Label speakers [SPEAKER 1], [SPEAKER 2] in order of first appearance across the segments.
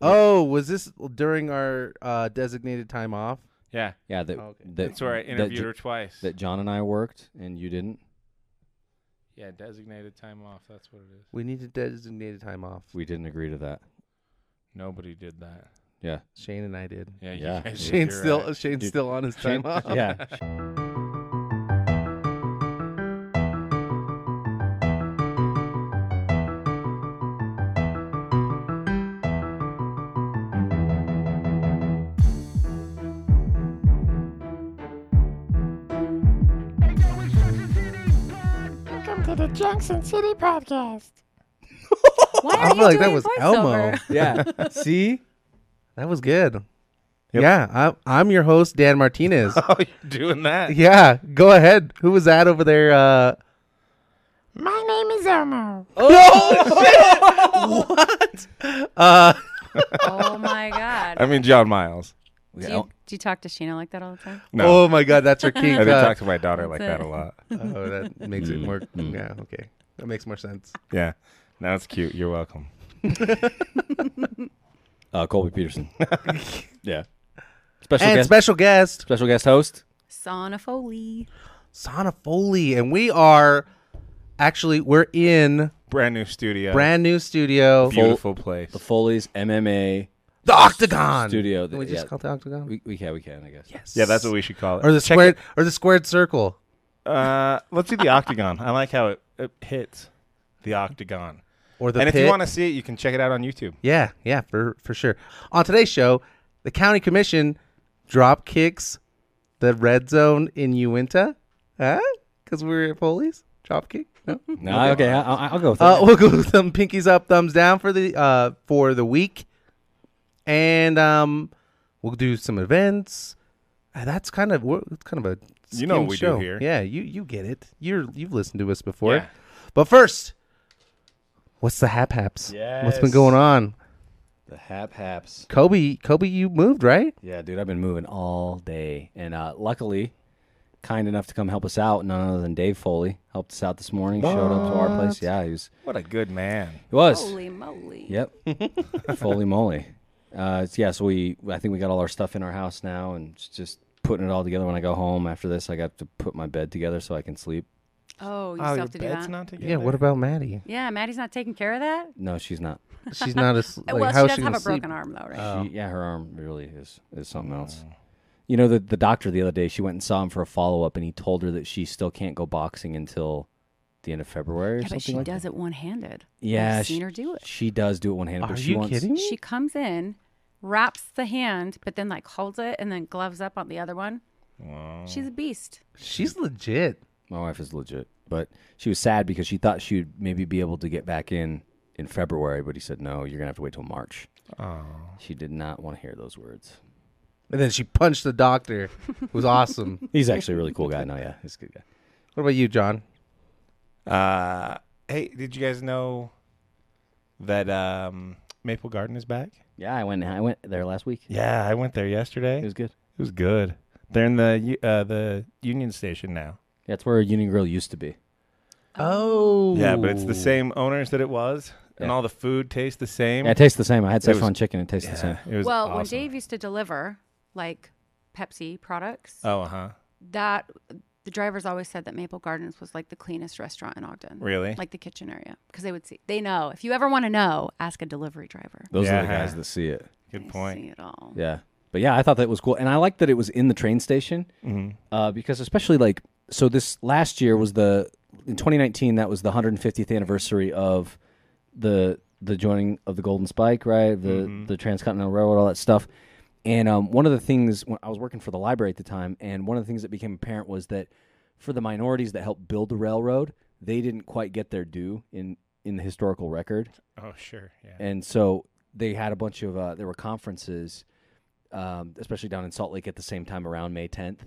[SPEAKER 1] Oh, was this during our uh, designated time off?
[SPEAKER 2] Yeah,
[SPEAKER 3] Yeah, that,
[SPEAKER 1] Okay.
[SPEAKER 3] that
[SPEAKER 2] that's where I interviewed her twice.
[SPEAKER 3] that John and I worked and you didn't.
[SPEAKER 2] yeah, designated time off. That's what it is.
[SPEAKER 1] We needed designated time off.
[SPEAKER 3] We didn't agree to that.
[SPEAKER 2] Nobody did that.
[SPEAKER 3] Yeah.
[SPEAKER 1] Shane and I did.
[SPEAKER 2] Yeah, you
[SPEAKER 3] Yeah.
[SPEAKER 2] guys did,
[SPEAKER 1] Shane's
[SPEAKER 2] you're
[SPEAKER 1] still
[SPEAKER 2] right.
[SPEAKER 1] Shane's
[SPEAKER 3] Dude,
[SPEAKER 1] still on his time off.
[SPEAKER 3] yeah.
[SPEAKER 4] Welcome to the Junction City Podcast. Why are
[SPEAKER 1] I
[SPEAKER 4] you
[SPEAKER 1] feel like that
[SPEAKER 4] doing
[SPEAKER 1] was
[SPEAKER 4] voiceover?
[SPEAKER 1] Elmo.
[SPEAKER 3] Yeah. See?
[SPEAKER 1] That was good. Yeah, I'm I'm your host Dan Martinez.
[SPEAKER 2] Oh, you're doing that?
[SPEAKER 1] yeah, go ahead. Who was that over there? Uh,
[SPEAKER 4] My name is Elmo.
[SPEAKER 1] uh
[SPEAKER 5] Oh my god.
[SPEAKER 2] I mean, John Miles.
[SPEAKER 3] We-
[SPEAKER 5] Do you, do you talk to Sheena like that all the time?
[SPEAKER 2] No,
[SPEAKER 1] oh my God, that's her king.
[SPEAKER 2] I didn't
[SPEAKER 1] Uh,
[SPEAKER 2] talk to my daughter like
[SPEAKER 5] That's
[SPEAKER 2] that a
[SPEAKER 5] it.
[SPEAKER 2] lot.
[SPEAKER 1] oh, that makes
[SPEAKER 3] Mm,
[SPEAKER 1] it more. Yeah, okay, that makes more sense.
[SPEAKER 2] Yeah, no, it's cute. You're welcome.
[SPEAKER 3] uh, Colby Peterson. yeah. Special
[SPEAKER 1] And
[SPEAKER 3] guest
[SPEAKER 1] special guest
[SPEAKER 3] special guest host.
[SPEAKER 5] Sauna Foley.
[SPEAKER 1] Sana Foley, and we are actually we're in
[SPEAKER 2] Brand new studio.
[SPEAKER 1] brand new studio,
[SPEAKER 2] beautiful place.
[SPEAKER 3] The Foley's MMA
[SPEAKER 1] the Octagon
[SPEAKER 3] studio.
[SPEAKER 1] Can we
[SPEAKER 3] yeah,
[SPEAKER 1] just call it the Octagon?
[SPEAKER 3] we, we can we can, I guess.
[SPEAKER 1] yes.
[SPEAKER 2] yeah, that's what we should call it.
[SPEAKER 1] Or the squared or the squared circle.
[SPEAKER 2] Uh, let's do the octagon. I like how it, it hits the octagon.
[SPEAKER 1] Or the
[SPEAKER 2] and if
[SPEAKER 1] pit.
[SPEAKER 2] you want to see it, you can check it out on YouTube.
[SPEAKER 1] Yeah, yeah, for for sure. On today's show, the county commission drop kicks the red zone in Uinta, huh? Because we were at Foley's drop kick. No,
[SPEAKER 3] No, okay, I, I- I'll go with
[SPEAKER 1] uh,
[SPEAKER 3] that.
[SPEAKER 1] we'll go with them pinkies up, thumbs down for the uh for the week, and um we'll do some events. Uh, That's kind of we're- it's kind of a
[SPEAKER 2] You know
[SPEAKER 1] skim
[SPEAKER 2] what we do
[SPEAKER 1] show.
[SPEAKER 2] here.
[SPEAKER 1] Yeah, you you get it. You're you've listened to us before,
[SPEAKER 2] Yeah.
[SPEAKER 1] but first. What's the hap haps? What's been
[SPEAKER 2] Yes.
[SPEAKER 1] going on?
[SPEAKER 3] The Hap Haps.
[SPEAKER 1] Kobe, Kobe, you moved, right?
[SPEAKER 3] Yeah, dude, I've been moving all day, and uh, luckily, kind enough to come help us out. None other than Dave Foley helped us out this morning. Showed up to our place. Yeah, he was.
[SPEAKER 2] What a good man.
[SPEAKER 3] He was.
[SPEAKER 5] Holy moly.
[SPEAKER 3] Yep. Foley moly. Uh, it's- yeah, so we I think we got all our stuff in our house now, and it's just putting it all together. When I go home after this, I got to put my bed together so I can sleep.
[SPEAKER 5] Oh, you
[SPEAKER 2] oh,
[SPEAKER 5] still
[SPEAKER 2] your
[SPEAKER 5] have to do
[SPEAKER 2] bed's
[SPEAKER 5] that.
[SPEAKER 2] not together.
[SPEAKER 1] Yeah. What about Maddie?
[SPEAKER 5] yeah, Maddie's not taking care of that.
[SPEAKER 3] No, she's not.
[SPEAKER 1] She's not as like,
[SPEAKER 5] well,
[SPEAKER 1] how
[SPEAKER 5] she
[SPEAKER 1] is
[SPEAKER 5] does
[SPEAKER 1] she
[SPEAKER 5] have
[SPEAKER 1] gonna
[SPEAKER 5] a broken
[SPEAKER 1] sleep?
[SPEAKER 5] arm though, right?
[SPEAKER 3] She, yeah, her arm really is is something
[SPEAKER 5] Oh.
[SPEAKER 3] else. You know, the the doctor the other day, she went and saw him for a follow up, and he told her that she still can't go boxing until the end of February or
[SPEAKER 5] yeah,
[SPEAKER 3] something
[SPEAKER 5] but she
[SPEAKER 3] like
[SPEAKER 5] does
[SPEAKER 3] that.
[SPEAKER 5] it one-handed.
[SPEAKER 3] Yeah,
[SPEAKER 5] I've seen her do it.
[SPEAKER 3] She does do it one handed.
[SPEAKER 1] Are
[SPEAKER 3] but she
[SPEAKER 1] you
[SPEAKER 3] wants,
[SPEAKER 1] kidding me?
[SPEAKER 5] She comes in, wraps the hand, but then like holds it and then gloves up on the other one. She's a beast.
[SPEAKER 1] She's legit.
[SPEAKER 3] My wife is legit, but she was sad because she thought she would maybe be able to get back in in February, but he said no, you're gonna have to wait till March. Oh. She did not want to hear those words.
[SPEAKER 1] And then she punched the doctor. It was awesome.
[SPEAKER 3] He's actually a really cool guy. No, yeah, he's a good guy.
[SPEAKER 1] What about you, John?
[SPEAKER 2] Uh, hey, did you guys know that um, Maple Garden is back?
[SPEAKER 3] Yeah, I went. I went there last week.
[SPEAKER 2] Yeah, I went there yesterday.
[SPEAKER 3] It was good.
[SPEAKER 2] It was good. They're in the U- uh, the Union Station now.
[SPEAKER 3] That's where Union Grill used to be.
[SPEAKER 1] Oh,
[SPEAKER 2] Yeah, but it's the same owners that it was, and all the food tastes the same.
[SPEAKER 3] Yeah, it tastes the same. I had
[SPEAKER 2] It was-
[SPEAKER 3] Szechuan chicken. It tastes the same.
[SPEAKER 2] it was
[SPEAKER 5] Well, when
[SPEAKER 2] awesome.
[SPEAKER 5] Dave used to deliver like Pepsi products,
[SPEAKER 2] Oh, uh huh.
[SPEAKER 5] that the drivers always said that Maple Gardens was like the cleanest restaurant in Ogden.
[SPEAKER 2] Really?
[SPEAKER 5] Like the kitchen area. Because they would see, they know. If you ever want to know, ask a delivery driver.
[SPEAKER 3] Those are
[SPEAKER 2] Yeah.
[SPEAKER 3] the guys that see it.
[SPEAKER 2] Good
[SPEAKER 5] They
[SPEAKER 2] point.
[SPEAKER 5] See it all.
[SPEAKER 3] Yeah. But yeah, I thought that was cool. And I like that it was in the train station uh, because, especially like, so this last year was the, in 2019, that was the 150th anniversary of the the joining of the Golden Spike, right? The, the Transcontinental Railroad, all that stuff. And um, one of the things, when I was working for the library at the time, and one of the things that became apparent was that for the minorities that helped build the railroad, they didn't quite get their due in, in the historical record
[SPEAKER 2] Oh, sure. Yeah.
[SPEAKER 3] and so they had a bunch of uh, there were conferences um, especially down in salt lake at the same time around may 10th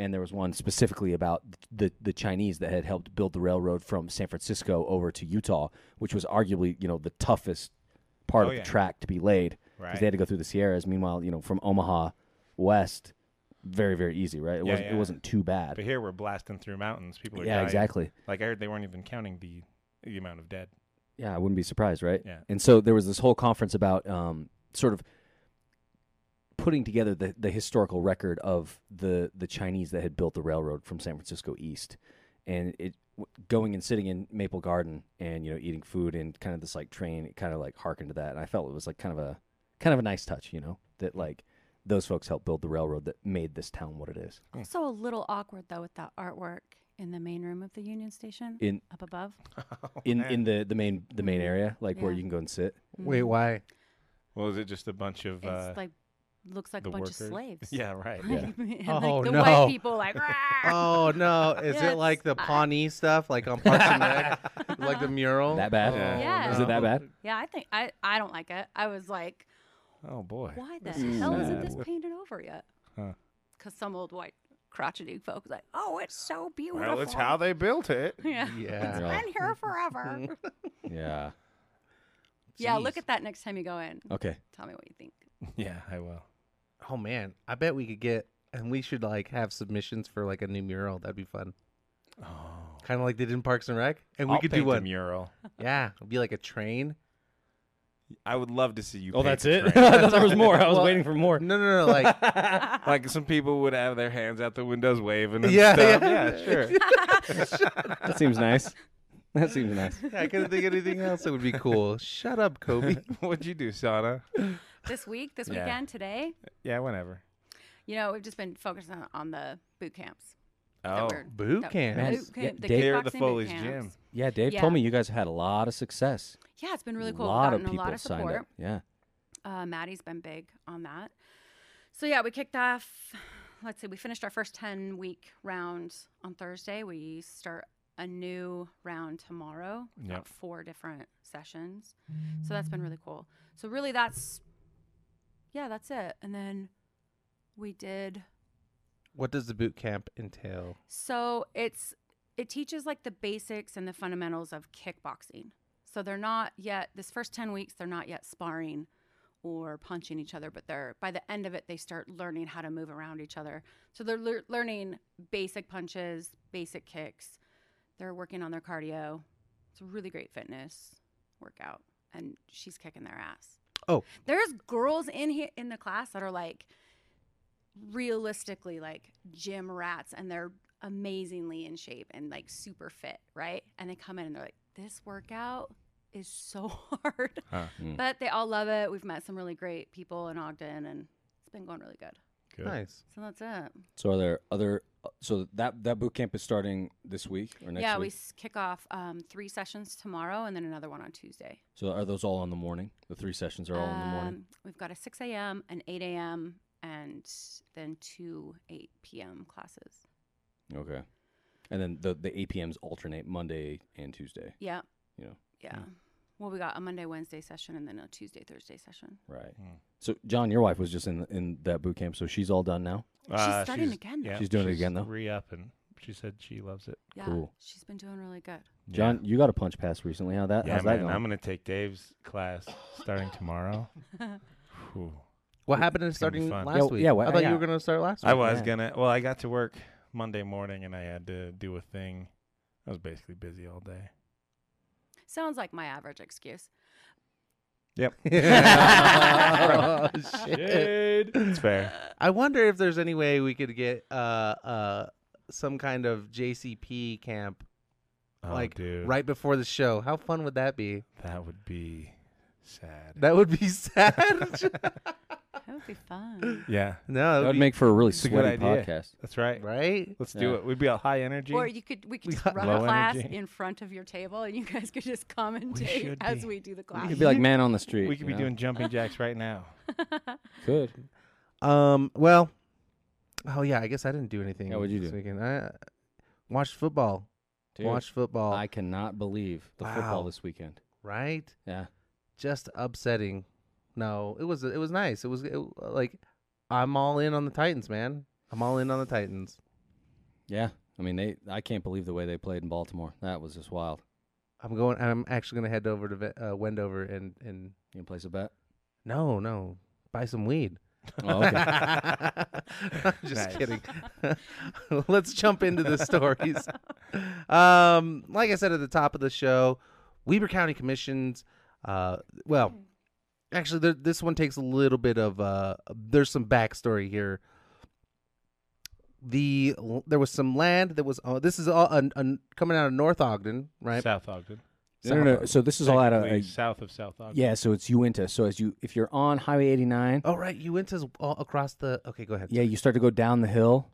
[SPEAKER 3] and there was one specifically about the the chinese that had helped build the railroad from san francisco over to utah which was arguably you know the toughest part
[SPEAKER 2] Oh,
[SPEAKER 3] of
[SPEAKER 2] yeah.
[SPEAKER 3] the track to be laid because
[SPEAKER 2] Right.
[SPEAKER 3] they had to go through the sierras meanwhile you know from omaha west very very easy right it
[SPEAKER 2] Yeah,
[SPEAKER 3] wasn't
[SPEAKER 2] yeah.
[SPEAKER 3] it wasn't too bad
[SPEAKER 2] But here we're blasting through mountains. People are
[SPEAKER 3] yeah
[SPEAKER 2] dying.
[SPEAKER 3] exactly
[SPEAKER 2] Like I heard they weren't even counting the the amount of dead.
[SPEAKER 3] Yeah, I wouldn't be surprised, right?
[SPEAKER 2] Yeah.
[SPEAKER 3] And so there was this whole conference about um, sort of putting together the, the historical record of the the Chinese that had built the railroad from San Francisco east, and it w- going and sitting in Maple Garden and you know eating food and kind of this like train, it kind of like harkened to that, and I felt it was like kind of a kind of a nice touch, you know, that like those folks helped build the railroad that made this town what it is.
[SPEAKER 5] Also, a little awkward though with that artwork in the main room of the Union Station
[SPEAKER 3] In
[SPEAKER 5] up above.
[SPEAKER 3] in in the the main the main area, like where
[SPEAKER 5] Yeah.
[SPEAKER 3] you can go and sit.
[SPEAKER 1] Wait,
[SPEAKER 5] Mm.
[SPEAKER 1] why?
[SPEAKER 2] Well, is it just a bunch of uh,
[SPEAKER 5] it's like looks like
[SPEAKER 2] the
[SPEAKER 5] a bunch
[SPEAKER 2] workers?
[SPEAKER 5] of slaves.
[SPEAKER 2] Yeah, right.
[SPEAKER 5] and
[SPEAKER 1] Oh,
[SPEAKER 5] like the
[SPEAKER 1] no.
[SPEAKER 5] white people like "Rah!"
[SPEAKER 1] Oh no! Is
[SPEAKER 5] Yeah,
[SPEAKER 1] it like the
[SPEAKER 5] it's-
[SPEAKER 1] Pawnee stuff, like on Parks and Rec, like the mural?
[SPEAKER 3] That bad?
[SPEAKER 1] Oh,
[SPEAKER 5] Yeah.
[SPEAKER 3] Is it that bad?
[SPEAKER 5] yeah i think i i don't like it i was like
[SPEAKER 2] Oh boy.
[SPEAKER 5] why the hell isn't this
[SPEAKER 2] sad.
[SPEAKER 5] painted over yet
[SPEAKER 2] Huh.
[SPEAKER 5] because some old white crotchety folk was like oh it's so beautiful
[SPEAKER 2] Well, it's how Mm. they built it.
[SPEAKER 5] yeah
[SPEAKER 1] Yeah.
[SPEAKER 3] Yeah.
[SPEAKER 5] i'm here forever
[SPEAKER 3] Yeah.
[SPEAKER 5] yeah
[SPEAKER 1] Jeez.
[SPEAKER 5] look at that next time you go in
[SPEAKER 3] Okay.
[SPEAKER 5] tell me what you think
[SPEAKER 2] yeah, I will.
[SPEAKER 1] Oh man, I bet we could get, and we should like have submissions for like a new mural. That'd be fun. Oh. Kind of like they did in Parks and Rec, and we
[SPEAKER 2] I'll
[SPEAKER 1] could
[SPEAKER 2] paint
[SPEAKER 1] do
[SPEAKER 2] a
[SPEAKER 1] one.
[SPEAKER 2] mural.
[SPEAKER 1] Yeah, it'd be like a train.
[SPEAKER 2] I would love to see you.
[SPEAKER 3] Oh,
[SPEAKER 2] paint
[SPEAKER 3] that's
[SPEAKER 2] a
[SPEAKER 3] it. I
[SPEAKER 2] train.
[SPEAKER 3] thought there was more. I was
[SPEAKER 1] Well,
[SPEAKER 3] waiting for more.
[SPEAKER 1] No, no, no. Like,
[SPEAKER 2] like some people would have their hands out the windows waving and
[SPEAKER 1] Yeah,
[SPEAKER 2] stuff.
[SPEAKER 1] yeah.
[SPEAKER 2] Yeah, sure.
[SPEAKER 3] That seems nice. That seems nice.
[SPEAKER 1] I couldn't think of anything else that would be cool. Shut up, Kobe.
[SPEAKER 2] What'd you do, Sana?
[SPEAKER 5] this week this
[SPEAKER 2] Yeah.
[SPEAKER 5] weekend today
[SPEAKER 2] Yeah, whenever.
[SPEAKER 5] you know we've just been focusing on, on the boot camps that
[SPEAKER 2] Oh,
[SPEAKER 5] we're-
[SPEAKER 1] Boot
[SPEAKER 5] that-
[SPEAKER 1] camp.
[SPEAKER 3] Man,
[SPEAKER 5] boot camp-
[SPEAKER 3] yeah,
[SPEAKER 5] the
[SPEAKER 3] Dave-
[SPEAKER 2] here at the
[SPEAKER 5] kickboxing boot
[SPEAKER 2] Foley's
[SPEAKER 5] camps.
[SPEAKER 2] gym.
[SPEAKER 3] Yeah, Dave
[SPEAKER 5] Yeah.
[SPEAKER 3] told me you guys had a lot of success.
[SPEAKER 5] yeah it's been really
[SPEAKER 3] A
[SPEAKER 5] cool
[SPEAKER 3] lot
[SPEAKER 5] We've
[SPEAKER 3] of
[SPEAKER 5] gotten
[SPEAKER 3] people
[SPEAKER 5] a lot of
[SPEAKER 3] signed
[SPEAKER 5] support
[SPEAKER 3] up. Yeah.
[SPEAKER 5] Uh, Maddie's been big on that. So yeah, we kicked off. Let's see, we finished our first ten week round on Thursday. We start a new round tomorrow. We've got
[SPEAKER 2] Yep.
[SPEAKER 5] four different sessions, so that's been really cool. So really, that's yeah, that's it. And then we did
[SPEAKER 1] What does the boot camp entail?
[SPEAKER 5] so it's it teaches like the basics and the fundamentals of kickboxing. So they're not yet this first 10 weeks they're not yet sparring or punching each other, but they're by the end of it they start learning how to move around each other. So they're lear learning basic punches, basic kicks. They're working on their cardio. It's a really great fitness workout and she's kicking their ass.
[SPEAKER 1] Oh.
[SPEAKER 5] There's girls in here in the class that are like realistically like gym rats and they're amazingly in shape and like super fit, right? And they come in and they're like, this workout is so hard.
[SPEAKER 2] Huh.
[SPEAKER 3] Hmm.
[SPEAKER 5] But they all love it. We've met some really great people in Ogden and it's been going really good.
[SPEAKER 2] Good.
[SPEAKER 1] Nice.
[SPEAKER 5] So that's it.
[SPEAKER 3] So are there other? uh, So that that boot camp is starting this week or next
[SPEAKER 5] yeah, we
[SPEAKER 3] week.
[SPEAKER 5] s- kick off um, three sessions tomorrow and then another one on Tuesday.
[SPEAKER 3] so are those all in the morning? The three sessions are all in the morning.
[SPEAKER 5] Um, we've got a 6 a.m., an 8 a.m., and then two 8 p.m. classes.
[SPEAKER 3] Okay. And then the the APMs alternate Monday and Tuesday.
[SPEAKER 5] Yeah.
[SPEAKER 3] You know.
[SPEAKER 5] Yeah. Well, we got a Monday, Wednesday session and then a Tuesday, Thursday session.
[SPEAKER 3] Right. So John, your wife was just in in that boot camp, so she's all done now.
[SPEAKER 5] She's starting again now.
[SPEAKER 2] Uh, Yeah,
[SPEAKER 3] Ah, She's doing it again, though?
[SPEAKER 2] Re up and she said she loves it.
[SPEAKER 5] Yeah.
[SPEAKER 3] Cool.
[SPEAKER 5] She's been doing really good.
[SPEAKER 3] John, you got a punch pass recently. How that?
[SPEAKER 2] Yeah,
[SPEAKER 3] how's
[SPEAKER 2] man,
[SPEAKER 3] that going?
[SPEAKER 2] I'm gonna take Dave's class starting tomorrow. Whew.
[SPEAKER 1] What happened in starting
[SPEAKER 2] fun.
[SPEAKER 1] last
[SPEAKER 3] Yeah,
[SPEAKER 1] week?
[SPEAKER 3] yeah, wha-
[SPEAKER 1] I thought
[SPEAKER 3] yeah.
[SPEAKER 1] you were gonna start last week.
[SPEAKER 2] I was
[SPEAKER 3] Yeah.
[SPEAKER 2] gonna. Well, I got to work Monday morning and I had to do a thing. I was basically busy all day.
[SPEAKER 5] Sounds like my average excuse.
[SPEAKER 2] Yep,
[SPEAKER 1] Oh, shit.
[SPEAKER 2] it's fair.
[SPEAKER 1] I wonder if there's any way we could get uh uh some kind of JCP camp
[SPEAKER 2] Oh,
[SPEAKER 1] like
[SPEAKER 2] dude,
[SPEAKER 1] right before the show. How fun would that be?
[SPEAKER 2] That would be sad.
[SPEAKER 1] That would be sad.
[SPEAKER 5] That would be fun.
[SPEAKER 2] yeah,
[SPEAKER 1] no,
[SPEAKER 3] That
[SPEAKER 1] that
[SPEAKER 3] would make for a really
[SPEAKER 2] a good
[SPEAKER 3] sweaty
[SPEAKER 2] idea.
[SPEAKER 3] podcast.
[SPEAKER 2] that's right.
[SPEAKER 1] right.
[SPEAKER 2] Let's do
[SPEAKER 3] Yeah.
[SPEAKER 2] it. We'd be all high energy.
[SPEAKER 5] Or you could we could just run
[SPEAKER 2] Low
[SPEAKER 5] a class
[SPEAKER 2] energy.
[SPEAKER 5] in front of your table and you guys could just commentate
[SPEAKER 2] should
[SPEAKER 5] as
[SPEAKER 2] be.
[SPEAKER 5] we do the
[SPEAKER 3] You
[SPEAKER 5] class.
[SPEAKER 3] could be like man on the street.
[SPEAKER 2] we could
[SPEAKER 3] you
[SPEAKER 2] be
[SPEAKER 3] know?
[SPEAKER 2] doing jumping jacks right now.
[SPEAKER 3] Good.
[SPEAKER 1] Um. Well. Oh yeah. I guess I didn't do anything.
[SPEAKER 3] Yeah, what'd you
[SPEAKER 1] this
[SPEAKER 3] do?
[SPEAKER 1] Weekend. I uh, watched football.
[SPEAKER 3] Dude,
[SPEAKER 1] Watched football.
[SPEAKER 3] I cannot believe the
[SPEAKER 1] Wow.
[SPEAKER 3] football this weekend.
[SPEAKER 1] right.
[SPEAKER 3] Yeah.
[SPEAKER 1] Just upsetting. No, it was it was nice. It was it, like I'm all in on the Titans, man. I'm all in on the Titans.
[SPEAKER 3] Yeah. I mean, they. I can't believe the way they played in Baltimore. That was just wild.
[SPEAKER 1] I'm going. I'm actually gonna head over to Ve- uh, Wendover and and
[SPEAKER 3] You can place a bet.
[SPEAKER 1] no no buy some weed.
[SPEAKER 3] Oh, okay.
[SPEAKER 1] Just kidding. Let's jump into the stories. um, like I said at the top of the show, Weber County Commission's, uh, well, actually th- this one takes a little bit of uh there's some backstory here the there was some land that was uh, this is all uh, uh, coming out of north ogden right
[SPEAKER 2] South Ogden.
[SPEAKER 3] No, no, no. So this is all out of
[SPEAKER 2] Technically
[SPEAKER 3] a,
[SPEAKER 2] south of South Ogden.
[SPEAKER 3] yeah. So it's Uinta. So as you, if you're on Highway 89,
[SPEAKER 1] oh right uinta's all across the okay go ahead
[SPEAKER 3] yeah, you start to go down the hill,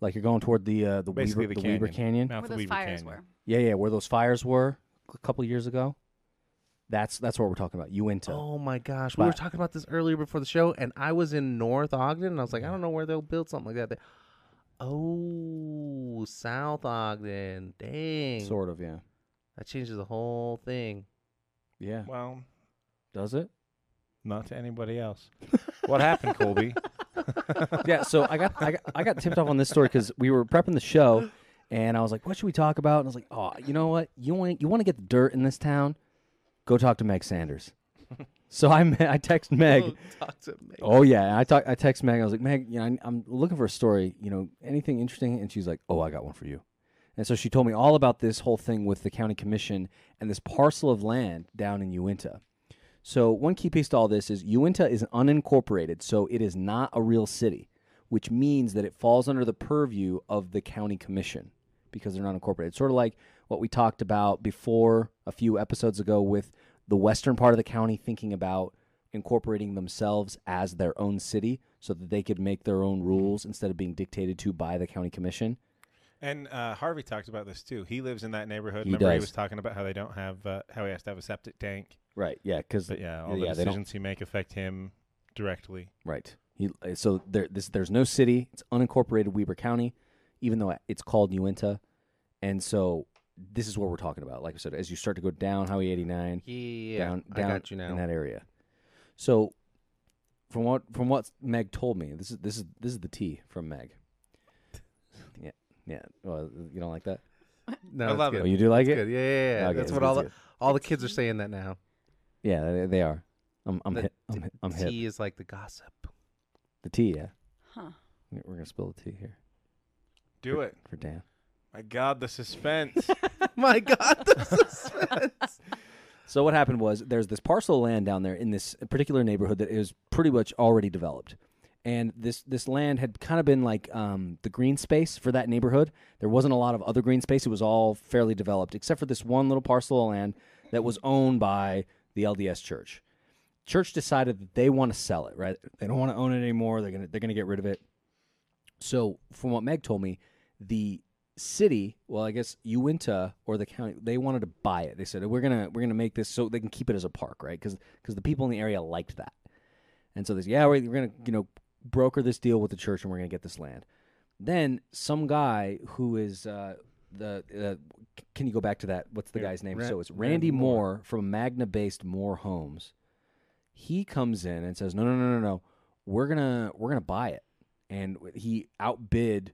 [SPEAKER 3] like you're going toward the uh, the
[SPEAKER 2] Basically
[SPEAKER 3] Weaver,
[SPEAKER 2] the
[SPEAKER 3] the Weaver
[SPEAKER 2] canyon.
[SPEAKER 3] Canyon.
[SPEAKER 2] Mouth
[SPEAKER 5] where
[SPEAKER 2] of
[SPEAKER 5] those
[SPEAKER 2] Weaver
[SPEAKER 5] fires
[SPEAKER 2] Canyon.
[SPEAKER 5] were.
[SPEAKER 3] Yeah, yeah, where those fires were a couple years ago. That's that's what we're talking about. Uinta.
[SPEAKER 1] oh my gosh we were
[SPEAKER 3] But-
[SPEAKER 1] talking about this earlier before the show and i was in north ogden and i was like i don't know where they'll build something like that They- oh south ogden dang
[SPEAKER 3] Sort of, yeah.
[SPEAKER 1] that changes the whole thing
[SPEAKER 3] Yeah.
[SPEAKER 2] Well,
[SPEAKER 3] Does it?
[SPEAKER 2] not to anybody else. what happened, Colby?
[SPEAKER 3] yeah, so I got I got, I got tipped off on this story because we were prepping the show, and I was like, "What should we talk about?" And I was like, "Oh, you know what? You want you want to get the dirt in this town? Go talk to Meg Sanders." so I me- I text Meg.
[SPEAKER 1] Talk to me.
[SPEAKER 3] Oh yeah, and I talk I text Meg. I was like, Meg, you know, I, I'm looking for a story. You know, anything interesting? And she's like, Oh, I got one for you. And so she told me all about this whole thing with the county commission and this parcel of land down in Uinta. So one key piece to all this is Uinta is unincorporated, so it is not a real city, which means that it falls under the purview of the county commission because they're not incorporated. Sort of like what we talked about before a few episodes ago with the western part of the county thinking about incorporating themselves as their own city so that they could make their own rules instead of being dictated to by the county commission.
[SPEAKER 2] And uh, Harvey talked about this too. He lives in that neighborhood.
[SPEAKER 3] He
[SPEAKER 2] Remember, he
[SPEAKER 3] does.
[SPEAKER 2] was talking about how they don't have, uh, how he has to have a septic tank.
[SPEAKER 3] Right. Yeah. Because
[SPEAKER 2] But yeah, all the
[SPEAKER 3] they don't.
[SPEAKER 2] decisions he make affect him directly.
[SPEAKER 3] Right. He, uh, so there, this, there's no city. It's unincorporated Weber County, even though it's called Uinta. And so this is what we're talking about. Like I said, as you start to go down Highway 89,
[SPEAKER 1] yeah
[SPEAKER 3] down,
[SPEAKER 1] i
[SPEAKER 3] down
[SPEAKER 1] got you now
[SPEAKER 3] in that area. So from what from what Meg told me, this is this is this is the tea from Meg. Yeah, yeah. Well, you don't like that?
[SPEAKER 1] no
[SPEAKER 2] I
[SPEAKER 1] it's
[SPEAKER 2] love
[SPEAKER 1] good.
[SPEAKER 3] Oh, you do like
[SPEAKER 1] It's
[SPEAKER 3] it?
[SPEAKER 1] good. Yeah, yeah, yeah.
[SPEAKER 3] Okay,
[SPEAKER 1] That's
[SPEAKER 3] it's
[SPEAKER 1] what
[SPEAKER 3] good,
[SPEAKER 1] all
[SPEAKER 3] it's
[SPEAKER 1] the, all the kids are saying that now.
[SPEAKER 3] Yeah, they, they are. I'm I'm
[SPEAKER 1] The
[SPEAKER 3] hip. I'm hip. I'm hip.
[SPEAKER 1] Tea is like the gossip.
[SPEAKER 3] The tea, yeah.
[SPEAKER 5] Huh.
[SPEAKER 3] We're gonna spill the tea here
[SPEAKER 2] Do it.
[SPEAKER 3] for Dan.
[SPEAKER 2] My God, the suspense.
[SPEAKER 1] My God, the suspense.
[SPEAKER 3] So what happened was there's this parcel of land down there in this particular neighborhood that is pretty much already developed. And this this land had kind of been like um, the green space for that neighborhood. There wasn't a lot of other green space. It was all fairly developed, except for this one little parcel of land that was owned by the LDS Church. Church decided that they want to sell it. Right? They don't want to own it anymore. They're gonna they're gonna get rid of it. So, from what Meg told me, the city, well, I guess Uinta or the county, they wanted to buy it. They said we're gonna we're gonna make this so they can keep it as a park, right? Because the people in the area liked that, and so they said, yeah, we're, we're gonna you know broker this deal with the church and we're gonna get this land. Then some guy who is uh, the uh, c- can you go back to that? What's the guy's name?
[SPEAKER 1] Ra-
[SPEAKER 3] so it's
[SPEAKER 1] Randy
[SPEAKER 3] Randy Moore from Magna-based Moore Homes he comes in and says, "No, no, no, no, no. We're gonna we're gonna buy it." And he outbid,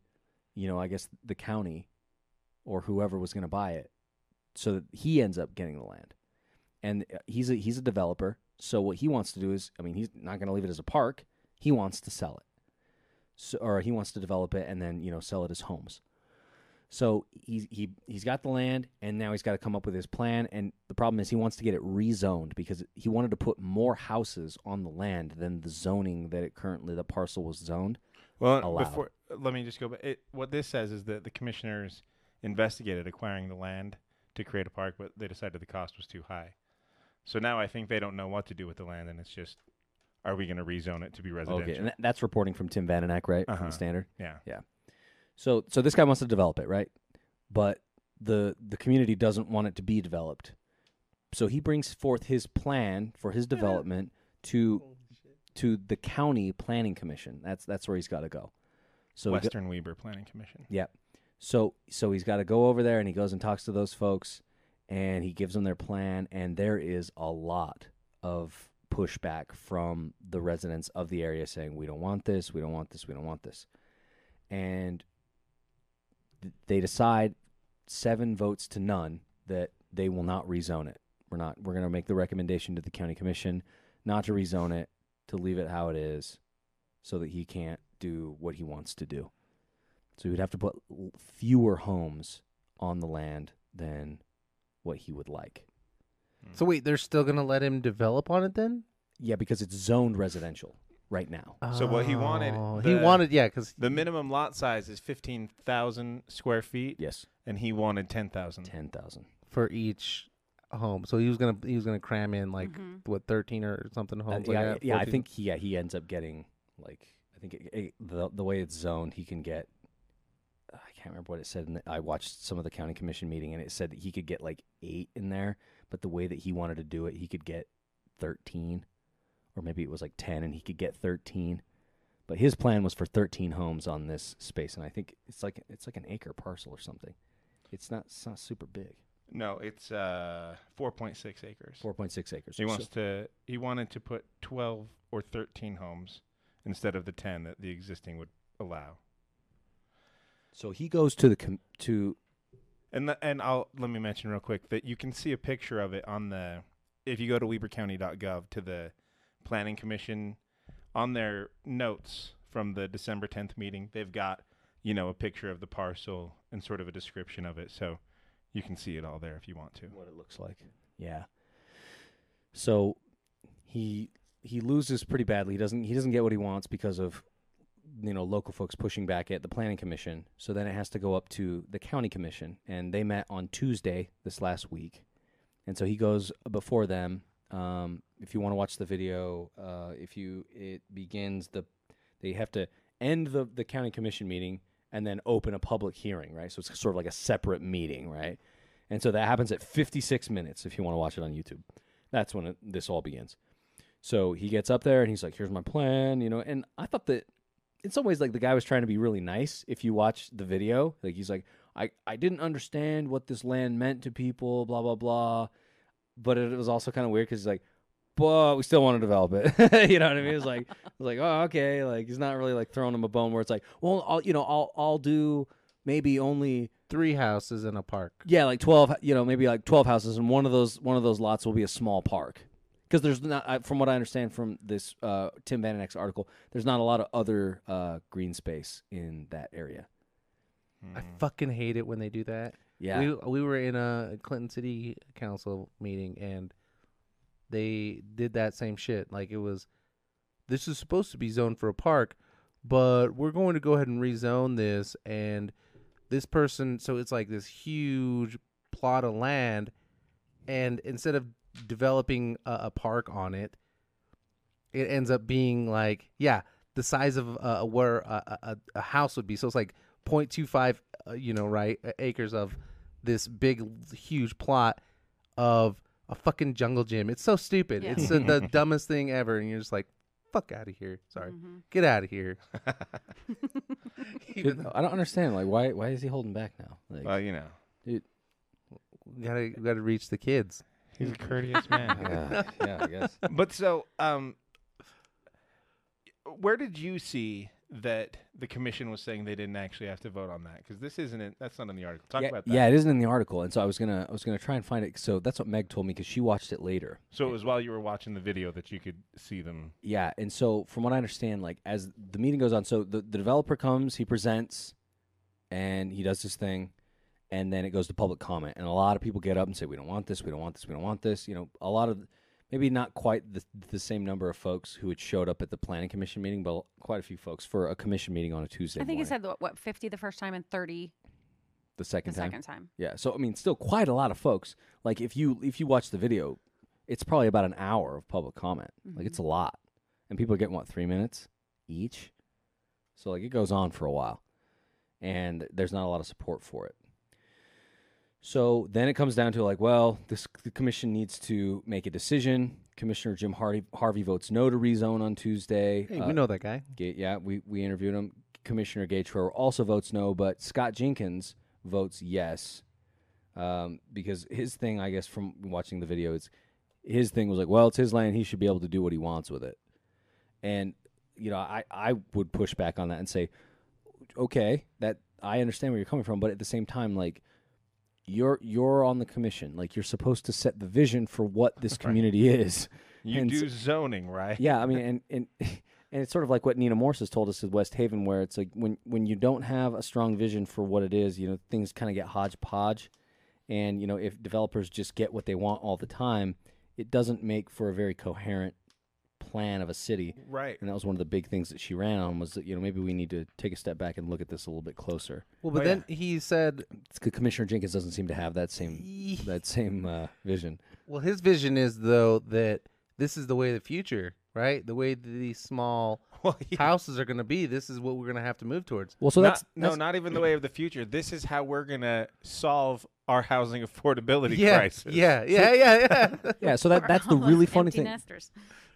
[SPEAKER 3] you know, I guess the county or whoever was gonna buy it, so that he ends up getting the land. And uh, he's a he's a developer, so what he wants to do is, I mean, he's not gonna leave it as a park. He wants to sell it, so, or he wants to develop it and then you know sell it as homes. So he he he's got the land, and now he's got to come up with his plan. And the problem is he wants to get it rezoned because he wanted to put more houses on the land than the zoning that it currently the parcel was zoned.
[SPEAKER 2] Well,
[SPEAKER 3] allowed.
[SPEAKER 2] before let me just go. back. It, what this says is that the commissioners investigated acquiring the land to create a park, but they decided the cost was too high. So now I think they don't know what to do with the land, and it's just, are we going to rezone it to be residential?
[SPEAKER 3] Okay, and that- that's reporting from Tim Vananak, right? From
[SPEAKER 2] Uh-huh.
[SPEAKER 3] the Standard.
[SPEAKER 2] Yeah.
[SPEAKER 3] Yeah. So so this guy wants to develop it, right? But the the community doesn't want it to be developed. So he brings forth his plan for his development to to the county planning commission. That's that's where he's got to go. So he go-
[SPEAKER 2] Western Weber Planning Commission.
[SPEAKER 3] Yeah. So so he's got to go over there and he goes and talks to those folks and he gives them their plan and there is a lot of pushback from the residents of the area saying we don't want this, we don't want this, we don't want this. And th- they decide 7 votes to none that they will not rezone it. We're not we're going to make the recommendation to the county commission not to rezone it, to leave it how it is so that he can't do what he wants to do. So he would have to put l- fewer homes on the land than what he would like.
[SPEAKER 1] so wait, they're still gonna let him develop on it then?
[SPEAKER 3] Yeah, because it's zoned residential right now.
[SPEAKER 2] So what he wanted-
[SPEAKER 1] Oh, he
[SPEAKER 2] the-
[SPEAKER 1] wanted, yeah, because
[SPEAKER 2] The minimum lot size is 15,000 square feet,
[SPEAKER 3] yes,
[SPEAKER 2] and he wanted 10,000.
[SPEAKER 3] ten thousand.
[SPEAKER 1] for each home, so he was gonna he was gonna cram in like what thirteen or something
[SPEAKER 3] Uh,
[SPEAKER 1] homes.
[SPEAKER 3] yeah,
[SPEAKER 1] like that,
[SPEAKER 3] yeah. I
[SPEAKER 1] 14.
[SPEAKER 3] think he, yeah, he ends up getting like I think it, it- the the way it's zoned, he can get. uh, I can't remember what it said. In the, I watched some of the county commission meeting, and it said that he could get like eight in there, but the way that he wanted to do it, he could get thirteen, or maybe it was like ten, and he could get thirteen. But his plan was for thirteen homes on this space, and I think it's like it's like an acre parcel or something. It's not it's not super big.
[SPEAKER 2] No, it's uh, 4.6 acres.
[SPEAKER 3] Four point six acres.
[SPEAKER 2] He
[SPEAKER 3] So-
[SPEAKER 2] wants to. He wanted to put 12 or 13 homes instead of the 10 that the existing would allow.
[SPEAKER 3] so he goes to the com- to
[SPEAKER 2] And the, and I'll let me mention real quick that you can see a picture of it on the if you go to webercounty.gov to the planning commission on their notes from the December 10th meeting, they've got, you know, a picture of the parcel and sort of a description of it. So you can see it all there if you want to.
[SPEAKER 3] what it looks like. Yeah. So he he loses pretty badly. He doesn't he doesn't get what he wants because of you know local folks pushing back at the planning commission. So then it has to go up to the county commission, and they met on Tuesday this last week, and so he goes before them. Um, if you want to watch the video, uh, if you it begins the they have to end the the county commission meeting and then open a public hearing, right? So it's sort of like a separate meeting, right? And so that happens at 56 minutes if you want to watch it on YouTube. That's when it, this all begins. So he gets up there and he's like, here's my plan, you know. And I thought that in some ways, like the guy was trying to be really nice. If you watch the video, like he's like, I, I didn't understand what this land meant to people, blah, blah, blah. But it was also kind of weird because he's like, but we still want to develop it. you know what I mean? It's like, it's like, oh, okay. Like he's not really like throwing him a bone where it's like, well, I'll, you know, I'll, I'll do maybe only
[SPEAKER 1] three houses in a park.
[SPEAKER 3] yeah, like twelve. You know, maybe like twelve houses, and one of those one of those lots will be a small park. Because there's not, I- from what I understand from this uh, Tim Van Vanenek's article, there's not a lot of other uh, green space in that area.
[SPEAKER 1] I fucking hate it when they do that.
[SPEAKER 3] Mm. Yeah.
[SPEAKER 1] we we were in a Clinton City Council meeting and they did that same shit. Like it was, this is supposed to be zoned for a park, but we're going to go ahead and rezone this and this person. So it's like this huge plot of land, and instead of developing a, a park on it, it ends up being like yeah the size of uh, where a, a, a house would be so it's like 0.25 uh, you know right uh, acres of this big huge plot of a fucking jungle gym it's so stupid
[SPEAKER 5] Yeah.
[SPEAKER 1] it's the, the dumbest thing ever and you're just like fuck out of here sorry get out of here Even though
[SPEAKER 3] I don't understand. Like, why why is he holding back now? Like,
[SPEAKER 2] Well, you know,
[SPEAKER 3] dude,
[SPEAKER 1] you gotta you gotta reach the kids
[SPEAKER 2] he's a courteous man.
[SPEAKER 3] yeah, yeah, I guess.
[SPEAKER 2] but so, um, where did you see that the commission was saying they didn't actually have to vote on that? Because this isn't it. That's not in the article. Talk
[SPEAKER 3] yeah,
[SPEAKER 2] about that.
[SPEAKER 3] yeah, it isn't in the article, and so I was gonna I was gonna try and find it. So that's what Meg told me because she watched it later.
[SPEAKER 2] So it was while you were watching the video that you could see them.
[SPEAKER 3] Yeah, and so from what I understand, like as the meeting goes on, so the, the developer comes, he presents, and he does his thing, and then it goes to public comment, and a lot of people get up and say, "We don't want this, we don't want this, we don't want this." You know, a lot of maybe not quite the, the same number of folks who had showed up at the planning commission meeting, but quite a few folks for a commission meeting on a Tuesday.
[SPEAKER 5] I think he
[SPEAKER 3] morning,
[SPEAKER 5] said what, what 50 the first time and 30
[SPEAKER 3] the
[SPEAKER 5] the
[SPEAKER 3] second time.
[SPEAKER 5] second time.
[SPEAKER 3] Yeah, so I mean, still quite a lot of folks. Like if you if you watch the video, it's probably about an hour of public comment. Like it's a lot, and people are getting what three minutes each. So like it goes on for a while, and there's not a lot of support for it. So then it comes down to like, well, this the commission needs to make a decision. Commissioner Jim Hardy, Harvey votes no to rezone on Tuesday.
[SPEAKER 1] hey
[SPEAKER 3] Uh,
[SPEAKER 1] we know that guy
[SPEAKER 3] Ga- yeah, we, we interviewed him. Commissioner Gagetrower also votes no, but Scott Jenkins votes yes um, because his thing, I guess, from watching the video, is his thing was like, well, it's his land. He should be able to do what he wants with it. And you know, I I would push back on that and say, okay, that I understand where you're coming from, but at the same time, like you're you're on the commission, like you're supposed to set the vision for what this community is.
[SPEAKER 2] You
[SPEAKER 3] And
[SPEAKER 2] do zoning, right?
[SPEAKER 3] yeah, I mean, and and and it's sort of like what Nina Morse has told us at West Haven, where it's like when when you don't have a strong vision for what it is, you know, things kind of get hodgepodge, and you know, if developers just get what they want all the time, it doesn't make for a very coherent plan of a city.
[SPEAKER 2] Right.
[SPEAKER 3] And that was one of the big things that she ran on was that you know maybe we need to take a step back and look at this a little bit closer.
[SPEAKER 1] Well, but
[SPEAKER 2] Oh, yeah.
[SPEAKER 1] then he said,
[SPEAKER 3] It's 'cause Commissioner Jenkins doesn't seem to have that same that same uh, vision.
[SPEAKER 1] well, his vision is though that this is the way of the future, right? The way that these small
[SPEAKER 2] Well, yeah.
[SPEAKER 1] houses are going to be. This is what we're going to have to move towards.
[SPEAKER 3] Well, so
[SPEAKER 2] Not-
[SPEAKER 3] that's,
[SPEAKER 2] no, not even the way of the future. This is how we're gonna solve our housing affordability
[SPEAKER 1] yeah,
[SPEAKER 2] crisis.
[SPEAKER 1] yeah, yeah, yeah, yeah.
[SPEAKER 3] yeah. So that that's the really funny thing.
[SPEAKER 5] Nesters.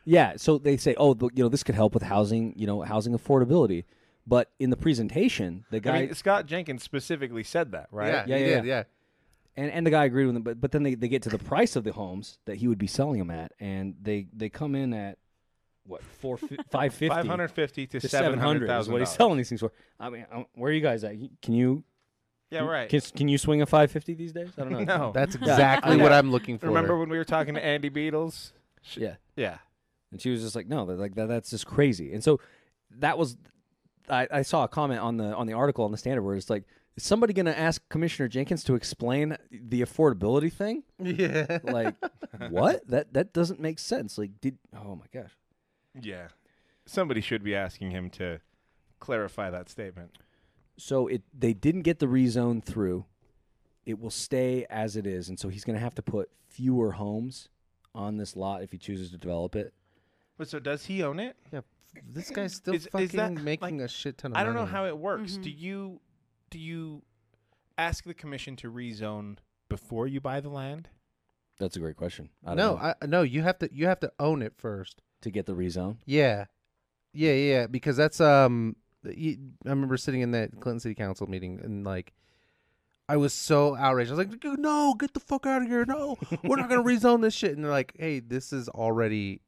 [SPEAKER 3] Yeah, so they say, oh, the, you know, this could help with housing, you know, housing affordability. But in the presentation, the guy
[SPEAKER 2] I mean, Scott Jenkins specifically said that, right?
[SPEAKER 1] Yeah,
[SPEAKER 3] Yeah,
[SPEAKER 1] he
[SPEAKER 3] yeah,
[SPEAKER 1] did,
[SPEAKER 3] yeah.
[SPEAKER 1] yeah.
[SPEAKER 3] and, and the guy agreed with him, but but then they, they get to the price of the homes that he would be selling them at, and they they come in at what four five fifty
[SPEAKER 2] Five hundred fifty to
[SPEAKER 3] to
[SPEAKER 2] seven
[SPEAKER 3] seven
[SPEAKER 2] hundred
[SPEAKER 3] hundred is
[SPEAKER 2] thousand.
[SPEAKER 3] what he's selling these things for. I mean, um, where are you guys at? Can you
[SPEAKER 2] Yeah, right.
[SPEAKER 3] can, can you swing a five fifty these days? I don't know.
[SPEAKER 2] no,
[SPEAKER 1] That's exactly
[SPEAKER 2] Oh. know.
[SPEAKER 1] what I'm looking for.
[SPEAKER 2] remember when we were talking to Andy Beatles? Sh-
[SPEAKER 3] Yeah.
[SPEAKER 2] yeah.
[SPEAKER 3] And she was just like, no, that- like that, that's just crazy. And so that was, I, I saw a comment on the on the article on the standard where it's like, is somebody going to ask Commissioner Jenkins to explain the affordability thing?
[SPEAKER 1] Yeah.
[SPEAKER 3] Like, what? That that doesn't make sense. Like, did oh my gosh.
[SPEAKER 2] Yeah. Somebody should be asking him to clarify that statement.
[SPEAKER 3] So it they didn't get the rezone through. It will stay as it is, and so he's going to have to put fewer homes on this lot if he chooses to develop it.
[SPEAKER 2] But so does he own it?
[SPEAKER 1] Yeah, f- this guy's still
[SPEAKER 2] Is- is
[SPEAKER 1] fucking
[SPEAKER 2] that,
[SPEAKER 1] making
[SPEAKER 2] like,
[SPEAKER 1] a shit ton of money.
[SPEAKER 2] I don't know how it works. Do you do you ask the commission to rezone before you buy the land?
[SPEAKER 3] That's a great question. I don't
[SPEAKER 1] no,
[SPEAKER 3] know.
[SPEAKER 1] I, no, you have to you have to own it first.
[SPEAKER 3] to get the rezone.
[SPEAKER 1] Yeah, yeah, yeah. Because that's um, y- I remember sitting in that Clinton City Council meeting and like, I was so outraged. I was like, "Dude, "No, get the fuck out of here! No, we're not gonna rezone this shit." And they're like, "Hey, this is already,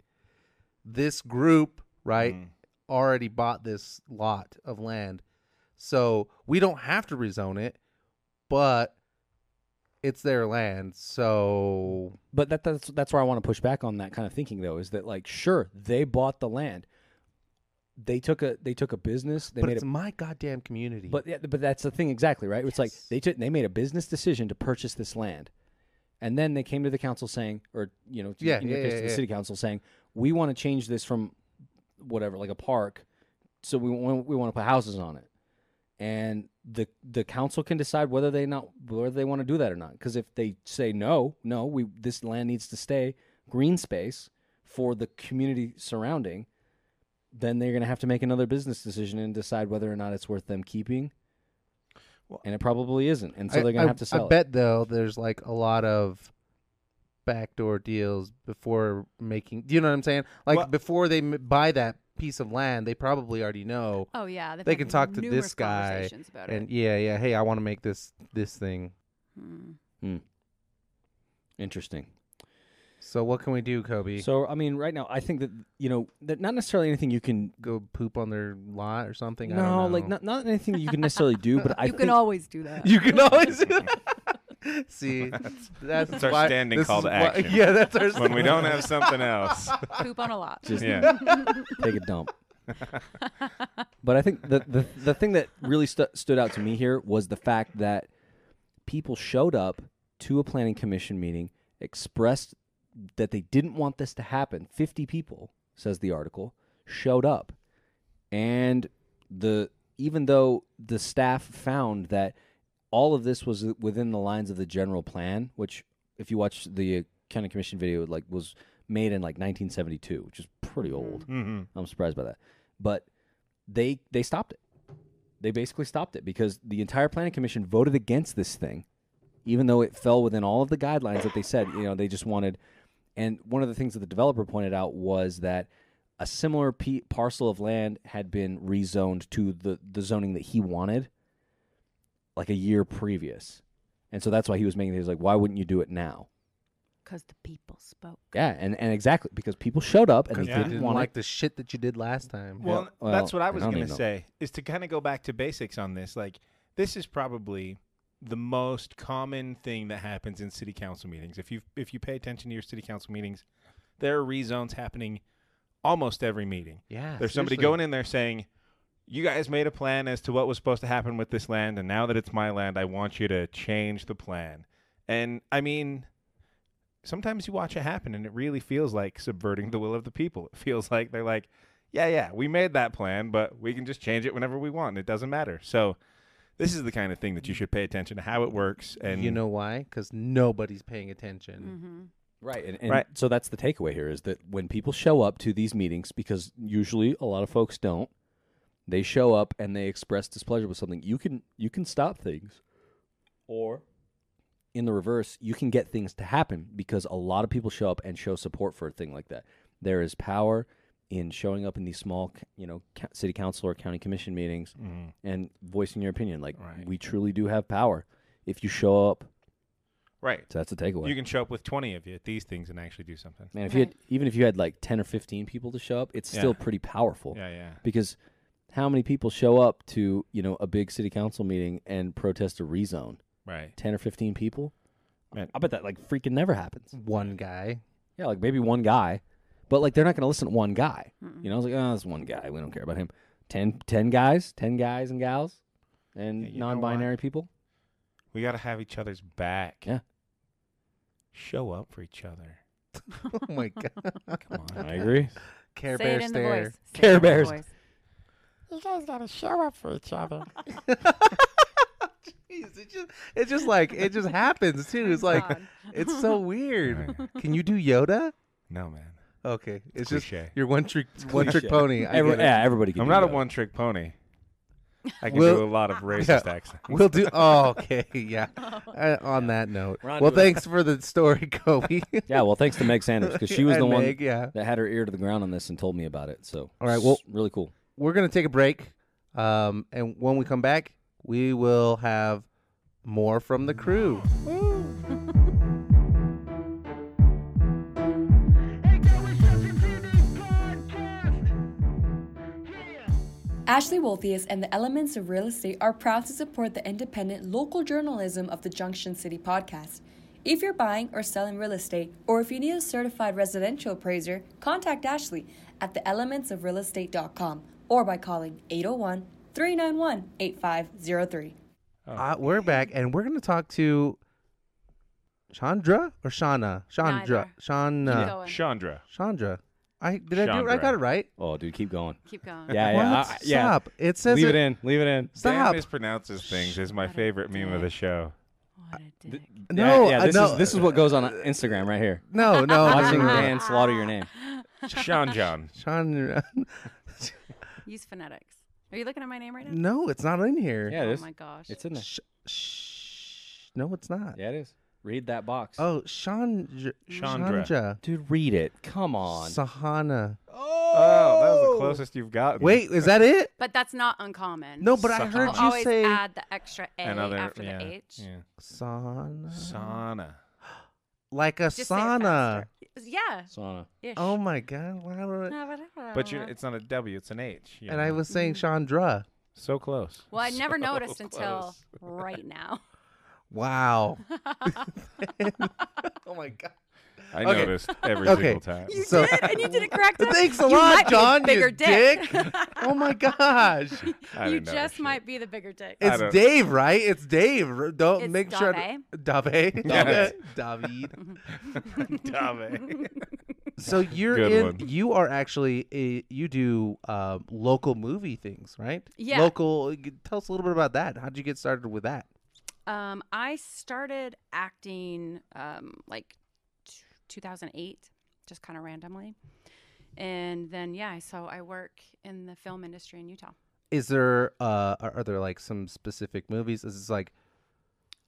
[SPEAKER 1] this group right
[SPEAKER 3] Mm-hmm.
[SPEAKER 1] already bought this lot of land, so we don't have to rezone it, but." It's their land, so
[SPEAKER 3] but that, that's that's where I want to push back on that kind of thinking though is that like sure they bought the land they took a they took a business they
[SPEAKER 1] but
[SPEAKER 3] made
[SPEAKER 1] it's
[SPEAKER 3] a
[SPEAKER 1] my goddamn community.
[SPEAKER 3] but yeah, but that's the thing exactly right it's like they took they made a business decision to purchase this land and then they came to the council saying or you know to,
[SPEAKER 1] Yeah,
[SPEAKER 3] in your
[SPEAKER 1] yeah,
[SPEAKER 3] case
[SPEAKER 1] yeah,
[SPEAKER 3] to the
[SPEAKER 1] yeah.
[SPEAKER 3] city council saying we want to change this from whatever like a park so we want we want to put houses on it and the the council can decide whether they not whether they want to do that or not. Because if they say no, no, we this land needs to stay green space for the community surrounding, then they're going to have to make another business decision and decide whether or not it's worth them keeping.
[SPEAKER 2] Well-
[SPEAKER 3] and it probably isn't, and so
[SPEAKER 1] I-
[SPEAKER 3] they're going to
[SPEAKER 1] I-
[SPEAKER 3] have to sell
[SPEAKER 1] I
[SPEAKER 3] it.
[SPEAKER 1] bet though there's like a lot of backdoor deals before making. Do you know what I'm saying? Like
[SPEAKER 2] Well-
[SPEAKER 1] before they m- buy that piece of land, they probably already know.
[SPEAKER 5] Oh yeah, they've
[SPEAKER 1] They
[SPEAKER 5] had
[SPEAKER 1] can talk to
[SPEAKER 5] numerous
[SPEAKER 1] this guy,
[SPEAKER 5] conversations about
[SPEAKER 1] and
[SPEAKER 5] it.
[SPEAKER 1] yeah, yeah. Hey, I want to make this this thing.
[SPEAKER 5] Hmm.
[SPEAKER 3] Interesting.
[SPEAKER 1] So what can we do, Kobe?
[SPEAKER 3] So I mean, right now, I think that you know, that not necessarily anything you can.
[SPEAKER 1] Go poop on their lot or something? I
[SPEAKER 3] No,
[SPEAKER 1] don't
[SPEAKER 3] like
[SPEAKER 1] know.
[SPEAKER 3] not not anything you can necessarily do, but I
[SPEAKER 5] you can
[SPEAKER 3] think-
[SPEAKER 5] always do that.
[SPEAKER 1] You can always do that. See, that's,
[SPEAKER 2] That's our
[SPEAKER 1] why-
[SPEAKER 2] standing
[SPEAKER 1] this
[SPEAKER 2] call
[SPEAKER 1] is
[SPEAKER 2] to
[SPEAKER 1] why-
[SPEAKER 2] action.
[SPEAKER 1] Yeah, that's our.
[SPEAKER 2] Mm. When we don't have something else.
[SPEAKER 5] poop on a lot.
[SPEAKER 2] yeah.
[SPEAKER 3] take a dump. but I think the, the the thing that really stu- stood out to me here was the fact that people showed up to a planning commission meeting, expressed that they didn't want this to happen. Fifty people, says the article, showed up, and the even though the staff found that all of this was within the lines of the general plan, which if you watch the uh, county commission video, like was made in like 1972, which is pretty old.
[SPEAKER 2] hmm
[SPEAKER 3] I'm surprised by that. But they they stopped it. They basically stopped it because the entire planning commission voted against this thing, even though it fell within all of the guidelines that they said. You know, they just wanted. And one of the things that the developer pointed out was that a similar pe parcel of land had been rezoned to the the zoning that he wanted, like a year previous, and so that's why he was making. He was like, "Why wouldn't you do it now?"
[SPEAKER 5] Because the people spoke.
[SPEAKER 3] Yeah, and, and exactly because people showed up and they
[SPEAKER 1] Because
[SPEAKER 2] Yeah.
[SPEAKER 1] they
[SPEAKER 3] didn't,
[SPEAKER 1] didn't
[SPEAKER 3] want
[SPEAKER 1] like
[SPEAKER 3] it.
[SPEAKER 1] the shit that you did last time.
[SPEAKER 2] Well,
[SPEAKER 3] Yeah,
[SPEAKER 2] n-
[SPEAKER 3] well,
[SPEAKER 2] that's what I
[SPEAKER 3] I
[SPEAKER 2] was
[SPEAKER 3] don't
[SPEAKER 2] going
[SPEAKER 3] even
[SPEAKER 2] to
[SPEAKER 3] know.
[SPEAKER 2] say is to kind of go back to basics on this. Like, this is probably the most common thing that happens in city council meetings. If you if you pay attention to your city council meetings, there are rezones happening almost every meeting.
[SPEAKER 1] yeah,
[SPEAKER 2] There's somebody
[SPEAKER 1] seriously.
[SPEAKER 2] going in there saying, "You guys made a plan as to what was supposed to happen with this land, and now that it's my land, I want you to change the plan." And I mean, sometimes you watch it happen and it really feels like subverting the will of the people. It feels like they're like, yeah, yeah, we made that plan, but we can just change it whenever we want. And it doesn't matter. So this is the kind of thing that you should pay attention to how it works. And
[SPEAKER 1] you know why? Because nobody's paying attention.
[SPEAKER 5] Mm-hmm.
[SPEAKER 3] Right. And, and
[SPEAKER 2] Right.
[SPEAKER 3] so that's the takeaway here is that when people show up to these meetings, because usually a lot of folks don't, they show up and they express displeasure with something. You can you can stop things. Or in the reverse, you can get things to happen because a lot of people show up and show support for a thing like that. There is power in showing up in these small, c- you know, c- city council or county commission meetings
[SPEAKER 2] Mhm.
[SPEAKER 3] and voicing your opinion. Like
[SPEAKER 2] Right.
[SPEAKER 3] we truly do have power if you show up.
[SPEAKER 2] right.
[SPEAKER 3] So that's the takeaway.
[SPEAKER 2] You can show up with 20 of you at these things and actually do something.
[SPEAKER 3] Man, if you had, even if you had like ten or fifteen people to show up, it's still
[SPEAKER 2] Yeah.
[SPEAKER 3] pretty powerful.
[SPEAKER 2] Yeah, yeah.
[SPEAKER 3] Because how many people show up to you know a big city council meeting and protest a rezone?
[SPEAKER 2] Right.
[SPEAKER 3] Ten or fifteen people.
[SPEAKER 2] Man.
[SPEAKER 3] I bet that like freaking never happens.
[SPEAKER 5] Mm.
[SPEAKER 1] One guy.
[SPEAKER 3] Mm. Yeah, like maybe one guy, but like they're not going to listen to one guy.
[SPEAKER 5] mm-hmm.
[SPEAKER 3] You know, it's like oh, that's one guy. We don't care about him. Ten, ten guys, ten guys and gals, and
[SPEAKER 2] Yeah, you know
[SPEAKER 3] non-binary people.
[SPEAKER 2] We got to have each other's back.
[SPEAKER 3] Yeah.
[SPEAKER 2] Show up for each other.
[SPEAKER 1] oh my god.
[SPEAKER 3] Come on, I agree.
[SPEAKER 1] Care
[SPEAKER 5] Say
[SPEAKER 1] Bear
[SPEAKER 5] it in the
[SPEAKER 1] stare.
[SPEAKER 5] voice. Say it in the
[SPEAKER 3] Bears.
[SPEAKER 5] voice.
[SPEAKER 4] You guys gotta show up for each other.
[SPEAKER 1] Jeez, it just it just like it just happens too. It's like
[SPEAKER 5] God.
[SPEAKER 1] it's so weird.
[SPEAKER 2] Right.
[SPEAKER 1] Can you do Yoda?
[SPEAKER 2] No, man.
[SPEAKER 1] Okay, it's just
[SPEAKER 2] Cliche.
[SPEAKER 1] your one trick one trick
[SPEAKER 3] Cliche.
[SPEAKER 1] pony. I
[SPEAKER 3] Every-
[SPEAKER 1] get it.
[SPEAKER 3] yeah, everybody. Can
[SPEAKER 2] I'm
[SPEAKER 3] do
[SPEAKER 2] not a
[SPEAKER 3] that.
[SPEAKER 2] one trick pony. I can
[SPEAKER 1] Will-
[SPEAKER 2] do a lot of racist
[SPEAKER 1] Yeah.
[SPEAKER 2] accents.
[SPEAKER 1] We'll do. Oh, okay, yeah.
[SPEAKER 5] Oh,
[SPEAKER 1] Uh, on that note,
[SPEAKER 3] We're on
[SPEAKER 1] well,
[SPEAKER 3] to a-
[SPEAKER 1] thanks for the story, Kobe.
[SPEAKER 3] Yeah, well, thanks to Meg Sanders because she was
[SPEAKER 1] And
[SPEAKER 3] the one
[SPEAKER 1] Meg, yeah.
[SPEAKER 3] that had her ear to the ground on this and told me about it. So,
[SPEAKER 1] All right,
[SPEAKER 3] it's
[SPEAKER 1] well-
[SPEAKER 3] really cool.
[SPEAKER 1] We're gonna take a break, um, and when we come back, we will have more from the crew.
[SPEAKER 6] Ashley Wolfius and the Elements of Real Estate are proud to support the independent local journalism of the Junction City podcast. If you're buying or selling real estate, or if you need a certified residential appraiser, contact Ashley at theelementsofrealestate.com or by calling 801 391 8503.
[SPEAKER 1] Uh, we're back, and we're gonna talk to Chandra or Shauna. Chandra.
[SPEAKER 5] Neither. Keep
[SPEAKER 1] Shauna.
[SPEAKER 5] going.
[SPEAKER 2] Uh, Chandra.
[SPEAKER 1] Chandra. I did I do it? I
[SPEAKER 2] Chandra.
[SPEAKER 1] got it right.
[SPEAKER 3] Oh, dude, keep going.
[SPEAKER 5] Keep going.
[SPEAKER 3] Yeah, yeah,
[SPEAKER 1] What?
[SPEAKER 3] I- I- yeah.
[SPEAKER 1] Stop. It says
[SPEAKER 3] Leave
[SPEAKER 1] it,
[SPEAKER 3] it in. Leave it in.
[SPEAKER 1] Stop.
[SPEAKER 2] Dan mispronounces things is my
[SPEAKER 5] Shut up,
[SPEAKER 2] favorite meme of the
[SPEAKER 5] Dan.
[SPEAKER 2] show.
[SPEAKER 5] What a dick.
[SPEAKER 1] No,
[SPEAKER 3] yeah,
[SPEAKER 1] I-
[SPEAKER 3] this
[SPEAKER 1] no.
[SPEAKER 3] is this is what goes on Instagram right here.
[SPEAKER 1] No, no, no,
[SPEAKER 3] Watching
[SPEAKER 1] no, no.
[SPEAKER 3] Dan slaughter your name.
[SPEAKER 2] Sean John.
[SPEAKER 1] Chandra.
[SPEAKER 5] Use phonetics. Are you looking at my name right now?
[SPEAKER 1] No, it's not in here.
[SPEAKER 3] Yeah, it
[SPEAKER 5] oh
[SPEAKER 3] is.
[SPEAKER 5] my gosh.
[SPEAKER 3] It's in there.
[SPEAKER 1] Sh- sh- no, it's not.
[SPEAKER 3] Yeah, it is. Read that box.
[SPEAKER 1] Oh, Chandra.
[SPEAKER 2] Chandra.
[SPEAKER 1] Chandra.
[SPEAKER 3] dude, read it. Come on.
[SPEAKER 1] Sahana.
[SPEAKER 2] Oh, that was the closest you've gotten.
[SPEAKER 1] Wait, is that it?
[SPEAKER 5] but that's not uncommon.
[SPEAKER 1] No, but I
[SPEAKER 2] Sahana.
[SPEAKER 1] heard
[SPEAKER 5] We'll
[SPEAKER 1] you
[SPEAKER 5] always
[SPEAKER 1] say
[SPEAKER 5] add the extra A
[SPEAKER 2] Another
[SPEAKER 5] after
[SPEAKER 2] yeah,
[SPEAKER 5] the H.
[SPEAKER 2] Yeah.
[SPEAKER 1] Sana.
[SPEAKER 2] Sauna.
[SPEAKER 1] Like a
[SPEAKER 5] Just say it
[SPEAKER 1] sauna.
[SPEAKER 5] faster. Yeah.
[SPEAKER 3] Sauna.
[SPEAKER 5] Ish.
[SPEAKER 1] Oh my god. Why would I-
[SPEAKER 2] But you it's not a W, it's an H. you
[SPEAKER 1] And I
[SPEAKER 2] know.
[SPEAKER 1] was saying Chandra.
[SPEAKER 2] so close.
[SPEAKER 5] Well, I never
[SPEAKER 2] So
[SPEAKER 5] noticed until
[SPEAKER 2] close.
[SPEAKER 5] right now.
[SPEAKER 1] Wow. oh my god.
[SPEAKER 2] I
[SPEAKER 1] Okay.
[SPEAKER 2] noticed every
[SPEAKER 1] Okay.
[SPEAKER 2] single time.
[SPEAKER 5] You
[SPEAKER 1] So-
[SPEAKER 5] did, and you did it correct.
[SPEAKER 1] Thanks a
[SPEAKER 5] You
[SPEAKER 1] lot,
[SPEAKER 5] might be the
[SPEAKER 1] John, you
[SPEAKER 5] Bigger dick.
[SPEAKER 1] dick. Oh my gosh.
[SPEAKER 2] I
[SPEAKER 5] you
[SPEAKER 2] didn't notice
[SPEAKER 5] just
[SPEAKER 2] it.
[SPEAKER 5] might be the bigger dick.
[SPEAKER 2] I
[SPEAKER 1] It's
[SPEAKER 2] don't-
[SPEAKER 1] Dave, right? It's Dave. R- Don't
[SPEAKER 5] It's
[SPEAKER 1] make sure
[SPEAKER 5] Dave.
[SPEAKER 1] Dave.
[SPEAKER 2] Yes.
[SPEAKER 1] David.
[SPEAKER 2] Damn it.
[SPEAKER 1] So you're
[SPEAKER 2] Good
[SPEAKER 1] in.
[SPEAKER 2] one.
[SPEAKER 1] You are actually a, you do uh, local movie things, right?
[SPEAKER 5] Yeah.
[SPEAKER 1] Local. Tell us a little bit about that. How'd you get started with that?
[SPEAKER 5] Um, I started acting um, like t- 2008, just kind of randomly. And then, yeah, so I work in the film industry in Utah.
[SPEAKER 1] Is there uh, are, are there like some specific movies? Is this like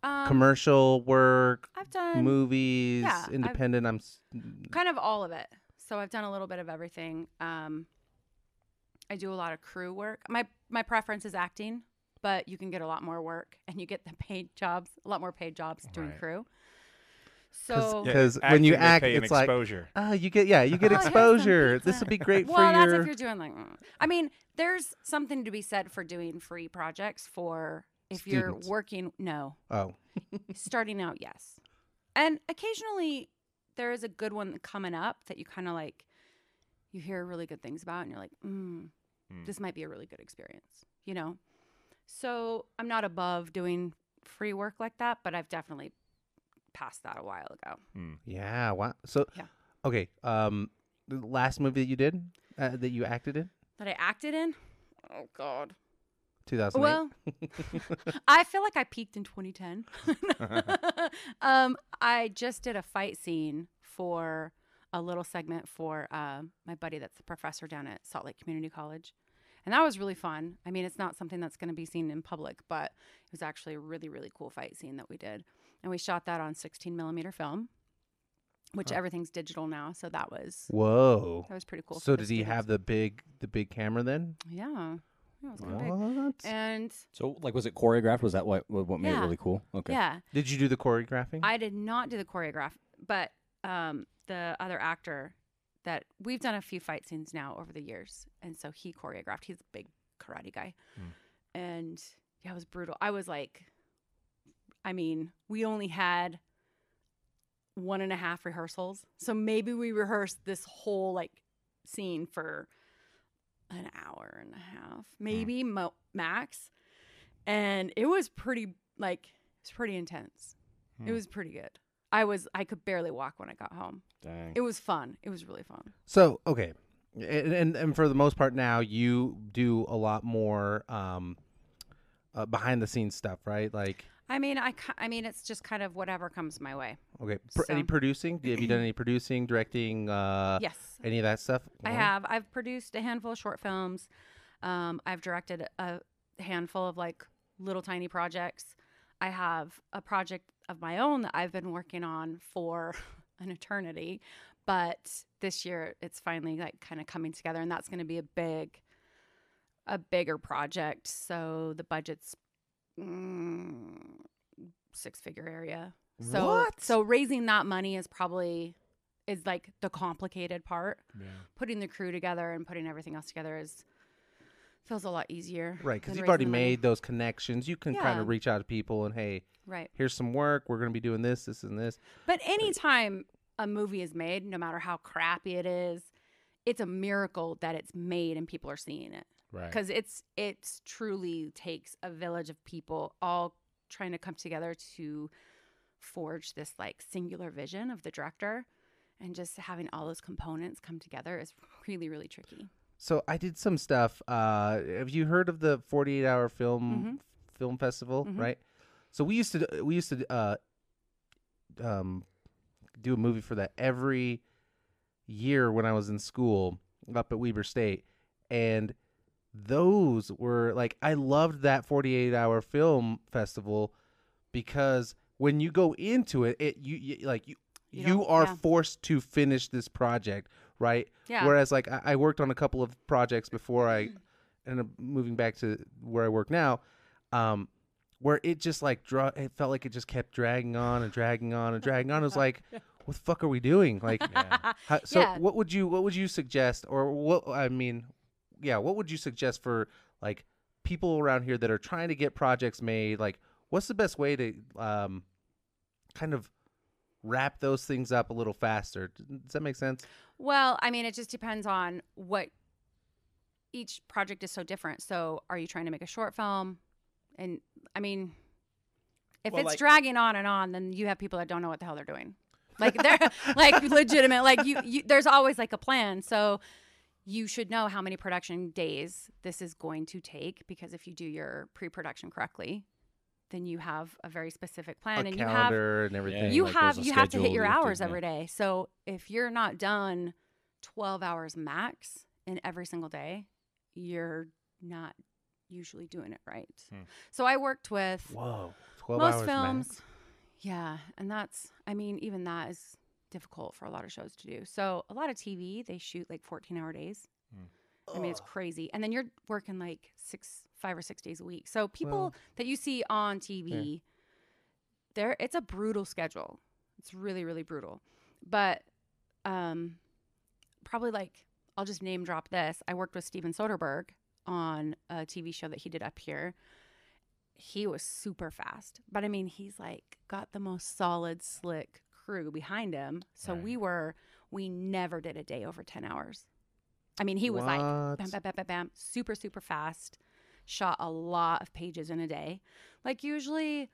[SPEAKER 5] Um,
[SPEAKER 1] commercial work,
[SPEAKER 5] I've done
[SPEAKER 1] movies,
[SPEAKER 5] yeah, I've-
[SPEAKER 1] independent? I'm. s-
[SPEAKER 5] kind of all of it. So I've done a little bit of everything. Um, I do a lot of crew work. My my preference is acting, but you can get a lot more work and you get the paid jobs, a lot more paid jobs doing
[SPEAKER 2] Right.
[SPEAKER 5] crew.
[SPEAKER 1] 'Cause-
[SPEAKER 5] So
[SPEAKER 1] 'Cause when you
[SPEAKER 2] acting, they
[SPEAKER 1] act,
[SPEAKER 2] pay an
[SPEAKER 1] it's like-
[SPEAKER 2] exposure.
[SPEAKER 1] Ah, you get yeah, you get
[SPEAKER 5] Oh, here's some
[SPEAKER 1] exposure.
[SPEAKER 5] pizza.
[SPEAKER 1] This would be great
[SPEAKER 5] well,
[SPEAKER 1] for
[SPEAKER 5] that's
[SPEAKER 1] your.
[SPEAKER 5] if you're doing like. mm. I mean, there's something to be said for doing free projects for if
[SPEAKER 1] Students.
[SPEAKER 5] you're working. No,
[SPEAKER 1] oh,
[SPEAKER 5] starting out, yes. And occasionally there is a good one coming up that you kind of like, you hear really good things about, and you're like, mm,
[SPEAKER 2] Hmm.
[SPEAKER 5] this might be a really good experience, you know? So I'm not above doing free work like that, but I've definitely past that a while ago.
[SPEAKER 1] Yeah. Wow. So,
[SPEAKER 5] Yeah.
[SPEAKER 1] okay. Um, the last movie that you did, uh, that you acted in,
[SPEAKER 5] That I acted in? Oh, God.
[SPEAKER 1] 2008.
[SPEAKER 5] Well, I feel like I peaked in 2010. um, I just did a fight scene for a little segment for uh, my buddy that's the professor down at Salt Lake Community College. And that was really fun. I mean, it's not something that's going to be seen in public, but it was actually a really, really cool fight scene that we did. And we shot that on 16 millimeter film, which everything's digital now. So that was
[SPEAKER 1] Whoa.
[SPEAKER 5] that was pretty cool. for
[SPEAKER 1] So
[SPEAKER 5] the
[SPEAKER 1] did he have
[SPEAKER 5] students.
[SPEAKER 1] the big the big camera then?
[SPEAKER 5] Yeah. Yeah, it was kinda big.
[SPEAKER 1] What?
[SPEAKER 5] And
[SPEAKER 3] So, like, was it choreographed? Was that what what what made it
[SPEAKER 5] Yeah.
[SPEAKER 3] really cool? Okay.
[SPEAKER 5] yeah,
[SPEAKER 1] Did you do the choreographing?
[SPEAKER 5] I did not do the choreograph, but um, the other actor that we've done a few fight scenes now over the years, and so he choreographed. He's a big karate guy,
[SPEAKER 2] Mm.
[SPEAKER 5] and yeah, it was brutal. I was like, I mean, we only had one and a half rehearsals, so maybe we rehearsed this whole like scene for an hour and a half, maybe mo- max, and it was pretty like it's pretty intense. It
[SPEAKER 2] Hmm.
[SPEAKER 5] was pretty good. I was I could barely walk when I got home.
[SPEAKER 3] Dang.
[SPEAKER 5] It was fun. It was really fun.
[SPEAKER 1] So okay, and, and and for the most part now you do a lot more um, uh, behind the scenes stuff, right? Like
[SPEAKER 5] I mean, I ki- I mean, it's just kind of whatever comes my way.
[SPEAKER 1] okay, pr- any
[SPEAKER 5] So-
[SPEAKER 1] producing? Have you done any producing, directing, uh,
[SPEAKER 5] yes,
[SPEAKER 1] any of that stuff?
[SPEAKER 5] I
[SPEAKER 1] No?
[SPEAKER 5] have. I've produced a handful of short films. Um, I've directed a handful of like little tiny projects. I have a project of my own that I've been working on for an eternity, but this year it's finally like kind of coming together, and that's going to be a big, a bigger project. So the budget's mm, six figure area. So
[SPEAKER 1] What?
[SPEAKER 5] so raising that money is probably is like the complicated part putting the crew together and putting everything else together is feels a lot easier.
[SPEAKER 1] Right, because
[SPEAKER 5] than
[SPEAKER 1] you've
[SPEAKER 5] raising
[SPEAKER 1] already
[SPEAKER 5] the money.
[SPEAKER 1] made those connections. You can kind
[SPEAKER 5] Yeah.
[SPEAKER 1] of reach out to people and hey,
[SPEAKER 5] right.
[SPEAKER 1] here's some work. We're going to be doing this, this, and this.
[SPEAKER 5] But anytime a movie is made, no matter how crappy it is, it's a miracle that it's made and people are seeing it.
[SPEAKER 2] Right.
[SPEAKER 5] Because it's it's truly takes a village of people all trying to come together to forge this like singular vision of the director and just having all those components come together is really, really tricky.
[SPEAKER 1] So I did some stuff. Uh, have you heard of the 48 hour film
[SPEAKER 5] Mm-hmm.
[SPEAKER 1] film festival?
[SPEAKER 5] Mhm.
[SPEAKER 1] Right. So we used to we used to uh, um, do a movie for that every year when I was in school up at Weber State, and those were like I loved that 48 hour film festival because when you go into it, it you, you like you
[SPEAKER 5] You
[SPEAKER 1] you,
[SPEAKER 5] don't-
[SPEAKER 1] are
[SPEAKER 5] yeah.
[SPEAKER 1] forced to finish this project, right?
[SPEAKER 5] Yeah.
[SPEAKER 1] Whereas, like, I, I worked on a couple of projects before I
[SPEAKER 5] Mm-hmm.
[SPEAKER 1] ended up moving back to where I work now, um, where it just like draw. It felt like it just kept dragging on and dragging on and dragging on. It was like, what the fuck are we doing? Like, how, so
[SPEAKER 5] Yeah.
[SPEAKER 1] what would you what would you suggest, or what I mean, yeah, what would you suggest for like people around here that are trying to get projects made? Like, what's the best way to um, kind of wrap those things up a little faster? Does that make sense?
[SPEAKER 5] Well, I mean, it just depends on what each project is so different. So, are you trying to make a short film? And I mean, if
[SPEAKER 2] Well,
[SPEAKER 5] it's
[SPEAKER 2] like-
[SPEAKER 5] dragging on and on, then you have people that don't know what the hell they're doing. Like they're like legitimate. Like you, you, there's always like a plan. So you should know how many production days this is going to take because if you do your pre-production correctly, then you have a very specific plan
[SPEAKER 1] a
[SPEAKER 5] and you have
[SPEAKER 1] calendar and everything.
[SPEAKER 5] you
[SPEAKER 3] like, there's
[SPEAKER 5] have
[SPEAKER 3] a
[SPEAKER 5] you have to hit
[SPEAKER 3] schedule
[SPEAKER 5] your
[SPEAKER 3] you have to-
[SPEAKER 5] hours
[SPEAKER 3] yeah.
[SPEAKER 5] every day. So if you're not done 12 hours max in every single day, you're not usually doing it right.
[SPEAKER 2] Hmm.
[SPEAKER 5] So I worked with
[SPEAKER 1] Whoa, twelve
[SPEAKER 5] most
[SPEAKER 1] hours
[SPEAKER 5] films.
[SPEAKER 1] max.
[SPEAKER 5] Yeah, and that's I mean even that is difficult for a lot of shows to do. So a lot of TV they shoot like 14-hour days. I mean, it's crazy. And then you're working like six, five or six days a week. So people
[SPEAKER 1] Well-
[SPEAKER 5] that you see on TV, they're it's a brutal schedule. It's really, really brutal. But um, probably like I'll just name drop this. I worked with Steven Soderbergh on a TV show that he did up here. He was super fast, but I mean, he's like got the most solid, slick crew behind him. So
[SPEAKER 2] Right.
[SPEAKER 5] we were, we never did a day over 10 hours. I mean, he was like bam,
[SPEAKER 1] What?
[SPEAKER 5] bam, bam, bam, bam, super, super fast. Shot a lot of pages in a day. Like usually,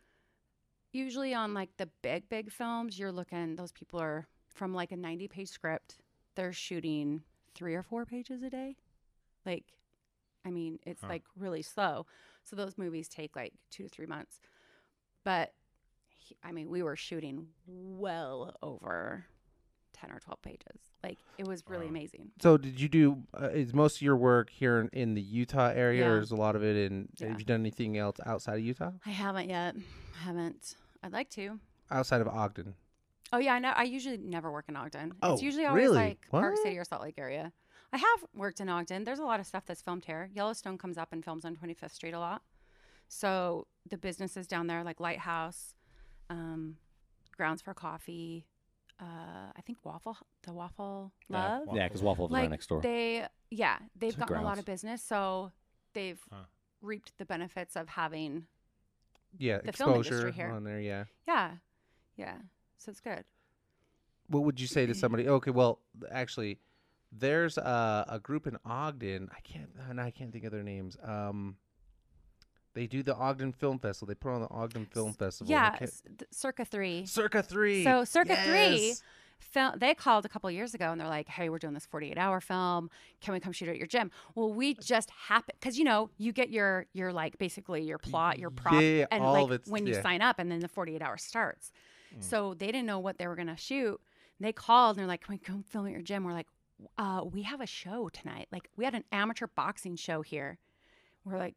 [SPEAKER 5] usually on like the big big films you're looking those people are from like a 90 page script they're shooting three or four pages a day like i mean it's
[SPEAKER 2] Huh.
[SPEAKER 5] like really slow so those movies take like two to three months but he, i mean we were shooting well over 10 or 12 pages like it was really
[SPEAKER 2] Wow.
[SPEAKER 5] amazing
[SPEAKER 1] So did you do? Uh, is most of your work here in, in the Utah area, or
[SPEAKER 5] Yeah.
[SPEAKER 1] is a lot of it in?
[SPEAKER 5] Yeah.
[SPEAKER 1] Have you done anything else outside of Utah?
[SPEAKER 5] i haven't yet i haven't i'd like to
[SPEAKER 1] Outside of Ogden?
[SPEAKER 5] Oh yeah, I know. I usually never work in Ogden.
[SPEAKER 1] Oh,
[SPEAKER 5] it's usually always
[SPEAKER 1] really?
[SPEAKER 5] like Park
[SPEAKER 1] What?
[SPEAKER 5] City or Salt Lake area. I have worked in Ogden. There's a lot of stuff that's filmed here. Yellowstone comes up and films on 25th Street a lot. So the businesses down there, like Lighthouse, um, Grounds for Coffee, uh, I think Waffle, the Waffle
[SPEAKER 2] Yeah,
[SPEAKER 5] Love.
[SPEAKER 2] Waffle
[SPEAKER 3] Yeah, because Waffle Oven's right next door.
[SPEAKER 5] They yeah, they've
[SPEAKER 3] To
[SPEAKER 5] gotten a lot
[SPEAKER 3] Grounds.
[SPEAKER 5] of business, so they've
[SPEAKER 2] Huh.
[SPEAKER 5] reaped the benefits of having
[SPEAKER 1] Yeah,
[SPEAKER 5] The film industry
[SPEAKER 1] exposure
[SPEAKER 5] here.
[SPEAKER 1] on there. Yeah.
[SPEAKER 5] yeah, yeah. So it's good.
[SPEAKER 1] What would you say to somebody? Okay, well, actually, there's a, a group in Ogden. I can't. And I can't think of their names. Um, they do the Ogden Film Festival. They put on the Ogden Film Festival. I
[SPEAKER 5] yeah,
[SPEAKER 1] can't-
[SPEAKER 5] s- th- circa three.
[SPEAKER 1] Circa three.
[SPEAKER 5] So Circa
[SPEAKER 1] Yes.
[SPEAKER 5] Three, fil- they called a couple years ago and they're like, "Hey, we're doing this 48-hour film. Can we come shoot it at your gym?" Well, we just happen because you know you get your your like basically your plot, your prop,
[SPEAKER 1] Yeah,
[SPEAKER 5] and
[SPEAKER 1] all
[SPEAKER 5] like
[SPEAKER 1] of it's-
[SPEAKER 5] when you
[SPEAKER 1] yeah. Mm.
[SPEAKER 5] sign up, and then the 48-hour starts. So they didn't know what they were gonna shoot. They called and they're like, "Can we come film at your gym?" We're like, uh, "We have a show tonight. Like we had an amateur boxing show here." We're like,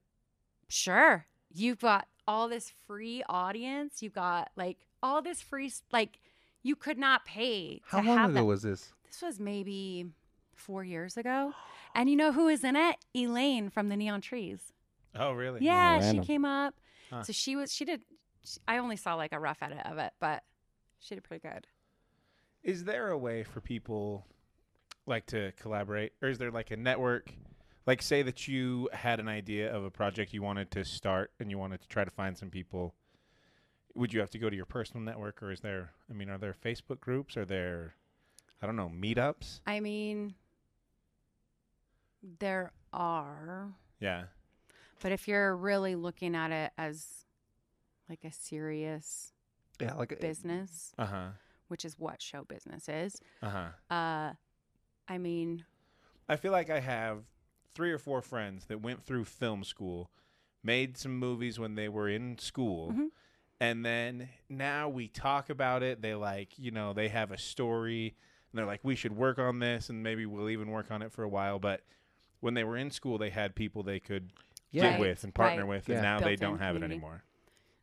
[SPEAKER 5] sure you've got all this free audience you've got like all this free s- like you could not pay
[SPEAKER 1] How
[SPEAKER 5] to
[SPEAKER 1] long
[SPEAKER 5] have
[SPEAKER 1] ago
[SPEAKER 5] that.
[SPEAKER 1] was this?
[SPEAKER 5] this was maybe four years ago and you know who was in it elaine from the neon trees
[SPEAKER 2] Oh, really?
[SPEAKER 5] yeah she
[SPEAKER 3] random.
[SPEAKER 5] came up
[SPEAKER 2] Huh.
[SPEAKER 5] so she was she did sh i only saw like a rough edit of it but she did pretty good
[SPEAKER 2] Is there a way for people like to collaborate, or is there like a network? Like, say that you had an idea of a project you wanted to start, and you wanted to try to find some people. Would you have to go to your personal network, or is there? I mean, are there Facebook groups? Are there, I don't know, meetups?
[SPEAKER 5] i mean there are
[SPEAKER 2] Yeah.
[SPEAKER 5] but if you're really looking at it as like a serious
[SPEAKER 1] Yeah, like uh,
[SPEAKER 5] business
[SPEAKER 2] Uh huh.
[SPEAKER 5] which is what show business is.
[SPEAKER 2] Uh huh.
[SPEAKER 5] Uh, I mean,
[SPEAKER 2] I feel like I have three or four friends that went through film school, made some movies when they were in school,
[SPEAKER 5] Mhm.
[SPEAKER 2] and then now we talk about it. They like, you know, they have a story and they're like, we should work on this and maybe we'll even work on it for a while. But when they were in school, they had people they could
[SPEAKER 1] Yeah.
[SPEAKER 2] get
[SPEAKER 5] Right,
[SPEAKER 2] with and partner
[SPEAKER 5] right.
[SPEAKER 2] with,
[SPEAKER 1] Yeah.
[SPEAKER 2] and now they
[SPEAKER 5] Built-in
[SPEAKER 2] don't have it
[SPEAKER 5] community.
[SPEAKER 2] anymore.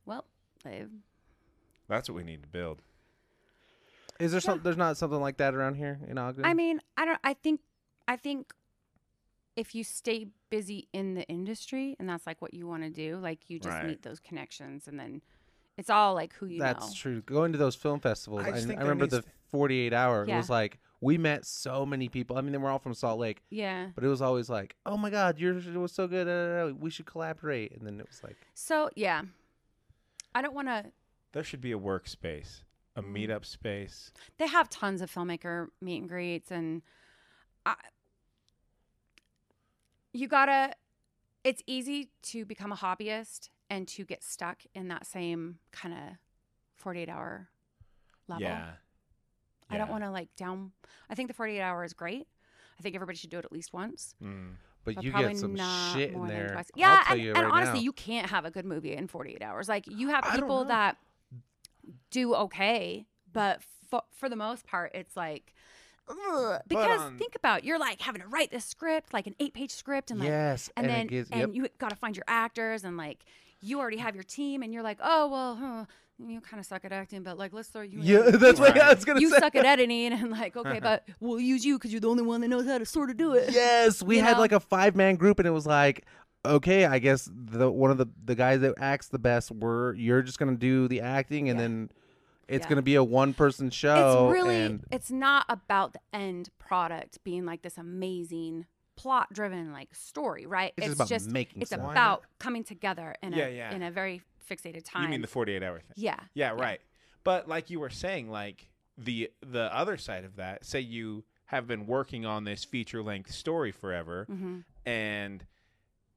[SPEAKER 5] well, I-
[SPEAKER 2] That's what we need to build.
[SPEAKER 1] Is there some? There's not something like that around here in Ogden.
[SPEAKER 5] I mean, I don't. I think, I think, if you stay busy in the industry and that's like what you want to do, like you just
[SPEAKER 2] Right.
[SPEAKER 5] meet those connections, and then it's all like who you
[SPEAKER 1] that's
[SPEAKER 5] know.
[SPEAKER 1] true. Going to those film festivals,
[SPEAKER 2] I
[SPEAKER 1] I,
[SPEAKER 2] just
[SPEAKER 1] I
[SPEAKER 2] think there
[SPEAKER 1] remember
[SPEAKER 2] needs
[SPEAKER 1] the
[SPEAKER 2] to-
[SPEAKER 1] 48 hour. It
[SPEAKER 5] Yeah.
[SPEAKER 1] was like we met so many people. I mean, they were all from Salt Lake,
[SPEAKER 5] Yeah.
[SPEAKER 1] but it was always like, "Oh my God, yours was so good. uh, we should collaborate." And then it was like,
[SPEAKER 5] So yeah, I don't want to.
[SPEAKER 2] There should be a workspace, a
[SPEAKER 5] Mm-hmm.
[SPEAKER 2] meetup space.
[SPEAKER 5] They have tons of filmmaker meet and greets, and I, you gotta it's easy to become a hobbyist and to get stuck in that same kind of 48 hour level
[SPEAKER 2] Yeah.
[SPEAKER 5] i don't want to like down i think the 48 hour is great i think everybody should do it at least once
[SPEAKER 2] to. Mm.
[SPEAKER 1] "But
[SPEAKER 5] but
[SPEAKER 1] you
[SPEAKER 5] probably
[SPEAKER 1] get some
[SPEAKER 5] not
[SPEAKER 1] shit in
[SPEAKER 5] more than
[SPEAKER 1] there."
[SPEAKER 5] twice.
[SPEAKER 1] I'll
[SPEAKER 5] yeah
[SPEAKER 1] tell
[SPEAKER 5] and,
[SPEAKER 1] you
[SPEAKER 5] and
[SPEAKER 1] right
[SPEAKER 5] honestly
[SPEAKER 1] now.
[SPEAKER 5] you can't have a good movie in 48 hours like you have
[SPEAKER 1] I don't
[SPEAKER 5] people
[SPEAKER 1] know.
[SPEAKER 5] that do okay but for, for the most part it's like ugh, because
[SPEAKER 1] um,
[SPEAKER 2] on-
[SPEAKER 5] think about it, you're like having to write this script like an eight page script and like
[SPEAKER 1] yes,
[SPEAKER 5] and,
[SPEAKER 1] it
[SPEAKER 5] then
[SPEAKER 1] gives-
[SPEAKER 5] and
[SPEAKER 1] yep.
[SPEAKER 5] you got to find your actors and like you already have your team and you're like oh well huh, you kind of suck at acting but like let's throw you in.
[SPEAKER 1] yeah, that's what I
[SPEAKER 2] Right.
[SPEAKER 1] was gonna
[SPEAKER 5] you
[SPEAKER 1] say.
[SPEAKER 5] suck at editing and like okay but we'll use you because you're the only one that knows how to sort of do it
[SPEAKER 1] Yes, we
[SPEAKER 5] You
[SPEAKER 1] had
[SPEAKER 5] know?
[SPEAKER 1] like a five man group, and it was like, okay, I guess the one of the the guys that acts the best, we're you're just gonna do the acting, and
[SPEAKER 5] Yeah.
[SPEAKER 1] then it's
[SPEAKER 5] Yeah.
[SPEAKER 1] gonna be a one person show.
[SPEAKER 5] it's really
[SPEAKER 1] and
[SPEAKER 5] it's not about the end product being like this amazing plot driven like story right
[SPEAKER 1] It's just about making
[SPEAKER 5] it's
[SPEAKER 1] stuff. Why
[SPEAKER 5] about coming together in
[SPEAKER 2] Yeah,
[SPEAKER 5] a
[SPEAKER 2] yeah.
[SPEAKER 5] in a very fixated time
[SPEAKER 2] You mean the 48 hour thing?
[SPEAKER 5] yeah
[SPEAKER 2] Yeah, right. But like you were saying, like the the other side of that, say
[SPEAKER 5] Mm-hmm.
[SPEAKER 2] you have been working on this feature length story forever
[SPEAKER 5] hmm
[SPEAKER 2] and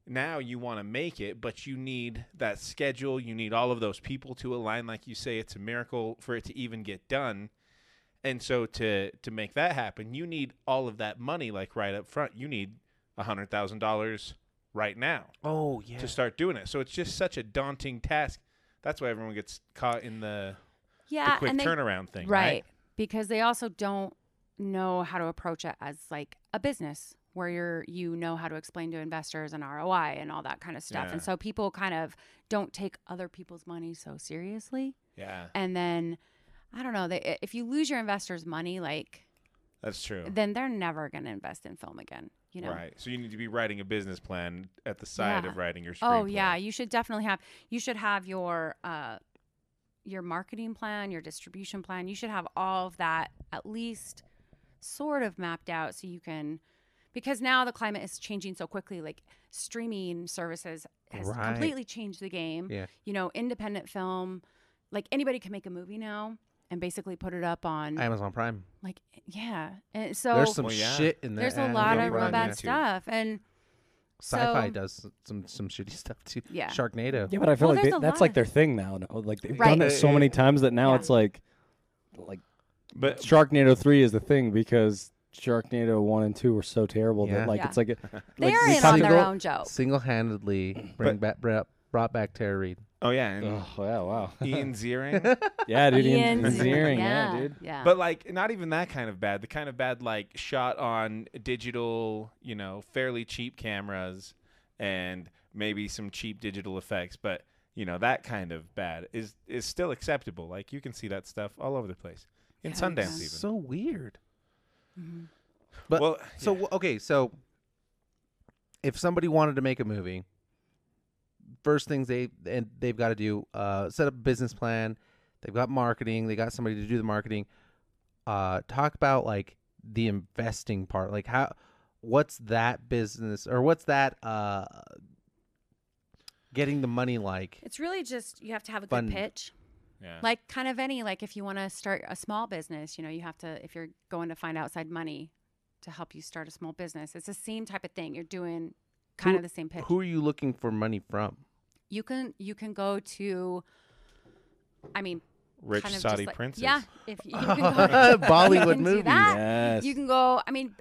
[SPEAKER 2] now you want to make it, but you need that schedule. You need all of those people to align. Like you say, it's a miracle for it to even get done. And so to to make that happen, you need all of that money like right up front. You need a hundred thousand dollars right now
[SPEAKER 1] Oh yeah.
[SPEAKER 2] to start doing it. So it's just such a daunting task. That's why everyone gets caught in the, the
[SPEAKER 5] yeah,
[SPEAKER 2] quick
[SPEAKER 5] and they,
[SPEAKER 2] turnaround thing,
[SPEAKER 5] right,
[SPEAKER 2] right?
[SPEAKER 5] because they also don't know how to approach it as like a business where you're you know how to explain to investors an ROI and all that kind of stuff.
[SPEAKER 2] Yeah.
[SPEAKER 5] And so people kind of don't take other people's money so seriously.
[SPEAKER 2] Yeah,
[SPEAKER 5] And then I don't know, they, if you lose your investors' money, like
[SPEAKER 2] that's true.
[SPEAKER 5] then they're never going to invest in film again. You know.
[SPEAKER 2] Right. So you need to be writing a business plan at the side
[SPEAKER 5] Yeah.
[SPEAKER 2] of writing your screenplay.
[SPEAKER 5] Oh yeah, you should definitely have. You should have your uh, your marketing plan, your distribution plan. You should have all of that at least sort of mapped out so you can, because now the climate is changing so quickly. Like streaming services has
[SPEAKER 1] Right.
[SPEAKER 5] completely changed the game.
[SPEAKER 1] Yeah.
[SPEAKER 5] You know, independent film, like anybody can make a movie now and basically put it up on.
[SPEAKER 1] Amazon Prime.
[SPEAKER 5] like eh, yeah, and so
[SPEAKER 1] There's some
[SPEAKER 2] Well, yeah.
[SPEAKER 1] shit in there.
[SPEAKER 5] Oh. there's a lot
[SPEAKER 2] yeah,
[SPEAKER 5] of
[SPEAKER 2] put it
[SPEAKER 5] real
[SPEAKER 2] on
[SPEAKER 5] bad
[SPEAKER 2] YouTube.
[SPEAKER 5] stuff and.
[SPEAKER 1] Sci-fi
[SPEAKER 5] so-
[SPEAKER 1] does some some shitty stuff too.
[SPEAKER 5] Yeah.
[SPEAKER 1] Sharknado.
[SPEAKER 3] Yeah, but I feel
[SPEAKER 5] Well,
[SPEAKER 3] like
[SPEAKER 5] there's
[SPEAKER 3] they,
[SPEAKER 5] a
[SPEAKER 3] that's
[SPEAKER 5] lot
[SPEAKER 3] like
[SPEAKER 5] of-
[SPEAKER 3] their thing now. no? Like they've
[SPEAKER 5] Right.
[SPEAKER 3] done it so many times that now
[SPEAKER 5] Yeah.
[SPEAKER 3] it's like, like
[SPEAKER 2] But
[SPEAKER 3] Sharknado three is the thing because Sharknado one and two were so terrible
[SPEAKER 1] Yeah.
[SPEAKER 3] that like
[SPEAKER 5] Yeah.
[SPEAKER 3] it's like, a,
[SPEAKER 5] They
[SPEAKER 3] like
[SPEAKER 5] are
[SPEAKER 3] we
[SPEAKER 5] in
[SPEAKER 3] talked
[SPEAKER 5] on their
[SPEAKER 3] about-
[SPEAKER 5] own joke.
[SPEAKER 1] Single-handedly bring back brought, brought back Tara Reid.
[SPEAKER 2] oh yeah, and
[SPEAKER 3] Oh yeah, wow.
[SPEAKER 2] Ian Ziering.
[SPEAKER 3] yeah, dude. Ian
[SPEAKER 5] Ian
[SPEAKER 3] Ziering, yeah. dude.
[SPEAKER 5] E- Yeah.
[SPEAKER 2] But like not even that kind of bad. The kind of bad like shot on digital, you know, fairly cheap cameras and maybe some cheap digital effects, but you know, that kind of bad is is still acceptable. Like you can see that stuff all over the place. In
[SPEAKER 5] Yeah,
[SPEAKER 2] Sundance
[SPEAKER 5] yeah.
[SPEAKER 2] even.
[SPEAKER 1] So weird.
[SPEAKER 5] Mm-hmm.
[SPEAKER 1] But
[SPEAKER 2] Well,
[SPEAKER 1] so wh- okay, so if somebody wanted to make a movie, first things they and they've got to do uh, set up a business plan. They've got marketing. They got somebody to do the marketing. Uh, talk about like the investing part. Like how, what's that business or what's that uh, getting the money like?
[SPEAKER 5] it's really just you have to have a
[SPEAKER 1] Fun.
[SPEAKER 5] good pitch.
[SPEAKER 2] yeah.
[SPEAKER 5] Like kind of any like if you want to start a small business, you know, you have to if you're going to find outside money to help you start a small business. It's the same type of thing. You're doing kind of the same pitch.
[SPEAKER 1] Who are you looking for money from?
[SPEAKER 5] you can you can go to I mean
[SPEAKER 2] Rich
[SPEAKER 5] kind of just
[SPEAKER 2] Saudi
[SPEAKER 5] like-
[SPEAKER 2] princes.
[SPEAKER 5] Yeah, if you, you can go
[SPEAKER 1] Bollywood
[SPEAKER 5] you can do
[SPEAKER 1] movies.
[SPEAKER 5] that.
[SPEAKER 3] Yes.
[SPEAKER 5] You can go. I mean,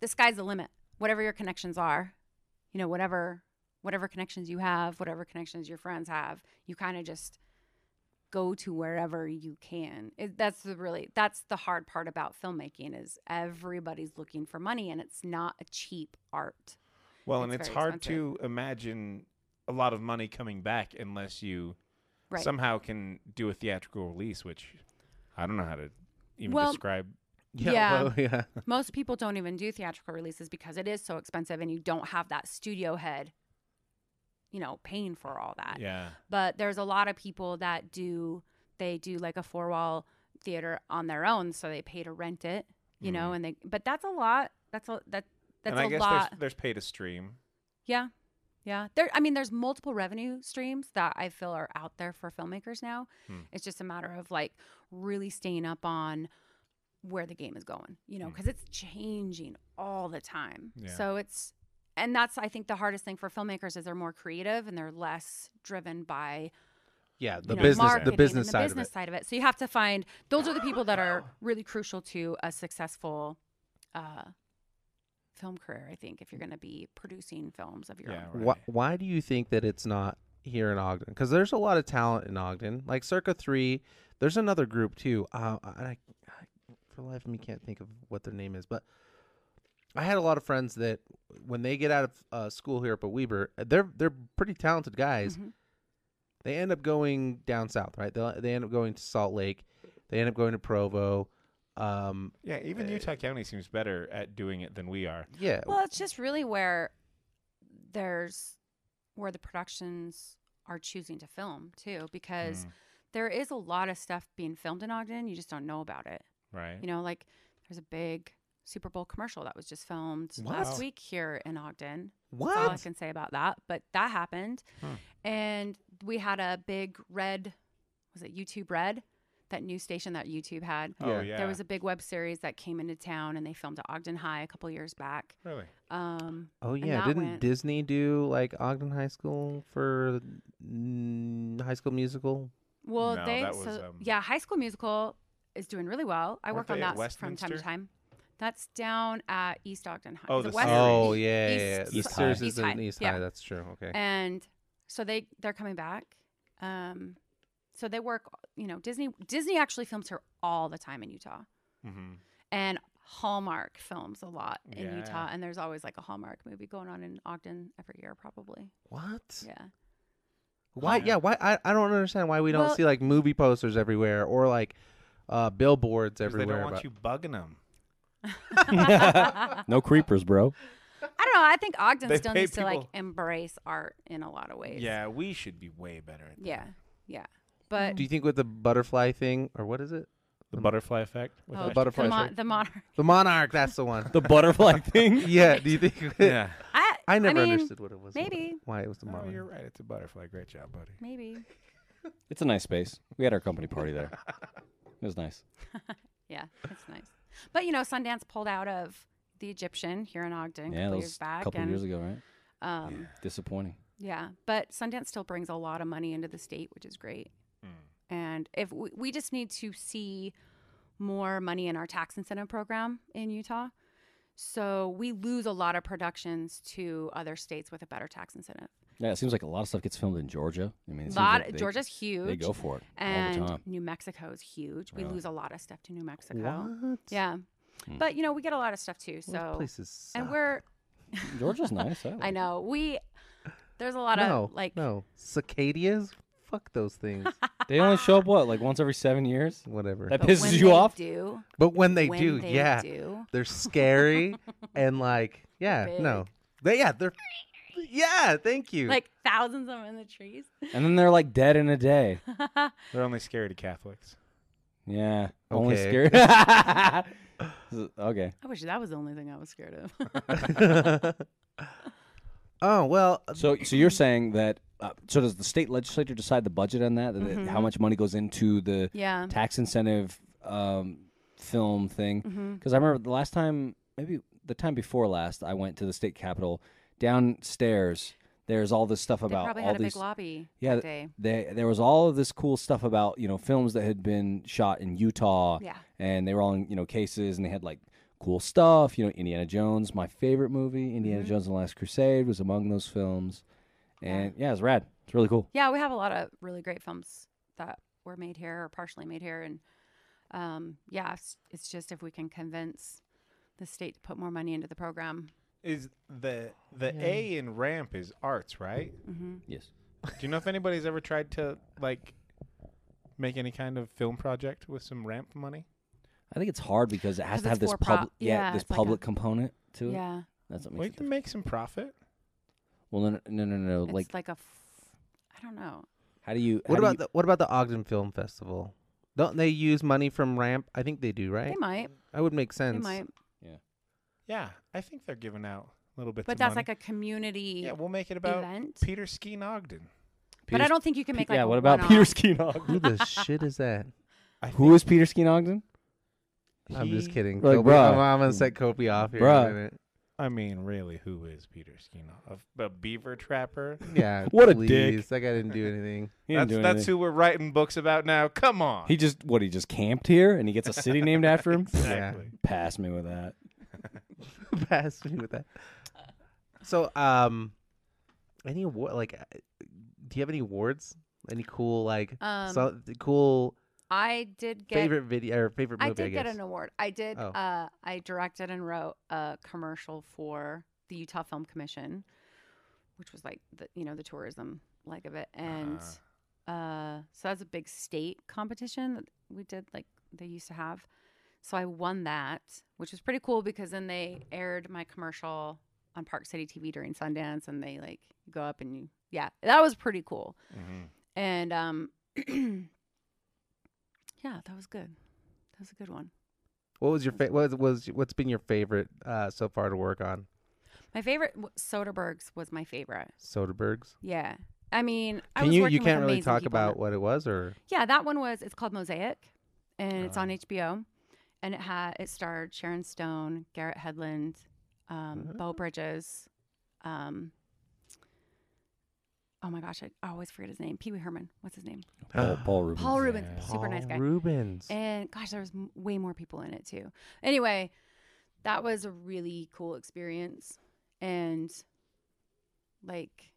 [SPEAKER 5] the sky's the limit. Whatever your connections are, you know, whatever whatever connections you have, whatever connections your friends have, you kind of just go to wherever you can. It, that's the really that's the hard part about filmmaking is everybody's looking for money, and it's not a cheap art.
[SPEAKER 2] Well, and
[SPEAKER 5] It's
[SPEAKER 2] it's
[SPEAKER 5] very
[SPEAKER 2] hard
[SPEAKER 5] expensive.
[SPEAKER 2] to imagine a lot of money coming back unless you
[SPEAKER 5] Right.
[SPEAKER 2] somehow can do a theatrical release, which I don't know how to even
[SPEAKER 5] Well,
[SPEAKER 2] describe.
[SPEAKER 5] Yeah.
[SPEAKER 1] well, yeah.
[SPEAKER 5] Most people don't even do theatrical releases because it is so expensive, and you don't have that studio head, you know, paying for all that.
[SPEAKER 2] Yeah.
[SPEAKER 5] but there's a lot of people that do they do like a four wall theater on their own so they pay to rent it you know and they but that's a lot that's a that that's
[SPEAKER 2] Hmm. and I
[SPEAKER 5] a
[SPEAKER 2] guess
[SPEAKER 5] lot
[SPEAKER 2] there's there's pay to stream.
[SPEAKER 5] yeah yeah there i mean there's multiple revenue streams that i feel are out there for filmmakers now
[SPEAKER 1] Hmm.
[SPEAKER 5] it's just a matter of like really staying up on where the game is going you
[SPEAKER 1] Hmm.
[SPEAKER 5] know because it's changing all the time
[SPEAKER 2] Yeah.
[SPEAKER 5] so it's and that's i think the hardest thing for filmmakers is they're more creative and they're less driven by
[SPEAKER 1] Yeah,
[SPEAKER 5] you
[SPEAKER 1] the
[SPEAKER 5] know,
[SPEAKER 1] business,
[SPEAKER 5] marketing
[SPEAKER 1] the
[SPEAKER 5] and
[SPEAKER 1] business side
[SPEAKER 5] business
[SPEAKER 1] of it.
[SPEAKER 5] side of it. So you have to find those are the people that are really crucial to a successful uh, film career. I think if you're going to be producing films of your
[SPEAKER 2] Yeah,
[SPEAKER 5] own,
[SPEAKER 2] right.
[SPEAKER 1] Why, why do you think that it's not here in Ogden? Because there's a lot of talent in Ogden. Like Circa Three, there's another group too. Uh, I, I, for the life of me, can't think of what their name is. But I had a lot of friends that when they get out of uh, school here up at Weber, they're they're pretty talented guys.
[SPEAKER 5] Mm-hmm.
[SPEAKER 1] They end up going down south, right? They they end up going to Salt Lake. They end up going to Provo. Um,
[SPEAKER 2] Yeah,
[SPEAKER 5] Uh,
[SPEAKER 2] even Utah County seems better at doing it than we are.
[SPEAKER 1] yeah,
[SPEAKER 5] well, it's just really where there's where the productions are choosing to film too,
[SPEAKER 2] Mm.
[SPEAKER 5] because there is a lot of stuff being filmed in Ogden. You just don't know about it.
[SPEAKER 2] Right.
[SPEAKER 5] You know, like there's a big Super Bowl commercial that was just filmed
[SPEAKER 1] What?
[SPEAKER 5] last week here in Ogden. That's all I
[SPEAKER 1] what?
[SPEAKER 5] can say about that. But that happened. And we had a big red, was it YouTube Red? that new station that YouTube had.
[SPEAKER 2] Oh
[SPEAKER 1] Yeah.
[SPEAKER 2] yeah.
[SPEAKER 5] There was a big web series that came into town, and they filmed at Ogden High a couple years back.
[SPEAKER 2] really.
[SPEAKER 5] Um,
[SPEAKER 1] Oh
[SPEAKER 5] And
[SPEAKER 1] yeah,
[SPEAKER 5] that
[SPEAKER 1] didn't
[SPEAKER 5] went-
[SPEAKER 1] Disney do like Ogden High School for mm, High School Musical?
[SPEAKER 5] well,
[SPEAKER 2] No,
[SPEAKER 5] they
[SPEAKER 2] that
[SPEAKER 5] so
[SPEAKER 2] was, um,
[SPEAKER 5] yeah, High School Musical is doing really well. I
[SPEAKER 2] Weren't
[SPEAKER 5] work on
[SPEAKER 2] they at
[SPEAKER 5] that s- from time to
[SPEAKER 2] Westminster?
[SPEAKER 5] time. That's down at East Ogden High.
[SPEAKER 2] Oh,
[SPEAKER 5] Is it
[SPEAKER 2] the
[SPEAKER 5] West?
[SPEAKER 2] series.
[SPEAKER 1] Oh yeah, yeah, yeah.
[SPEAKER 5] East-
[SPEAKER 1] the
[SPEAKER 3] East High.
[SPEAKER 1] series
[SPEAKER 5] East
[SPEAKER 1] is in
[SPEAKER 5] High,
[SPEAKER 1] East
[SPEAKER 5] yeah.
[SPEAKER 1] High. That's true. Okay.
[SPEAKER 5] and so they they're coming back um so they work you know disney disney actually films her all the time in utah
[SPEAKER 2] Mm-hmm.
[SPEAKER 5] and hallmark films a lot in utah
[SPEAKER 2] Yeah.
[SPEAKER 5] and there's always like a hallmark movie going on in ogden every year probably
[SPEAKER 1] what?
[SPEAKER 5] yeah
[SPEAKER 1] Why?
[SPEAKER 2] Yeah.
[SPEAKER 1] Yeah. Why? I, I don't understand why we don't
[SPEAKER 5] Well-
[SPEAKER 1] see like movie posters everywhere or like uh, billboards
[SPEAKER 2] They
[SPEAKER 1] everywhere.
[SPEAKER 2] don't
[SPEAKER 1] about-
[SPEAKER 2] want you bugging them.
[SPEAKER 3] no creepers, bro.
[SPEAKER 5] i don't know i think ogden
[SPEAKER 2] They
[SPEAKER 5] still
[SPEAKER 2] pay
[SPEAKER 5] needs to like
[SPEAKER 2] people-
[SPEAKER 5] embrace art in a lot of ways
[SPEAKER 2] Yeah, we should be way better at that.
[SPEAKER 5] yeah yeah but
[SPEAKER 1] Do you think with the butterfly thing or what is it?
[SPEAKER 2] The butterfly effect. with
[SPEAKER 5] oh,
[SPEAKER 2] that?
[SPEAKER 1] butterfly
[SPEAKER 5] the, mon-
[SPEAKER 1] effect?
[SPEAKER 5] the monarch
[SPEAKER 1] The monarch. That's the one.
[SPEAKER 3] The butterfly thing.
[SPEAKER 1] yeah. Do you think?
[SPEAKER 2] Yeah.
[SPEAKER 5] i
[SPEAKER 1] I never
[SPEAKER 5] mean,
[SPEAKER 1] understood what it was.
[SPEAKER 5] maybe.
[SPEAKER 1] Why it was the
[SPEAKER 2] Oh,
[SPEAKER 1] monarch?
[SPEAKER 2] you're right. It's a butterfly. Great job, buddy.
[SPEAKER 5] maybe
[SPEAKER 3] It's a nice space. We had our company party there. It was nice.
[SPEAKER 5] yeah it's nice but you know sundance pulled out of the egyptian here in ogden a
[SPEAKER 3] yeah, that
[SPEAKER 5] couple
[SPEAKER 3] was
[SPEAKER 5] years back
[SPEAKER 3] a couple
[SPEAKER 5] and
[SPEAKER 3] years ago, right?
[SPEAKER 5] um
[SPEAKER 3] Disappointing.
[SPEAKER 5] Yeah, but Sundance still brings a lot of money into the state, which is great.
[SPEAKER 3] Mm.
[SPEAKER 5] And if we, we just need to see more money in our tax incentive program in Utah. So we lose a lot of productions to other states with a better tax incentive.
[SPEAKER 3] Yeah, it seems like a lot of stuff gets filmed in Georgia. I mean, it seems
[SPEAKER 5] lot
[SPEAKER 3] like they-
[SPEAKER 5] Georgia's huge.
[SPEAKER 3] They go for it
[SPEAKER 5] and
[SPEAKER 3] all the time.
[SPEAKER 5] New Mexico is huge. We
[SPEAKER 3] Really?
[SPEAKER 5] lose a lot of stuff to New Mexico.
[SPEAKER 1] What?
[SPEAKER 5] Yeah.
[SPEAKER 3] Hmm.
[SPEAKER 5] But you know, we get a lot of stuff too.
[SPEAKER 1] Those
[SPEAKER 5] So
[SPEAKER 1] places.
[SPEAKER 5] and
[SPEAKER 1] suck.
[SPEAKER 5] we're
[SPEAKER 3] Georgia's nice. I, like
[SPEAKER 5] I
[SPEAKER 3] it.
[SPEAKER 5] know. We there's a lot
[SPEAKER 1] no,
[SPEAKER 5] of like
[SPEAKER 1] no cicadias. Fuck those things.
[SPEAKER 3] They only show up what, like once every seven years.
[SPEAKER 1] Whatever.
[SPEAKER 3] That
[SPEAKER 5] but
[SPEAKER 3] pisses
[SPEAKER 5] when
[SPEAKER 3] you
[SPEAKER 5] they
[SPEAKER 3] off?
[SPEAKER 5] Do,
[SPEAKER 1] But when they
[SPEAKER 5] when
[SPEAKER 1] do,
[SPEAKER 5] they
[SPEAKER 1] yeah,
[SPEAKER 5] do.
[SPEAKER 1] they're scary and like, yeah,
[SPEAKER 5] Big.
[SPEAKER 1] no, they yeah, they're yeah. Thank you.
[SPEAKER 5] like thousands of them in the trees.
[SPEAKER 3] And then they're like dead in a day.
[SPEAKER 2] They're only scary to Catholics.
[SPEAKER 3] Yeah. Only
[SPEAKER 1] Okay.
[SPEAKER 3] scary. okay.
[SPEAKER 5] I wish that was the only thing I was scared of.
[SPEAKER 1] oh well,
[SPEAKER 3] So, so you're saying that? Uh, so does the state legislature decide the budget on that? That- that- How much money goes into the
[SPEAKER 5] Mm-hmm. yeah.
[SPEAKER 3] tax incentive um, film thing?
[SPEAKER 5] Mm-hmm.
[SPEAKER 3] Because I remember the last time, maybe the time before last, I went to the state capitol. Downstairs, there's all this stuff
[SPEAKER 5] They
[SPEAKER 3] about
[SPEAKER 5] probably
[SPEAKER 3] all
[SPEAKER 5] had a
[SPEAKER 3] these.
[SPEAKER 5] big lobby
[SPEAKER 3] yeah,
[SPEAKER 5] that
[SPEAKER 3] th-
[SPEAKER 5] day.
[SPEAKER 3] they, there was all of this cool stuff about you know films that had been shot in Utah,
[SPEAKER 5] Yeah.
[SPEAKER 3] and they were all in you know cases, and they had like cool stuff. You know, Indiana Jones, my favorite movie, Indiana
[SPEAKER 5] Mm-hmm.
[SPEAKER 3] Jones and the Last Crusade was among those films, and yeah, it's rad. It's really cool.
[SPEAKER 5] Yeah, we have a lot of really great films that were made here or partially made here. And um, yeah, it's, it's just if we can convince the state to put more money into the program.
[SPEAKER 2] Is the the A in ramp is arts, right?
[SPEAKER 5] Mm-hmm.
[SPEAKER 3] Yes.
[SPEAKER 2] Do you know if anybody's ever tried to like make any kind of film project with some ramp money?
[SPEAKER 3] I think it's hard because it has
[SPEAKER 5] 'Cause
[SPEAKER 3] to have
[SPEAKER 5] it's
[SPEAKER 3] this
[SPEAKER 5] for
[SPEAKER 3] public,
[SPEAKER 5] prop-
[SPEAKER 3] yeah,
[SPEAKER 5] yeah,
[SPEAKER 3] this
[SPEAKER 5] it's like
[SPEAKER 3] public
[SPEAKER 5] a-
[SPEAKER 3] component to it.
[SPEAKER 5] Yeah.
[SPEAKER 3] That's what makes
[SPEAKER 2] We
[SPEAKER 3] it.
[SPEAKER 2] can
[SPEAKER 3] different.
[SPEAKER 2] make some profit.
[SPEAKER 3] Well, no, no, no, no. no,
[SPEAKER 5] It's
[SPEAKER 3] Like,
[SPEAKER 5] like, a, f- I don't know.
[SPEAKER 3] how do you?
[SPEAKER 1] what
[SPEAKER 3] how do
[SPEAKER 1] about
[SPEAKER 3] you-
[SPEAKER 1] the what about the Ogden Film Festival? Don't they use money from Ramp? I think they do, right?
[SPEAKER 5] They might.
[SPEAKER 1] That would make sense.
[SPEAKER 5] They might.
[SPEAKER 2] Yeah, I think they're giving out little bits.
[SPEAKER 5] But
[SPEAKER 2] of
[SPEAKER 5] that's
[SPEAKER 2] money.
[SPEAKER 5] like a community.
[SPEAKER 2] yeah. We'll make it about
[SPEAKER 5] event?
[SPEAKER 2] Peter Skeen Ogden.
[SPEAKER 5] but I
[SPEAKER 3] Peter's-
[SPEAKER 5] don't think you can
[SPEAKER 3] Pe-
[SPEAKER 5] make like
[SPEAKER 3] yeah.
[SPEAKER 5] a
[SPEAKER 3] What about
[SPEAKER 5] one-off.
[SPEAKER 3] Peter Skeenog?
[SPEAKER 1] Who the shit is that?
[SPEAKER 2] I
[SPEAKER 3] Who is Peter Skeenogden?
[SPEAKER 1] I'm just
[SPEAKER 2] He-
[SPEAKER 1] kidding.
[SPEAKER 3] Like,
[SPEAKER 1] Kobe-
[SPEAKER 3] bruh.
[SPEAKER 1] I'm, I'm gonna set Kobe off here. in a
[SPEAKER 3] Bruh.
[SPEAKER 1] minute.
[SPEAKER 2] I mean, really, who is Peter Skeen? Ogden? A, a beaver trapper.
[SPEAKER 1] Yeah.
[SPEAKER 3] What a
[SPEAKER 1] please.
[SPEAKER 3] dick.
[SPEAKER 1] That guy didn't do anything.
[SPEAKER 3] He didn't
[SPEAKER 2] That's
[SPEAKER 3] do
[SPEAKER 2] that's
[SPEAKER 3] anything.
[SPEAKER 2] who we're writing books about now. Come on.
[SPEAKER 3] He just what? He just camped here and he gets a city named after him.
[SPEAKER 2] exactly.
[SPEAKER 3] Pass me with that.
[SPEAKER 1] pass me with that. So, um, any award like, uh, do you have any awards? Any cool like,
[SPEAKER 5] Um,
[SPEAKER 1] so, the cool
[SPEAKER 5] I did get
[SPEAKER 1] favorite video or favorite movie?
[SPEAKER 5] I
[SPEAKER 1] I,
[SPEAKER 5] did get
[SPEAKER 1] guess.
[SPEAKER 5] an award. I did.
[SPEAKER 1] Oh.
[SPEAKER 5] Uh, I directed and wrote a commercial for the Utah Film Commission, which was like the you know the tourism leg of it, and
[SPEAKER 1] Uh-huh.
[SPEAKER 5] uh so that's a big state competition that we did like they used to have. So I won that, which was pretty cool because then they aired my commercial on Park City TV during Sundance, and they like you go up and you yeah that was pretty cool,
[SPEAKER 2] Mhm.
[SPEAKER 5] and um yeah that was good. That was a good one.
[SPEAKER 1] What was your fa- what was, was what's been your favorite uh so far to work on?
[SPEAKER 5] My favorite w- Soderbergh's was my favorite.
[SPEAKER 1] Soderbergh's.
[SPEAKER 5] Yeah, I mean, I
[SPEAKER 1] Can
[SPEAKER 5] was
[SPEAKER 1] you
[SPEAKER 5] working
[SPEAKER 1] you
[SPEAKER 5] with
[SPEAKER 1] can't really
[SPEAKER 5] amazing
[SPEAKER 1] talk
[SPEAKER 5] people on
[SPEAKER 1] about
[SPEAKER 5] that-
[SPEAKER 1] what it was or
[SPEAKER 5] Yeah, that one was. It's called Mosaic, and it's on HBO, and it had it starred Sharon Stone, Garrett Hedlund, um,
[SPEAKER 1] Uh-huh.
[SPEAKER 5] Bo Bridges, um, oh my gosh, I always forget his name. Pee Wee Herman, what's his name?
[SPEAKER 3] Paul, Paul Rubens.
[SPEAKER 5] Paul Rubens, super nice
[SPEAKER 1] Paul
[SPEAKER 5] guy.
[SPEAKER 1] Rubens.
[SPEAKER 5] And gosh, there was m- way more people in it too. Anyway, that was a really cool experience, and like,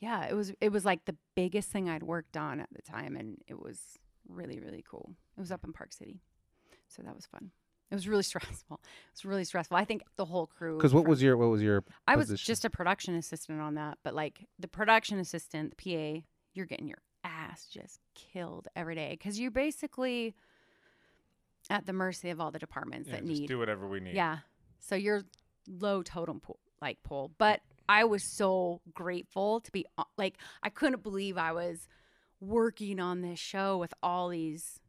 [SPEAKER 5] yeah, it was it was like the biggest thing I'd worked on at the time, and it was really really cool. It was up in Park City, so that was fun. It was really stressful. It was really stressful. I think the whole crew.
[SPEAKER 1] Because what
[SPEAKER 5] from-
[SPEAKER 1] was your what was your
[SPEAKER 5] I was
[SPEAKER 1] position?
[SPEAKER 5] just a production assistant on that, but like the production assistant, the PA, you're getting your ass just killed every day because you're basically at the mercy of all the departments
[SPEAKER 2] Yeah,
[SPEAKER 5] that
[SPEAKER 2] just
[SPEAKER 5] need.
[SPEAKER 2] do whatever we need.
[SPEAKER 5] Yeah, so you're low totem pole, like pole. But I was so grateful to be o- like I couldn't believe I was working on this show with all these.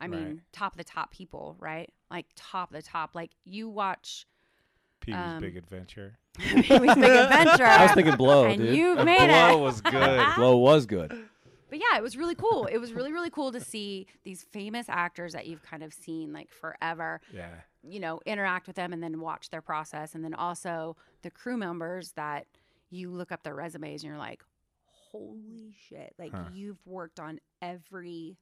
[SPEAKER 5] I
[SPEAKER 2] Right.
[SPEAKER 5] mean, top of the top people, right? Like top of the top. Like you watch
[SPEAKER 2] Pee Wee's
[SPEAKER 5] Um,
[SPEAKER 2] Big Adventure.
[SPEAKER 5] Pee Wee's Big Adventure.
[SPEAKER 3] I was thinking blow,
[SPEAKER 5] and
[SPEAKER 3] dude.
[SPEAKER 5] you made
[SPEAKER 2] Oh, Blow
[SPEAKER 5] it.
[SPEAKER 2] was good.
[SPEAKER 3] blow was good.
[SPEAKER 5] But yeah, it was really cool. It was really really cool to see these famous actors that you've kind of seen like forever,
[SPEAKER 2] Yeah.
[SPEAKER 5] you know, interact with them and then watch their process, and then also the crew members that you look up their resumes and you're like, holy shit! Like
[SPEAKER 2] Huh.
[SPEAKER 5] you've worked on every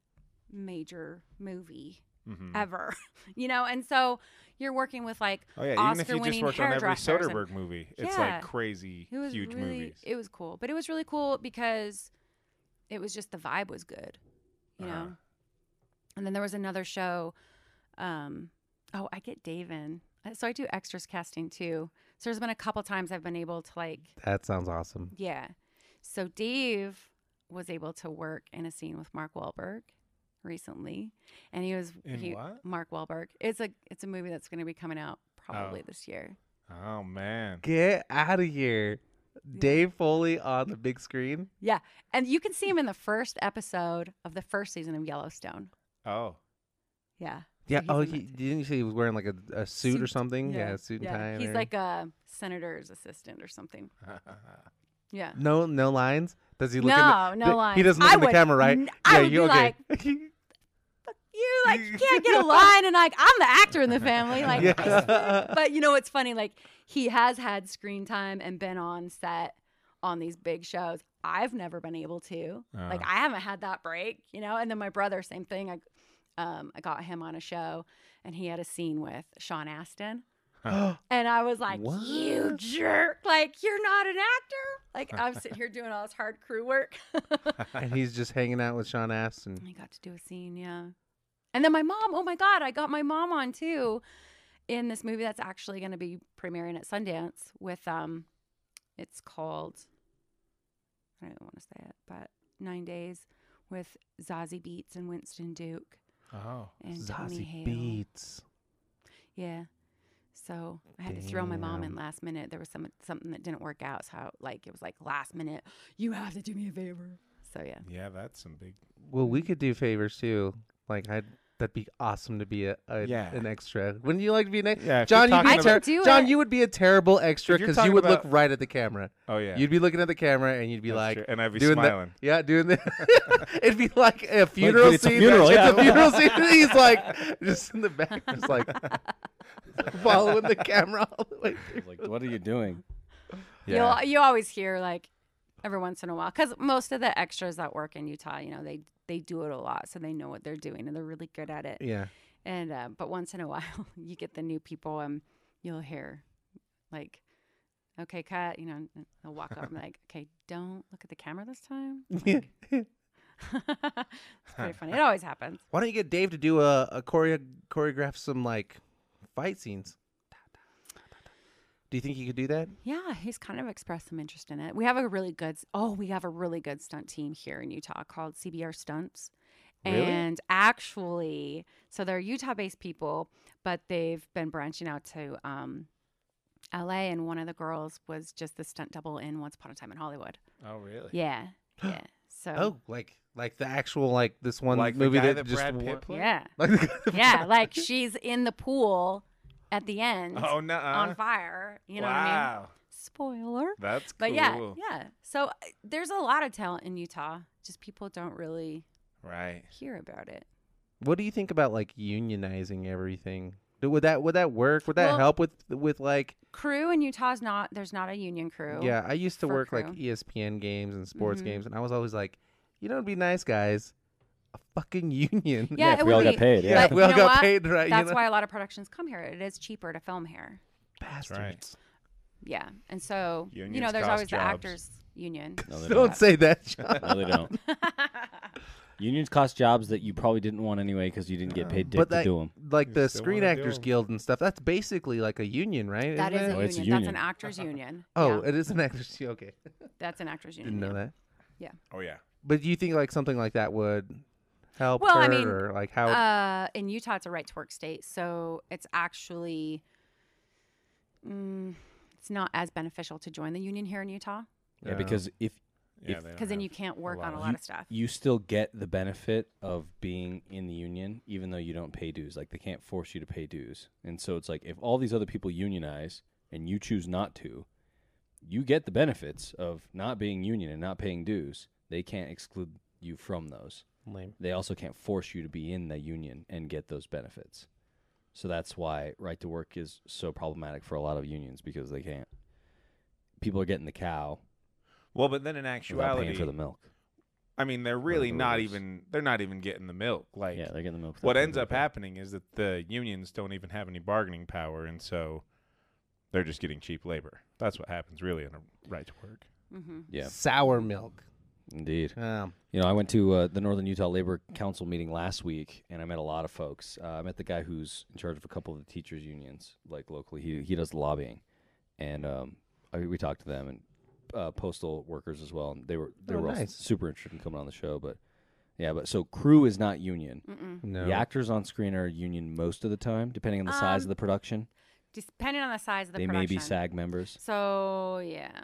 [SPEAKER 5] major movie
[SPEAKER 2] Mm-hmm.
[SPEAKER 5] ever, you know, and so you're working with like
[SPEAKER 2] Oh yeah, even if you just
[SPEAKER 5] Oscar-winning
[SPEAKER 2] worked on every
[SPEAKER 5] hairdressers and-
[SPEAKER 2] Soderbergh movie, it's
[SPEAKER 5] Yeah.
[SPEAKER 2] like crazy
[SPEAKER 5] It was
[SPEAKER 2] huge
[SPEAKER 5] really,
[SPEAKER 2] movies.
[SPEAKER 5] It was cool, but it was really cool because it was just the vibe was good, you
[SPEAKER 2] Uh-huh.
[SPEAKER 5] know. And then there was another show. Um, oh, I get Dave in, Uh, so I do extras casting too. So there's been a couple times I've been able to like,
[SPEAKER 1] That sounds awesome.
[SPEAKER 5] yeah. So Dave was able to work in a scene with Mark Wahlberg recently, and he was
[SPEAKER 2] In
[SPEAKER 5] he-
[SPEAKER 2] what?
[SPEAKER 5] Mark Wahlberg. It's a it's a movie that's going to be coming out probably
[SPEAKER 2] Oh.
[SPEAKER 5] this year.
[SPEAKER 2] oh man,
[SPEAKER 1] Get out of here. Dave Foley on the big screen.
[SPEAKER 5] Yeah. And you can see him in the first episode of the first season of Yellowstone.
[SPEAKER 2] oh
[SPEAKER 5] Yeah.
[SPEAKER 1] Yeah.
[SPEAKER 5] he's
[SPEAKER 1] Oh,
[SPEAKER 5] in
[SPEAKER 1] he,
[SPEAKER 5] that.
[SPEAKER 1] didn't you say he was wearing like a, a suit, or
[SPEAKER 5] Suit,
[SPEAKER 1] something? Yeah, a suit and
[SPEAKER 5] yeah.
[SPEAKER 1] tie. and
[SPEAKER 5] He's
[SPEAKER 1] everything.
[SPEAKER 5] like a senator's assistant or something. Yeah.
[SPEAKER 1] no, no lines. Does he look?
[SPEAKER 5] No,
[SPEAKER 1] in the,
[SPEAKER 5] no
[SPEAKER 1] th- He
[SPEAKER 5] lines.
[SPEAKER 1] doesn't look
[SPEAKER 5] I
[SPEAKER 1] in the
[SPEAKER 5] would
[SPEAKER 1] camera, right?
[SPEAKER 5] n- I would be You like you can't get a line and like I'm the actor in the family. Like I s-
[SPEAKER 1] yeah.
[SPEAKER 5] but you know what's funny? Like he has had screen time and been on set on these big shows. I've never been able to. Like
[SPEAKER 2] Uh.
[SPEAKER 5] I haven't had that break, you know. And then my brother, same thing. I um I got him on a show and he had a scene with Sean Astin. And I was like, "You
[SPEAKER 1] What?
[SPEAKER 5] jerk! Like you're not an actor! Like I'm sitting here doing all this hard crew work." and
[SPEAKER 1] and he's just hanging out with Sean Astin.
[SPEAKER 5] I got to do a scene, yeah. And then my mom. Oh my god, I got my mom on too, in this movie that's actually going to be premiering at Sundance with um, it's called. I don't want to say it, but Nine Days with Zazie Beats and Winston Duke
[SPEAKER 2] oh
[SPEAKER 5] and Tony
[SPEAKER 1] Zazie
[SPEAKER 5] Hale.
[SPEAKER 1] Beats.
[SPEAKER 5] Yeah. So I had to throw my mom in
[SPEAKER 1] Damn.
[SPEAKER 5] last minute. There was some something that didn't work out. So I, like it was like last minute. You have to do me a favor. So yeah.
[SPEAKER 2] yeah, that's some big.
[SPEAKER 1] Well, we could do favors too. Like I'd. That'd be awesome to be a, a
[SPEAKER 2] Yeah.
[SPEAKER 1] an extra. Wouldn't you like to be an extra?
[SPEAKER 2] Yeah, if
[SPEAKER 1] John,
[SPEAKER 2] you're
[SPEAKER 1] you'd be
[SPEAKER 5] talking
[SPEAKER 1] ter-
[SPEAKER 5] about- I can do
[SPEAKER 1] John,
[SPEAKER 5] it.
[SPEAKER 1] you would be a terrible extra
[SPEAKER 2] If you're
[SPEAKER 1] because you
[SPEAKER 2] talking
[SPEAKER 1] would look
[SPEAKER 2] about-
[SPEAKER 1] right at the camera.
[SPEAKER 2] Oh yeah,
[SPEAKER 1] You'd be looking at the camera and you'd be
[SPEAKER 2] That's
[SPEAKER 1] like,
[SPEAKER 2] true. and I'd be
[SPEAKER 1] doing the-
[SPEAKER 2] smiling.
[SPEAKER 1] yeah, doing the. it'd be like a funeral
[SPEAKER 3] it's a
[SPEAKER 1] scene.
[SPEAKER 3] funeral,
[SPEAKER 1] it's
[SPEAKER 3] yeah.
[SPEAKER 1] a funeral scene. and he's like, just in the back, just like following the camera all the way through.
[SPEAKER 3] Like, what are you doing?
[SPEAKER 5] You'll, you always hear like every once in a while because most of the extras that work in Utah, you know, they they do it a lot, so they know what they're doing and they're really good at it.
[SPEAKER 1] Yeah.
[SPEAKER 5] And uh, but once in a while, you get the new people and you'll hear like. Okay, cut. You know, and they'll walk up and be like, "Okay, don't look at the camera this time." I'm like, it's pretty funny. It always happens.
[SPEAKER 1] Why don't you get Dave to do a, a choreo- choreograph some like fight scenes? Do you think you could do that?
[SPEAKER 5] Yeah, he's kind of expressed some interest in it. We have a really good oh, we have a really good stunt team here in Utah called CBR Stunts.
[SPEAKER 1] Really?
[SPEAKER 5] And actually, so they're Utah based people, but they've been branching out to um, LA. And one of the girls was just the stunt double in Once Upon a Time in Hollywood.
[SPEAKER 2] Oh really?
[SPEAKER 5] Yeah. Yeah. So,
[SPEAKER 1] Oh, like like the actual like this one
[SPEAKER 2] Like the
[SPEAKER 1] movie
[SPEAKER 2] guy
[SPEAKER 1] that,
[SPEAKER 2] that
[SPEAKER 1] just
[SPEAKER 2] Brad
[SPEAKER 1] won-
[SPEAKER 2] Pitt played?
[SPEAKER 5] yeah.
[SPEAKER 1] Like the-
[SPEAKER 5] Yeah. Like she's in the pool at the end
[SPEAKER 2] Oh no.
[SPEAKER 5] on fire. You know what I mean?
[SPEAKER 2] wow,
[SPEAKER 5] Spoiler.
[SPEAKER 2] that's
[SPEAKER 5] But
[SPEAKER 2] cool.
[SPEAKER 5] yeah, yeah. So uh, there's a lot of talent in Utah. Just people don't really
[SPEAKER 2] Right.
[SPEAKER 5] hear about it.
[SPEAKER 1] What do you think about like unionizing everything? Do- Would that would that work? Would that
[SPEAKER 5] Well-
[SPEAKER 1] help with with like
[SPEAKER 5] Crew in Utah's not. There's not a union crew.
[SPEAKER 1] Yeah, I used to
[SPEAKER 5] for
[SPEAKER 1] work like E
[SPEAKER 5] crew.
[SPEAKER 1] ESPN games and sports
[SPEAKER 5] Mhm.
[SPEAKER 1] games, and I was always like, you know, it'd be nice, guys, a fucking union.
[SPEAKER 5] Yeah, it
[SPEAKER 3] we all
[SPEAKER 5] would
[SPEAKER 3] got
[SPEAKER 5] be-
[SPEAKER 3] paid, yeah.
[SPEAKER 1] Yeah,
[SPEAKER 5] but
[SPEAKER 1] we
[SPEAKER 5] you
[SPEAKER 1] all
[SPEAKER 5] know
[SPEAKER 1] got
[SPEAKER 5] what?
[SPEAKER 1] paid right.
[SPEAKER 5] That's
[SPEAKER 1] you know?
[SPEAKER 5] why a lot of productions come here. It is cheaper to film here.
[SPEAKER 1] bastards.
[SPEAKER 2] right.
[SPEAKER 5] Yeah, and so you
[SPEAKER 2] Unions
[SPEAKER 5] know, there's
[SPEAKER 2] cost
[SPEAKER 5] always the
[SPEAKER 2] jobs.
[SPEAKER 5] actors union.
[SPEAKER 3] No, they
[SPEAKER 1] Don't say that. John.
[SPEAKER 3] No, they don't. Unions cost jobs that you probably didn't want anyway because you didn't get paid dick
[SPEAKER 1] but
[SPEAKER 3] to
[SPEAKER 1] that,
[SPEAKER 3] do them.
[SPEAKER 1] like
[SPEAKER 2] You
[SPEAKER 1] the
[SPEAKER 2] still
[SPEAKER 1] Screen
[SPEAKER 2] wanna do
[SPEAKER 1] Actors
[SPEAKER 2] 'em.
[SPEAKER 1] Guild and stuff, that's basically like a union, right?
[SPEAKER 5] that is
[SPEAKER 1] Isn't it?
[SPEAKER 3] No,
[SPEAKER 5] a union.
[SPEAKER 3] Oh, it's a
[SPEAKER 5] That's
[SPEAKER 3] union.
[SPEAKER 5] an actors union.
[SPEAKER 1] Oh,
[SPEAKER 5] Yeah,
[SPEAKER 1] it is an actors. Okay,
[SPEAKER 5] that's an actors union.
[SPEAKER 1] didn't know
[SPEAKER 5] yeah.
[SPEAKER 1] that.
[SPEAKER 2] Oh yeah.
[SPEAKER 1] But do you think like something like that would help
[SPEAKER 5] Well,
[SPEAKER 1] her,
[SPEAKER 5] I mean,
[SPEAKER 1] or like how?
[SPEAKER 5] Uh, in Utah, it's a right to work state, so it's actually mm, it's not as beneficial to join the union here in Utah
[SPEAKER 3] Yeah, because if
[SPEAKER 2] yeah,
[SPEAKER 3] if-
[SPEAKER 2] they don't
[SPEAKER 5] because then
[SPEAKER 2] have-
[SPEAKER 5] you can't work
[SPEAKER 2] lot
[SPEAKER 5] on a
[SPEAKER 2] of-
[SPEAKER 5] lot of stuff.
[SPEAKER 3] you still get the benefit of being in the union, even though you don't pay dues, like they can't force you to pay dues. And so it's like if all these other people unionize and you choose not to, you get the benefits of not being union and not paying dues. They can't exclude you from those.
[SPEAKER 1] lame.
[SPEAKER 3] They also can't force you to be in the union and get those benefits. So that's why right to work is so problematic for a lot of unions because they can't. People are getting the cow
[SPEAKER 2] Well, but then in
[SPEAKER 3] without paying
[SPEAKER 2] actuality,
[SPEAKER 3] for the milk.
[SPEAKER 2] I mean, they're really not
[SPEAKER 3] rules.
[SPEAKER 2] even they're not even getting the milk. Like
[SPEAKER 3] yeah, they're getting the milk. without
[SPEAKER 2] what
[SPEAKER 3] paying
[SPEAKER 2] ends
[SPEAKER 3] for
[SPEAKER 2] up
[SPEAKER 3] the cow.
[SPEAKER 2] happening is that the unions don't even have any bargaining power, and so they're just getting cheap labor. That's what happens really in a right to work.
[SPEAKER 5] hmm
[SPEAKER 3] Yeah,
[SPEAKER 1] Sour milk.
[SPEAKER 3] indeed.
[SPEAKER 1] Um,
[SPEAKER 3] You know, I went to uh, the Northern Utah Labor Council meeting last week, and I met a lot of folks. Uh, I met the guy who's in charge of a couple of the teachers' unions, like locally. He he does the lobbying, and um, I, we talked to them and uh, postal workers as well, and they were they
[SPEAKER 1] Oh,
[SPEAKER 3] were all
[SPEAKER 1] nice.
[SPEAKER 3] super interested in coming on the show. But yeah, but so crew is not union.
[SPEAKER 1] no.
[SPEAKER 3] The actors on screen are union most of the time, depending on the size of
[SPEAKER 5] Um,
[SPEAKER 3] the production.
[SPEAKER 5] Depending on the size of the
[SPEAKER 3] they
[SPEAKER 5] production.
[SPEAKER 3] may be SAG members.
[SPEAKER 5] So yeah,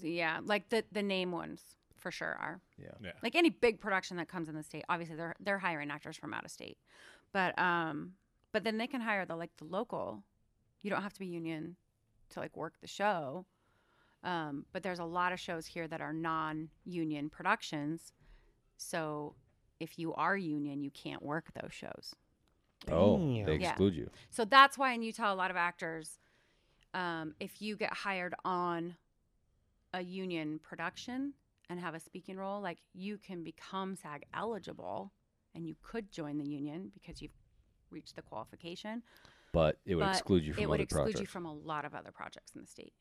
[SPEAKER 5] yeah, like the the name ones for sure are.
[SPEAKER 3] Yeah.
[SPEAKER 2] Yeah.
[SPEAKER 5] Like any big production that comes in the state, obviously they're they're hiring actors from out of state, but um, but then they can hire the like the local. You don't have to be union to like work the show. Um, but there's a lot of shows here that are non-union productions, so if you are union, you can't work those shows.
[SPEAKER 3] Oh,
[SPEAKER 1] Damn.
[SPEAKER 3] they
[SPEAKER 5] Yeah.
[SPEAKER 3] exclude you.
[SPEAKER 5] So that's why in Utah, a lot of actors, um, if you get hired on a union production and have a speaking role, like you can become SAG eligible and you could join the union because you've reached the qualification.
[SPEAKER 3] But it would
[SPEAKER 5] But
[SPEAKER 3] exclude you from
[SPEAKER 5] it
[SPEAKER 3] other
[SPEAKER 5] would exclude
[SPEAKER 3] projects.
[SPEAKER 5] you from a lot of other projects in the state.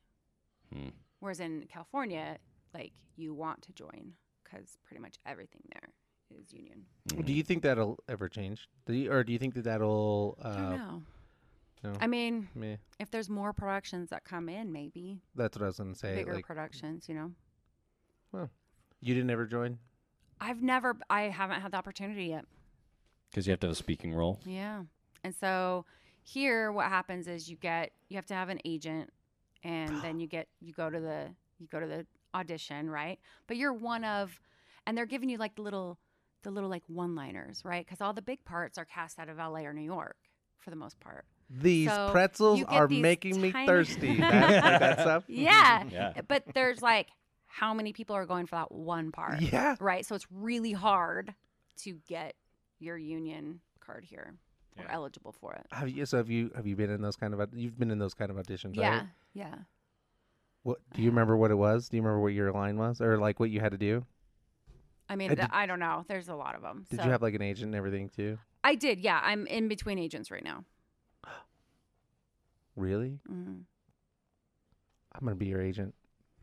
[SPEAKER 3] Hmm.
[SPEAKER 5] Whereas in California, like you want to join because pretty much everything there is union.
[SPEAKER 3] Mm.
[SPEAKER 1] Do you think that'll ever change? Do you, or do you think that that'll? Uh,
[SPEAKER 5] I don't know.
[SPEAKER 1] no.
[SPEAKER 5] I mean,
[SPEAKER 1] Meh.
[SPEAKER 5] if there's more productions that come in, maybe
[SPEAKER 1] That's what I was gonna say.
[SPEAKER 5] bigger
[SPEAKER 1] Like,
[SPEAKER 5] productions, you know.
[SPEAKER 1] you didn't ever join.
[SPEAKER 5] I've never, I haven't had the opportunity yet.
[SPEAKER 3] Because you have to have a speaking role.
[SPEAKER 5] Yeah. And so here, what happens is you get, you have to have an agent and then you get, you go to the, you go to the audition, right? But you're one of, and they're giving you like the little, the little like one liners, right? Because all the big parts are cast out of LA or New York for the most part.
[SPEAKER 1] These
[SPEAKER 5] So,
[SPEAKER 1] pretzels
[SPEAKER 5] you get
[SPEAKER 1] are
[SPEAKER 5] these
[SPEAKER 1] making me
[SPEAKER 5] tiny-
[SPEAKER 1] thirsty. That, that's up.
[SPEAKER 5] Yeah.
[SPEAKER 3] Yeah.
[SPEAKER 5] But there's like, how many people are going for that one part?
[SPEAKER 1] Yeah.
[SPEAKER 5] Right. So it's really hard to get your union card here or
[SPEAKER 2] Yeah.
[SPEAKER 5] eligible for it.
[SPEAKER 1] Have you, so have you have you been in those kind of aud- you've been in those kind of auditions?
[SPEAKER 5] Yeah,
[SPEAKER 1] Right?
[SPEAKER 5] yeah.
[SPEAKER 1] What do you remember what it was? Do you remember what your line was, or like what you had to do?
[SPEAKER 5] I mean,
[SPEAKER 1] Uh,
[SPEAKER 5] th-
[SPEAKER 1] did-
[SPEAKER 5] I don't know. There's a lot of them.
[SPEAKER 1] Did
[SPEAKER 5] so.
[SPEAKER 1] you have like an agent and everything too?
[SPEAKER 5] I did. Yeah, I'm in between agents right now.
[SPEAKER 1] Really?
[SPEAKER 5] Mhm.
[SPEAKER 1] I'm gonna be your agent.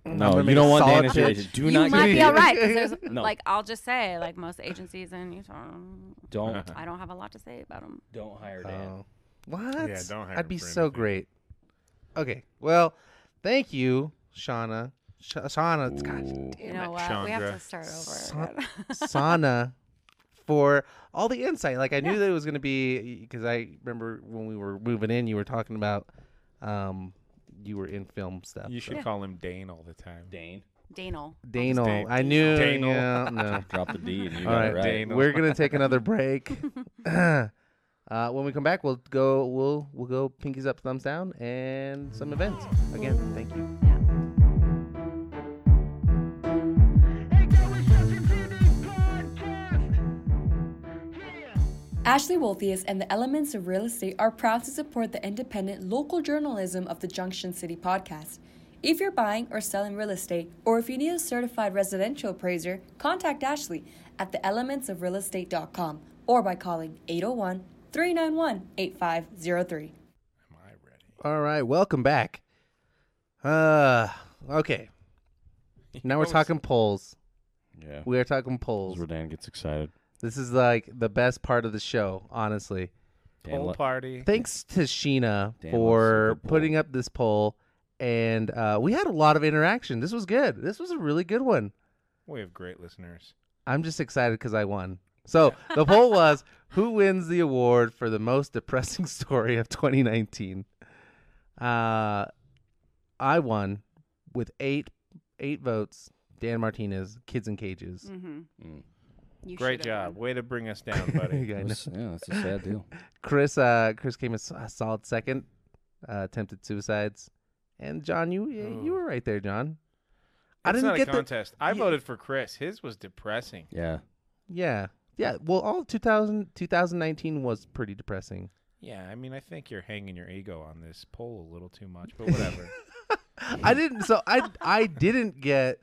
[SPEAKER 1] I'm
[SPEAKER 3] No,
[SPEAKER 1] gonna
[SPEAKER 3] you
[SPEAKER 1] make
[SPEAKER 3] don't
[SPEAKER 1] a
[SPEAKER 3] want
[SPEAKER 1] solid
[SPEAKER 3] Danish
[SPEAKER 1] pitch.
[SPEAKER 3] agent. Do
[SPEAKER 5] You
[SPEAKER 3] not
[SPEAKER 5] might
[SPEAKER 3] get
[SPEAKER 5] be all right. 'cause there's,
[SPEAKER 3] No.
[SPEAKER 5] Like I'll just say, like most agencies in Utah,
[SPEAKER 3] Don't
[SPEAKER 5] I don't have a lot to say about them.
[SPEAKER 3] don't hire Dan.
[SPEAKER 1] Oh. What?
[SPEAKER 2] Yeah, don't hire
[SPEAKER 1] I'd be
[SPEAKER 2] him for
[SPEAKER 1] so
[SPEAKER 2] anything.
[SPEAKER 1] great. Okay. Well, thank you, Shauna. Sh- Shauna. Gosh,
[SPEAKER 5] You know
[SPEAKER 2] it,
[SPEAKER 5] what? We have
[SPEAKER 2] Chandra.
[SPEAKER 5] to start over.
[SPEAKER 1] Son-
[SPEAKER 5] again.
[SPEAKER 1] Sana for all the insight. Like I knew that it was going to be because I remember when we were moving in, you were talking about um, you were in film stuff.
[SPEAKER 2] You should call him Dane all the time.
[SPEAKER 3] Dane.
[SPEAKER 5] Daniel.
[SPEAKER 1] Daniel,
[SPEAKER 2] Dane.
[SPEAKER 1] I knew.
[SPEAKER 2] Daniel.
[SPEAKER 1] yeah, no.
[SPEAKER 3] Drop the D and you
[SPEAKER 1] All
[SPEAKER 3] got
[SPEAKER 1] right,
[SPEAKER 3] it right.
[SPEAKER 2] Dane. Daniel.
[SPEAKER 1] we're gonna take another break. uh, when we come back, we'll go. We'll we'll go. Pinkies up, thumbs down, and some events. Again, thank you.
[SPEAKER 5] Yeah.
[SPEAKER 7] Hey, that was such a TV podcast. Yeah.
[SPEAKER 6] Ashley Wolthius and the Elements of Real Estate are proud to support the independent local journalism of the Junction City podcast. If you're buying or selling real estate, or if you need a certified residential appraiser, contact Ashley at theelementsofrealestate.com or by calling 801 391 8503.
[SPEAKER 2] Am I ready?
[SPEAKER 1] All right, welcome back. Uh, okay. Now we're talking polls.
[SPEAKER 3] Yeah.
[SPEAKER 1] We are talking
[SPEAKER 3] This is
[SPEAKER 1] polls.
[SPEAKER 3] where Dan gets excited.
[SPEAKER 1] This is like the best part of the show, honestly.
[SPEAKER 3] Dan
[SPEAKER 2] Poll
[SPEAKER 3] lo-
[SPEAKER 2] party.
[SPEAKER 1] Thanks to Sheena
[SPEAKER 3] Damn,
[SPEAKER 1] for
[SPEAKER 3] that's a good
[SPEAKER 1] putting up this poll, and uh, we had a lot of interaction. This was good. This was a really good one.
[SPEAKER 2] We have great listeners.
[SPEAKER 1] I'm just excited because I won. So the poll was who wins the award for the most depressing story of 2019. Uh, I won with eight eight votes. Dan Martinez, Kids in Cages.
[SPEAKER 5] Mm-hmm.
[SPEAKER 3] Mm.
[SPEAKER 5] You
[SPEAKER 2] Great
[SPEAKER 5] should have
[SPEAKER 2] job.
[SPEAKER 5] won.
[SPEAKER 2] Way to bring us down, buddy.
[SPEAKER 1] Yeah, I know.
[SPEAKER 3] That's- yeah, that's a sad deal.
[SPEAKER 1] Chris, uh, Chris came a, s- a solid second. Uh, attempted suicides, and John, you you- you
[SPEAKER 2] Ooh.
[SPEAKER 1] were right there, John. I
[SPEAKER 2] It's
[SPEAKER 1] didn't
[SPEAKER 2] not
[SPEAKER 1] get
[SPEAKER 2] a
[SPEAKER 1] the-
[SPEAKER 2] contest. I
[SPEAKER 1] Yeah.
[SPEAKER 2] voted for Chris. His was depressing.
[SPEAKER 3] Yeah.
[SPEAKER 1] Yeah, yeah. Well, all of 2000, 2019 was pretty depressing.
[SPEAKER 2] Yeah, I mean, I think you're hanging your ego on this poll a little too much, but whatever.
[SPEAKER 1] I didn't. So I I didn't get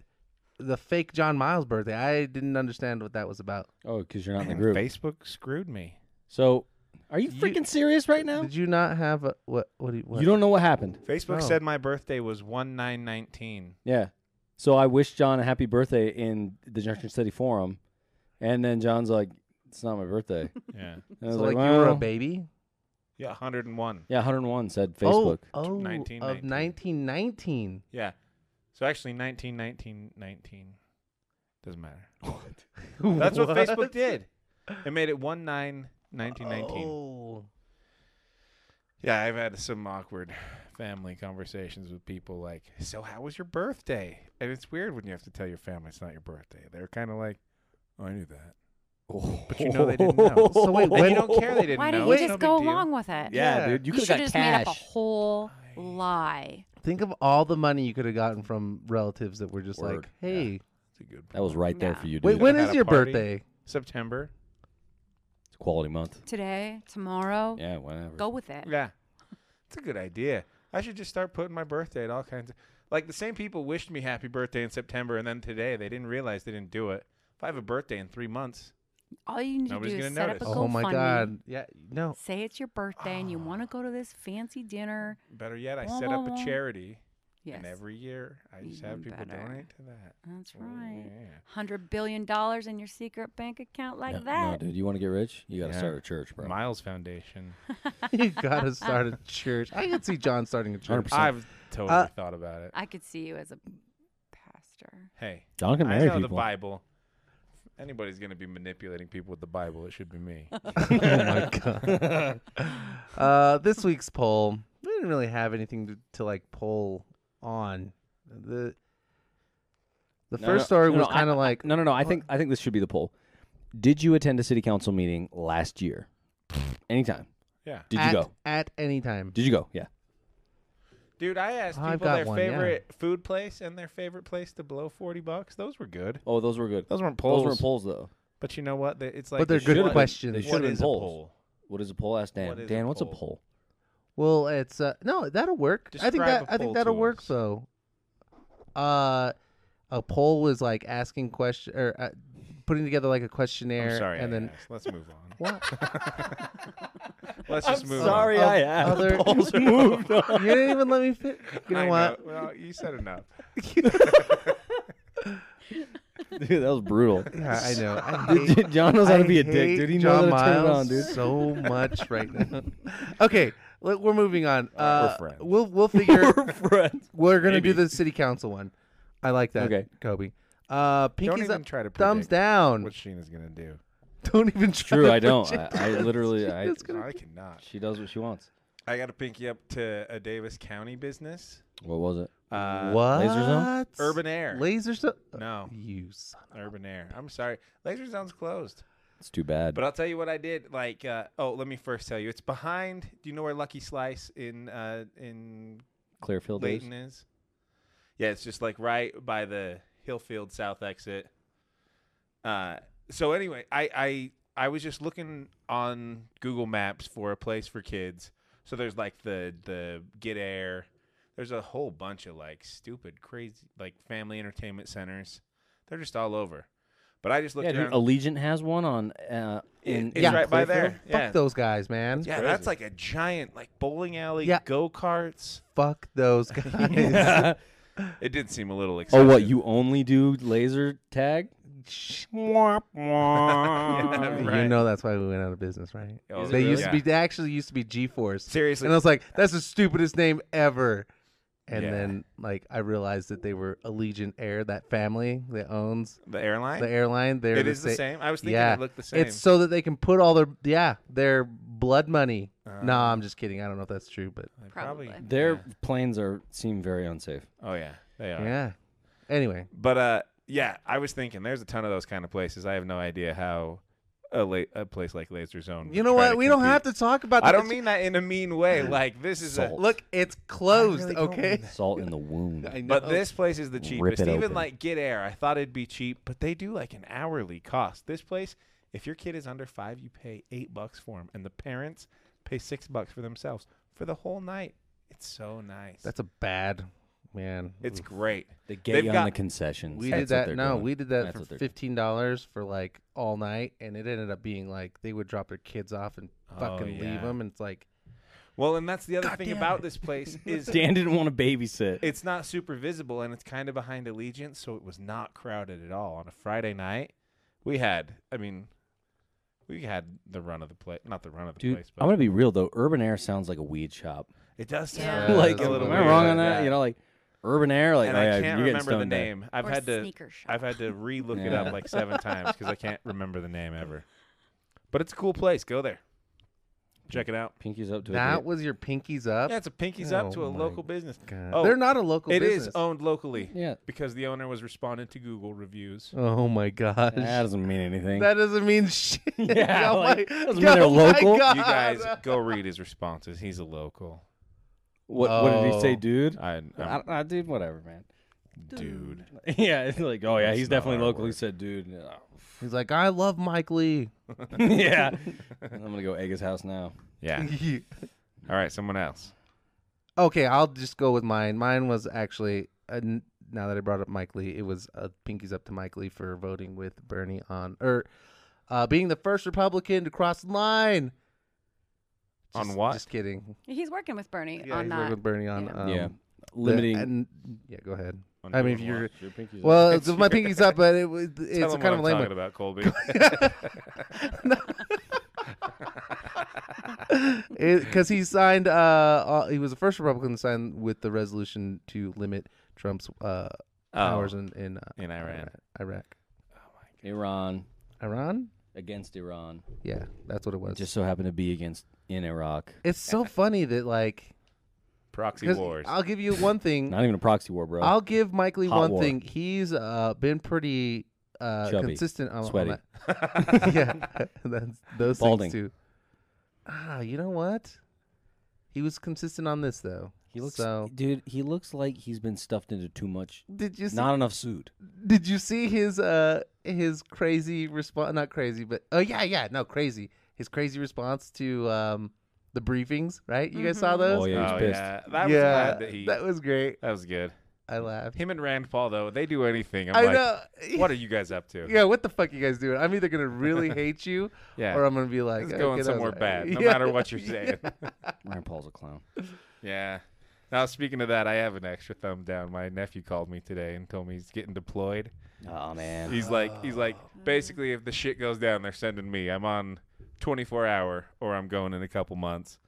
[SPEAKER 1] the fake John Miles birthday. I didn't understand what that was about.
[SPEAKER 3] Oh, because you're not in the
[SPEAKER 2] Man,
[SPEAKER 3] group.
[SPEAKER 2] Facebook screwed me.
[SPEAKER 3] So, are you
[SPEAKER 1] You-
[SPEAKER 3] freaking serious right now?
[SPEAKER 1] Did you not have a, what? What do you? What?
[SPEAKER 3] You don't know what happened.
[SPEAKER 2] Facebook
[SPEAKER 1] Oh.
[SPEAKER 2] said my birthday was one nine nineteen.
[SPEAKER 3] Yeah. So I wished John a happy birthday in the Junction City Forum, and then John's like, "It's not my birthday."
[SPEAKER 2] Yeah.
[SPEAKER 3] And I
[SPEAKER 1] So
[SPEAKER 3] was
[SPEAKER 1] like you were a
[SPEAKER 3] "Well."
[SPEAKER 1] baby.
[SPEAKER 2] Yeah, 101.
[SPEAKER 3] Yeah, 101 said Facebook.
[SPEAKER 1] Oh, oh
[SPEAKER 2] 19,
[SPEAKER 1] of
[SPEAKER 2] 19.
[SPEAKER 1] nineteen nineteen.
[SPEAKER 2] Yeah. So actually 19 19 19 doesn't matter. That's what, Facebook did. It made it 1 9 1919.
[SPEAKER 1] Oh.
[SPEAKER 2] Yeah, I've had some awkward family conversations with people like, "So how was your birthday?" And it's weird when you have to tell your family it's not your birthday. They're kind of like, oh, "I knew that." But you know they didn't know.
[SPEAKER 1] So wait,
[SPEAKER 2] And
[SPEAKER 1] when-
[SPEAKER 2] you don't care they didn't
[SPEAKER 5] Why
[SPEAKER 2] know.
[SPEAKER 5] didn't you
[SPEAKER 2] It's
[SPEAKER 5] just
[SPEAKER 2] no big
[SPEAKER 5] go
[SPEAKER 2] deal.
[SPEAKER 5] along with it?
[SPEAKER 3] Yeah,
[SPEAKER 1] Yeah.
[SPEAKER 3] dude, you
[SPEAKER 5] You,
[SPEAKER 3] could
[SPEAKER 5] should
[SPEAKER 3] have
[SPEAKER 5] have
[SPEAKER 3] got
[SPEAKER 5] just made up a
[SPEAKER 3] cash.
[SPEAKER 5] whole lie.
[SPEAKER 1] Think of all the money you could have gotten from relatives that were just like,
[SPEAKER 3] Word.
[SPEAKER 1] "Hey,
[SPEAKER 2] It's a good
[SPEAKER 3] That was right there
[SPEAKER 5] Yeah.
[SPEAKER 3] for you, dude.
[SPEAKER 1] wait, when
[SPEAKER 2] Had
[SPEAKER 1] is
[SPEAKER 2] a
[SPEAKER 1] your
[SPEAKER 2] party.
[SPEAKER 1] birthday?"
[SPEAKER 2] September.
[SPEAKER 3] It's quality month.
[SPEAKER 5] Today, tomorrow,
[SPEAKER 3] Yeah, whatever.
[SPEAKER 5] go with it.
[SPEAKER 2] Yeah. It's a good idea. I should just start putting my birthday at all kinds of like the same people wished me happy birthday in September and then today they didn't realize they didn't do it. If I have a birthday in three months,
[SPEAKER 5] All you need
[SPEAKER 2] Nobody's
[SPEAKER 5] to do
[SPEAKER 2] gonna
[SPEAKER 5] is set
[SPEAKER 2] notice. Ah.
[SPEAKER 5] up a
[SPEAKER 1] Oh my
[SPEAKER 5] GoFundMe.
[SPEAKER 1] god! Yeah, no.
[SPEAKER 5] Say it's your birthday and you want to go to this fancy dinner.
[SPEAKER 2] better yet, I
[SPEAKER 5] Wah,
[SPEAKER 2] set
[SPEAKER 5] wah,
[SPEAKER 2] up a
[SPEAKER 5] wah.
[SPEAKER 2] charity.
[SPEAKER 5] Yes,
[SPEAKER 2] And every year I just have
[SPEAKER 5] Even
[SPEAKER 2] people
[SPEAKER 5] better.
[SPEAKER 2] donate to that.
[SPEAKER 5] that's
[SPEAKER 2] Oh,
[SPEAKER 5] right.
[SPEAKER 2] yeah.
[SPEAKER 5] Hundred billion dollars in your secret bank account like
[SPEAKER 3] No,
[SPEAKER 5] that.
[SPEAKER 3] No, dude, you want to get rich? You got to
[SPEAKER 2] Yeah.
[SPEAKER 3] start a church, bro.
[SPEAKER 2] Miles Foundation.
[SPEAKER 1] you gotta start a church. I could see John starting a church.
[SPEAKER 3] 100%.
[SPEAKER 2] I've totally
[SPEAKER 1] Uh,
[SPEAKER 2] thought about it.
[SPEAKER 5] I could see you as a pastor.
[SPEAKER 2] Hey.
[SPEAKER 3] John can
[SPEAKER 2] I
[SPEAKER 3] marry
[SPEAKER 2] know the
[SPEAKER 3] people.
[SPEAKER 2] Bible. If anybody's gonna be manipulating people with the Bible, it should be me.
[SPEAKER 1] oh my god. Uh, this week's poll, we didn't really have anything to, to like poll on. The the
[SPEAKER 3] No,
[SPEAKER 1] first
[SPEAKER 3] no,
[SPEAKER 1] story
[SPEAKER 3] no,
[SPEAKER 1] was
[SPEAKER 3] no, I-
[SPEAKER 1] kind of like
[SPEAKER 3] No, no, no. I think I think this should be the poll. Did you attend a city council meeting last year? Anytime?
[SPEAKER 2] yeah.
[SPEAKER 3] Did
[SPEAKER 1] at,
[SPEAKER 3] you go?
[SPEAKER 1] at any time.
[SPEAKER 3] Did you go? Yeah.
[SPEAKER 2] Dude, I asked
[SPEAKER 1] I've
[SPEAKER 2] people
[SPEAKER 1] got
[SPEAKER 2] their
[SPEAKER 1] one, yeah.
[SPEAKER 2] favorite food place and their favorite place to blow forty bucks. Those were good.
[SPEAKER 3] Oh, those were good.
[SPEAKER 2] Those weren't
[SPEAKER 3] Those
[SPEAKER 2] polls.
[SPEAKER 3] were polls, though.
[SPEAKER 2] But you know what? They- It's like
[SPEAKER 1] they're
[SPEAKER 2] it
[SPEAKER 1] good
[SPEAKER 2] should've been-
[SPEAKER 1] questions. They
[SPEAKER 2] what
[SPEAKER 3] should've been
[SPEAKER 2] is a
[SPEAKER 3] polls.
[SPEAKER 2] poll?
[SPEAKER 3] What is a poll? Ask Dan.
[SPEAKER 2] What is a
[SPEAKER 3] Dan, what's a
[SPEAKER 2] poll?
[SPEAKER 3] poll?
[SPEAKER 1] Well, it's uh, no, that'll work. I think
[SPEAKER 2] Describe
[SPEAKER 1] that
[SPEAKER 2] a
[SPEAKER 1] I
[SPEAKER 2] poll
[SPEAKER 1] think that'll
[SPEAKER 2] to
[SPEAKER 1] work
[SPEAKER 2] us.
[SPEAKER 1] though. Uh, a poll was like asking question or uh, putting together like a questionnaire,
[SPEAKER 2] I'm sorry.
[SPEAKER 1] and
[SPEAKER 2] I
[SPEAKER 1] then
[SPEAKER 2] asked. let's move on.
[SPEAKER 1] what? Oh,
[SPEAKER 2] Let's just move
[SPEAKER 1] sorry.
[SPEAKER 2] on.
[SPEAKER 1] Of other-
[SPEAKER 3] Polls moved on.
[SPEAKER 1] you didn't even let me fit. You know
[SPEAKER 2] I
[SPEAKER 1] what?
[SPEAKER 2] Know. Well, you said enough.
[SPEAKER 3] Dude, that was brutal.
[SPEAKER 1] Yeah, I know. I hate-
[SPEAKER 3] Dude, John knows how to
[SPEAKER 1] I
[SPEAKER 3] be a
[SPEAKER 1] hate
[SPEAKER 3] dick, dude. He
[SPEAKER 1] John
[SPEAKER 3] knows how to turn it
[SPEAKER 1] Miles
[SPEAKER 3] on, dude.
[SPEAKER 1] So much right now. Okay, let- we're moving on. Uh,
[SPEAKER 2] friends.
[SPEAKER 1] we'll we'll figure.
[SPEAKER 3] We're friends.
[SPEAKER 1] we're gonna do
[SPEAKER 2] Maybe.
[SPEAKER 1] the city council one. I like that.
[SPEAKER 3] Okay.
[SPEAKER 1] Kobe. Uh,
[SPEAKER 2] Don't
[SPEAKER 1] pinkies
[SPEAKER 2] even
[SPEAKER 1] up,
[SPEAKER 2] try to
[SPEAKER 1] thumbs
[SPEAKER 2] predict
[SPEAKER 1] down.
[SPEAKER 2] What Sheena's gonna do?
[SPEAKER 1] Don't even try.
[SPEAKER 3] True,
[SPEAKER 1] to
[SPEAKER 3] I don't. I,
[SPEAKER 1] project
[SPEAKER 3] I
[SPEAKER 1] that.
[SPEAKER 3] literally,
[SPEAKER 1] Shit,
[SPEAKER 3] I,
[SPEAKER 1] that's gonna-
[SPEAKER 2] I cannot.
[SPEAKER 3] she does what she wants.
[SPEAKER 2] I got to pinky up to a Davis County business.
[SPEAKER 3] What was it?
[SPEAKER 2] Uh,
[SPEAKER 1] what?
[SPEAKER 3] Laser zone?
[SPEAKER 2] Urban Air.
[SPEAKER 1] Laser zone?
[SPEAKER 2] No.
[SPEAKER 1] You son.
[SPEAKER 2] Urban Air. I'm sorry. Laser Zone's closed.
[SPEAKER 3] It's too bad.
[SPEAKER 2] But I'll tell you what I did. Like, uh, oh, let me first tell you. It's behind. Do you know where Lucky Slice in uh, in
[SPEAKER 3] Clearfield is.
[SPEAKER 2] Layton is. Yeah, it's just like right by the Hillfield South exit. Uh, so anyway, I I I was just looking on Google Maps for a place for kids. So there's like the the Get Air. There's a whole bunch of like stupid, crazy, like family entertainment centers. They're just all over. But I just looked
[SPEAKER 3] Yeah, dude,
[SPEAKER 2] around.
[SPEAKER 3] Allegiant has one on uh, in,
[SPEAKER 2] it's
[SPEAKER 3] in
[SPEAKER 2] right by
[SPEAKER 3] Clearfield.
[SPEAKER 2] there.
[SPEAKER 1] Fuck
[SPEAKER 2] Yeah.
[SPEAKER 1] those guys, man.
[SPEAKER 2] yeah, that's like a giant like bowling alley,
[SPEAKER 1] Yeah.
[SPEAKER 2] go karts.
[SPEAKER 1] Fuck those guys.
[SPEAKER 2] It did seem a little
[SPEAKER 3] Oh,
[SPEAKER 2] excessive.
[SPEAKER 3] what you only do laser tag?
[SPEAKER 2] Yeah, right.
[SPEAKER 1] You know that's why we went out of business, right?
[SPEAKER 2] Oh,
[SPEAKER 1] they used to
[SPEAKER 2] yeah.
[SPEAKER 1] be. They actually used to be G-force.
[SPEAKER 2] Seriously.
[SPEAKER 1] And I was like, that's the stupidest name ever. And
[SPEAKER 2] Yeah.
[SPEAKER 1] then like I realized that they were Allegiant Air, that family that owns
[SPEAKER 2] the airline.
[SPEAKER 1] the airline. They're
[SPEAKER 2] it is the
[SPEAKER 1] sa-
[SPEAKER 2] same. I was thinking
[SPEAKER 1] yeah,
[SPEAKER 2] it looked the same.
[SPEAKER 1] It's so that they can put all their yeah their blood money. nah, I'm just kidding. I don't know if that's true, but
[SPEAKER 2] They
[SPEAKER 5] Probably.
[SPEAKER 3] Their
[SPEAKER 2] Yeah.
[SPEAKER 3] planes are seem very unsafe.
[SPEAKER 2] Oh yeah, they are.
[SPEAKER 1] yeah. Anyway,
[SPEAKER 2] But uh, yeah, I was thinking there's a ton of those kind of places. I have no idea how a, la- a place like Laser Zone.
[SPEAKER 1] you know what? We don't have to talk about.
[SPEAKER 2] I
[SPEAKER 1] the-
[SPEAKER 2] don't mean that in a mean way. Like this is a.
[SPEAKER 3] Salt.
[SPEAKER 1] Look, it's closed.
[SPEAKER 2] really don't
[SPEAKER 1] okay.
[SPEAKER 2] mean
[SPEAKER 3] Salt in the wound.
[SPEAKER 1] I know.
[SPEAKER 2] But this place is the
[SPEAKER 3] Rip
[SPEAKER 2] cheapest.
[SPEAKER 3] it
[SPEAKER 2] Even
[SPEAKER 3] open.
[SPEAKER 2] like Get Air, I thought it'd be cheap, but they do like an hourly cost. This place, if your kid is under five, you pay eight bucks for them, and the parents pay six bucks for themselves for the whole night. It's so nice.
[SPEAKER 1] that's a bad man.
[SPEAKER 2] it's
[SPEAKER 1] Oof.
[SPEAKER 2] great.
[SPEAKER 3] They
[SPEAKER 2] They've
[SPEAKER 3] get you
[SPEAKER 2] got-
[SPEAKER 3] on the concessions.
[SPEAKER 1] We
[SPEAKER 3] That's
[SPEAKER 1] did
[SPEAKER 3] what
[SPEAKER 1] that.
[SPEAKER 3] they're
[SPEAKER 1] No,
[SPEAKER 3] doing.
[SPEAKER 1] we did that
[SPEAKER 3] That's what
[SPEAKER 1] for
[SPEAKER 3] they're doing.
[SPEAKER 1] fifteen dollars for like all night, and it ended up being like they would drop their kids off and
[SPEAKER 2] Oh,
[SPEAKER 1] fucking leave
[SPEAKER 2] yeah.
[SPEAKER 1] them. And it's like,
[SPEAKER 2] Well, and that's the other
[SPEAKER 1] God
[SPEAKER 2] thing
[SPEAKER 1] damn
[SPEAKER 2] about
[SPEAKER 1] it.
[SPEAKER 2] this place is
[SPEAKER 3] Dan didn't want to babysit.
[SPEAKER 2] it's not super visible and it's kind of behind Allegiant, so it was not crowded at all. On a Friday night, we had, I mean, we had the run of the place. Not the run of the
[SPEAKER 3] Dude,
[SPEAKER 2] place, but
[SPEAKER 3] I'm gonna be real though. Urban Air sounds like a weed shop.
[SPEAKER 2] it does
[SPEAKER 5] Yeah.
[SPEAKER 2] sound
[SPEAKER 3] like,
[SPEAKER 1] that's
[SPEAKER 2] a
[SPEAKER 1] what
[SPEAKER 2] little
[SPEAKER 3] am
[SPEAKER 1] it
[SPEAKER 3] I
[SPEAKER 1] is.
[SPEAKER 2] weird.
[SPEAKER 3] wrong on
[SPEAKER 2] Yeah.
[SPEAKER 3] that? You know, like Urban Air. Like,
[SPEAKER 2] and
[SPEAKER 3] oh, yeah,
[SPEAKER 2] I can't
[SPEAKER 3] you're getting
[SPEAKER 2] remember the
[SPEAKER 3] stoned there.
[SPEAKER 2] name. I've
[SPEAKER 5] Or
[SPEAKER 2] had to
[SPEAKER 5] sneaker shop.
[SPEAKER 2] I've had to re-look it
[SPEAKER 3] Yeah.
[SPEAKER 2] up like seven times because I can't remember the name ever. But it's a cool place. Go there, check it out.
[SPEAKER 3] Pinky's up to it.
[SPEAKER 1] that was your pinkies up.
[SPEAKER 2] Yeah, it's a pinkies
[SPEAKER 1] Oh
[SPEAKER 2] up to a
[SPEAKER 1] my
[SPEAKER 2] local business.
[SPEAKER 1] God.
[SPEAKER 2] Oh,
[SPEAKER 1] They're not a local.
[SPEAKER 2] It is Oh.
[SPEAKER 1] business.
[SPEAKER 2] owned locally.
[SPEAKER 3] Yeah.
[SPEAKER 2] because the owner was responding to Google reviews.
[SPEAKER 1] Oh my gosh.
[SPEAKER 3] That doesn't mean anything.
[SPEAKER 1] That doesn't mean shit.
[SPEAKER 3] Yeah,
[SPEAKER 1] oh
[SPEAKER 3] like,
[SPEAKER 1] my,
[SPEAKER 3] doesn't mean they're
[SPEAKER 1] oh my
[SPEAKER 3] local. You
[SPEAKER 1] God.
[SPEAKER 2] You guys go read his responses. He's a local.
[SPEAKER 3] what, what did he say,
[SPEAKER 1] Oh.
[SPEAKER 3] dude?
[SPEAKER 2] I, I'm
[SPEAKER 3] I, don't- I, dude, whatever, man.
[SPEAKER 2] dude.
[SPEAKER 3] yeah, it's like, oh yeah,
[SPEAKER 2] That's
[SPEAKER 3] he's
[SPEAKER 2] not
[SPEAKER 3] definitely
[SPEAKER 2] our
[SPEAKER 3] local. He
[SPEAKER 2] word.
[SPEAKER 3] said, dude. yeah.
[SPEAKER 1] He's like, I love Mike Lee.
[SPEAKER 3] yeah, I'm gonna go egg his house now.
[SPEAKER 2] Yeah. All right, someone else.
[SPEAKER 1] okay, I'll just go with mine. Mine was actually uh, n- now that I brought up Mike Lee, it was uh, pinkies up to Mike Lee for voting with Bernie on or uh, being the first Republican to cross the line.
[SPEAKER 2] On
[SPEAKER 1] Just-
[SPEAKER 2] what?
[SPEAKER 1] Just kidding.
[SPEAKER 5] He's working with Bernie
[SPEAKER 1] Yeah,
[SPEAKER 5] on
[SPEAKER 1] he's
[SPEAKER 5] that.
[SPEAKER 1] working with Bernie on
[SPEAKER 5] Yeah.
[SPEAKER 1] um,
[SPEAKER 3] yeah,
[SPEAKER 1] the-
[SPEAKER 3] limiting.
[SPEAKER 1] and- yeah, go ahead.
[SPEAKER 2] On
[SPEAKER 1] I mean, if
[SPEAKER 2] doing
[SPEAKER 1] you're
[SPEAKER 2] what?
[SPEAKER 3] your pinkies
[SPEAKER 1] well,
[SPEAKER 3] up.
[SPEAKER 1] it's with my pinkies up, but it, was
[SPEAKER 2] Tell
[SPEAKER 1] it's a
[SPEAKER 2] him
[SPEAKER 1] kind of
[SPEAKER 2] what
[SPEAKER 1] a
[SPEAKER 2] I'm
[SPEAKER 1] lame
[SPEAKER 2] talking
[SPEAKER 1] one.
[SPEAKER 2] about Colby.
[SPEAKER 1] because he signed. Uh, uh, he was the first Republican to sign with the resolution to limit Trump's uh,
[SPEAKER 3] Oh.
[SPEAKER 1] powers in in, uh,
[SPEAKER 2] in Iran.
[SPEAKER 1] Iraq,
[SPEAKER 3] Iran
[SPEAKER 1] Iran.
[SPEAKER 3] against Iran.
[SPEAKER 1] Yeah, that's what it was.
[SPEAKER 3] It just so happened to be against in Iraq.
[SPEAKER 1] it's so funny that like,
[SPEAKER 2] Proxy
[SPEAKER 1] 'cause
[SPEAKER 2] wars.
[SPEAKER 1] I'll give you one thing.
[SPEAKER 3] Not even a proxy war, bro.
[SPEAKER 1] I'll give Mike Lee
[SPEAKER 3] Hot
[SPEAKER 1] one
[SPEAKER 3] war.
[SPEAKER 1] thing. He's uh, been pretty uh,
[SPEAKER 3] Chubby.
[SPEAKER 1] consistent on,
[SPEAKER 3] Sweaty.
[SPEAKER 1] on that. yeah, that's those
[SPEAKER 3] Balding.
[SPEAKER 1] things too. Ah, you know what? He was consistent on this though.
[SPEAKER 3] he looks,
[SPEAKER 1] so.
[SPEAKER 3] dude. He looks like he's been stuffed into too much,
[SPEAKER 1] Did you see
[SPEAKER 3] not enough suit.
[SPEAKER 1] Did you see his uh his crazy response? Not crazy, but oh yeah, yeah, no crazy. His crazy response to um the briefings, right? You guys saw those?
[SPEAKER 3] Oh yeah, he's
[SPEAKER 2] oh,
[SPEAKER 3] pissed.
[SPEAKER 2] yeah. That was
[SPEAKER 1] Yeah,
[SPEAKER 2] bad that he.
[SPEAKER 1] that
[SPEAKER 2] That,
[SPEAKER 1] was great.
[SPEAKER 2] was good.
[SPEAKER 1] I laughed.
[SPEAKER 2] Him and Rand Paul, though, they do anything. I'm
[SPEAKER 1] I
[SPEAKER 2] like,
[SPEAKER 1] know.
[SPEAKER 2] what are you guys up to?
[SPEAKER 1] yeah, what the fuck you guys doing? I'm either gonna really hate you,
[SPEAKER 2] Yeah.
[SPEAKER 1] or I'm gonna be like,
[SPEAKER 2] It's
[SPEAKER 1] okay, that
[SPEAKER 2] going
[SPEAKER 1] was
[SPEAKER 2] somewhere
[SPEAKER 1] all
[SPEAKER 2] bad, no
[SPEAKER 1] right. Yeah.
[SPEAKER 2] matter what you're saying.
[SPEAKER 3] Rand Paul's a clown.
[SPEAKER 2] Yeah. Now speaking of that, I have an extra thumb down. My nephew called me today and told me he's getting deployed.
[SPEAKER 3] Oh man.
[SPEAKER 2] He's like he's like
[SPEAKER 1] Oh.
[SPEAKER 2] basically if the shit goes down, they're sending me. I'm on 24 hour or I'm going in a couple months.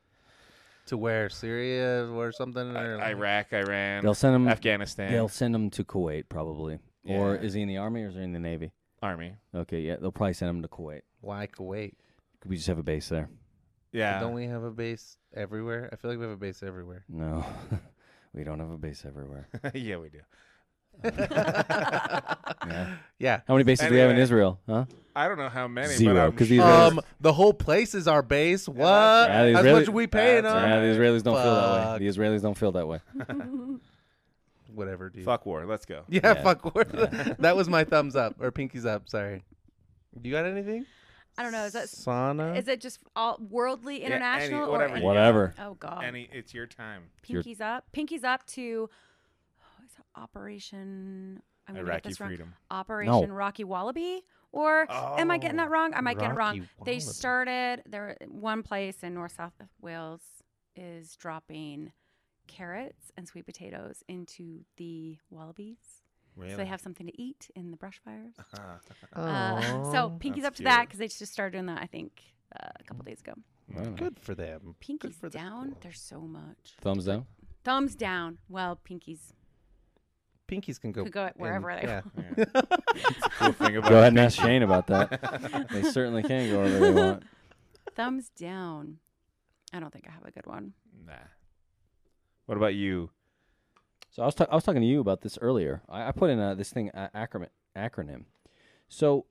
[SPEAKER 1] To where Syria or something? Or like-
[SPEAKER 2] Iraq, Iran,
[SPEAKER 3] They'll send him.
[SPEAKER 2] Afghanistan,
[SPEAKER 3] They'll send him to Kuwait probably. Or
[SPEAKER 2] Yeah.
[SPEAKER 3] is he in the army or is he in the navy?
[SPEAKER 2] Army.
[SPEAKER 3] Okay, yeah, they'll probably send him to Kuwait.
[SPEAKER 1] Why Kuwait?
[SPEAKER 3] Could we just have a base there?
[SPEAKER 2] Yeah.
[SPEAKER 1] Don't we have a base everywhere? I feel like we have a base everywhere.
[SPEAKER 3] No, we don't have a base everywhere.
[SPEAKER 2] yeah, we do.
[SPEAKER 3] Yeah.
[SPEAKER 1] Yeah.
[SPEAKER 3] How many bases do we have in
[SPEAKER 2] Anyway.
[SPEAKER 3] Israel? Huh?
[SPEAKER 2] I don't know how many
[SPEAKER 3] Zero,
[SPEAKER 2] but I'm
[SPEAKER 3] 'cause he's
[SPEAKER 2] sure-
[SPEAKER 3] Israelis-
[SPEAKER 1] Um, the whole place is our base. What?
[SPEAKER 2] that's
[SPEAKER 3] right. Yeah,
[SPEAKER 1] As
[SPEAKER 3] Israeli-
[SPEAKER 1] much we paying
[SPEAKER 2] that's
[SPEAKER 1] on?
[SPEAKER 3] yeah, the Israelis don't feel that
[SPEAKER 1] Uh, Fuck.
[SPEAKER 3] way. The Israelis don't feel that way.
[SPEAKER 1] Whatever, dude.
[SPEAKER 2] fuck war. Let's go.
[SPEAKER 1] Yeah,
[SPEAKER 3] Yeah.
[SPEAKER 1] fuck. War. that was my thumbs up or pinkies up. Sorry. You got anything?
[SPEAKER 5] I don't know. Is that
[SPEAKER 1] sauna?
[SPEAKER 5] is it just all worldly
[SPEAKER 2] any-
[SPEAKER 5] international or
[SPEAKER 2] whatever
[SPEAKER 5] any-
[SPEAKER 2] you-
[SPEAKER 3] Whatever.
[SPEAKER 5] oh god.
[SPEAKER 2] Annie, it's your time.
[SPEAKER 3] Your-
[SPEAKER 5] Pinkies up. Pinkies up to oh, is it Operation. I'm gonna get
[SPEAKER 2] Iraqi
[SPEAKER 5] this wrong.
[SPEAKER 2] freedom.
[SPEAKER 5] Operation Rocky Wallaby. Or am I getting that wrong? I might get it wrong.
[SPEAKER 1] Oh, Rocky
[SPEAKER 5] They
[SPEAKER 1] Wallaby.
[SPEAKER 5] started there. One place in North South Wales is dropping carrots and sweet potatoes into the wallabies, so they have something to eat in the brush fires. Uh, so
[SPEAKER 1] Aw,
[SPEAKER 5] pinkies
[SPEAKER 2] That's
[SPEAKER 5] up to that
[SPEAKER 2] cute.
[SPEAKER 5] because they just started doing that. I think uh, a couple days ago.
[SPEAKER 1] good for them. Good
[SPEAKER 5] Pinkies
[SPEAKER 1] for the
[SPEAKER 5] down.
[SPEAKER 1] squirrels.
[SPEAKER 5] There's so much.
[SPEAKER 3] Thumbs down.
[SPEAKER 5] Thumbs down. Well, pinkies
[SPEAKER 1] Pinkies can go
[SPEAKER 5] could go
[SPEAKER 1] in-
[SPEAKER 5] wherever they
[SPEAKER 1] yeah.
[SPEAKER 5] want.
[SPEAKER 2] Yeah. Cool thing about
[SPEAKER 3] Go ahead and ask Shane about that. they certainly can go wherever they want.
[SPEAKER 5] Thumbs down. I don't think I have a good one.
[SPEAKER 2] Nah. What about you?
[SPEAKER 3] So I was ta- I was talking to you about this earlier. I, I put in uh, this thing uh, acronym acronym. So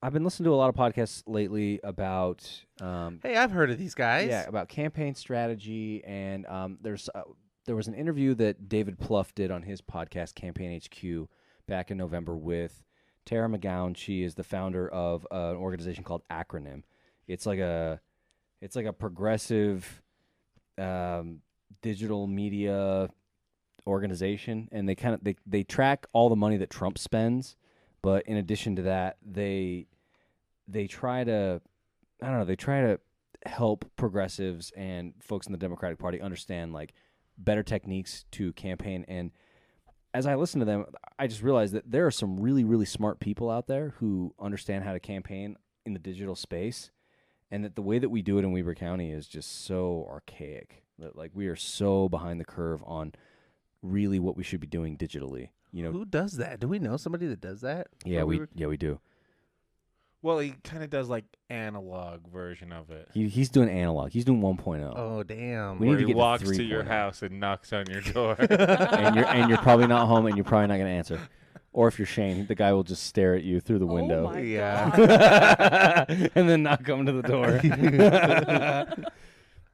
[SPEAKER 3] I've been listening to a lot of podcasts lately about um,
[SPEAKER 1] Hey, I've heard of these guys.
[SPEAKER 3] yeah about campaign strategy and um, there's uh, there was an interview that David Pluff did on his podcast Campaign HQ back in November with Tara McGowan. She is the founder of uh, an organization called Acronym. It's like a it's like a progressive um, digital media organization, and they kind of they, they track all the money that Trump spends, but in addition to that, they they try to I don't know they try to help progressives and folks in the Democratic Party understand like better techniques to campaign and as I listen to them, I just realized that there are some really, really smart people out there who understand how to campaign in the digital space, and that the way that we do it in Weber County is just so archaic. That like we are so behind the curve on really what we should be doing digitally. You know,
[SPEAKER 1] Who does that? Do we know somebody that does that?
[SPEAKER 3] yeah,
[SPEAKER 1] Or
[SPEAKER 3] we,
[SPEAKER 1] were-
[SPEAKER 3] yeah we do.
[SPEAKER 2] Well, he kind of does like analog version of it.
[SPEAKER 3] He, he's doing analog. He's doing 1.0,
[SPEAKER 1] Oh damn.
[SPEAKER 3] We need
[SPEAKER 2] where
[SPEAKER 3] to
[SPEAKER 2] he
[SPEAKER 3] get to
[SPEAKER 2] walks to, your
[SPEAKER 3] 3.0.
[SPEAKER 2] house and knocks on your door.
[SPEAKER 3] and you're and you're probably not home, and you're probably not going to answer. Or if you're Shane, the guy will just stare at you through the window.
[SPEAKER 5] Oh my
[SPEAKER 2] Yeah.
[SPEAKER 5] God.
[SPEAKER 3] and then not come to the door.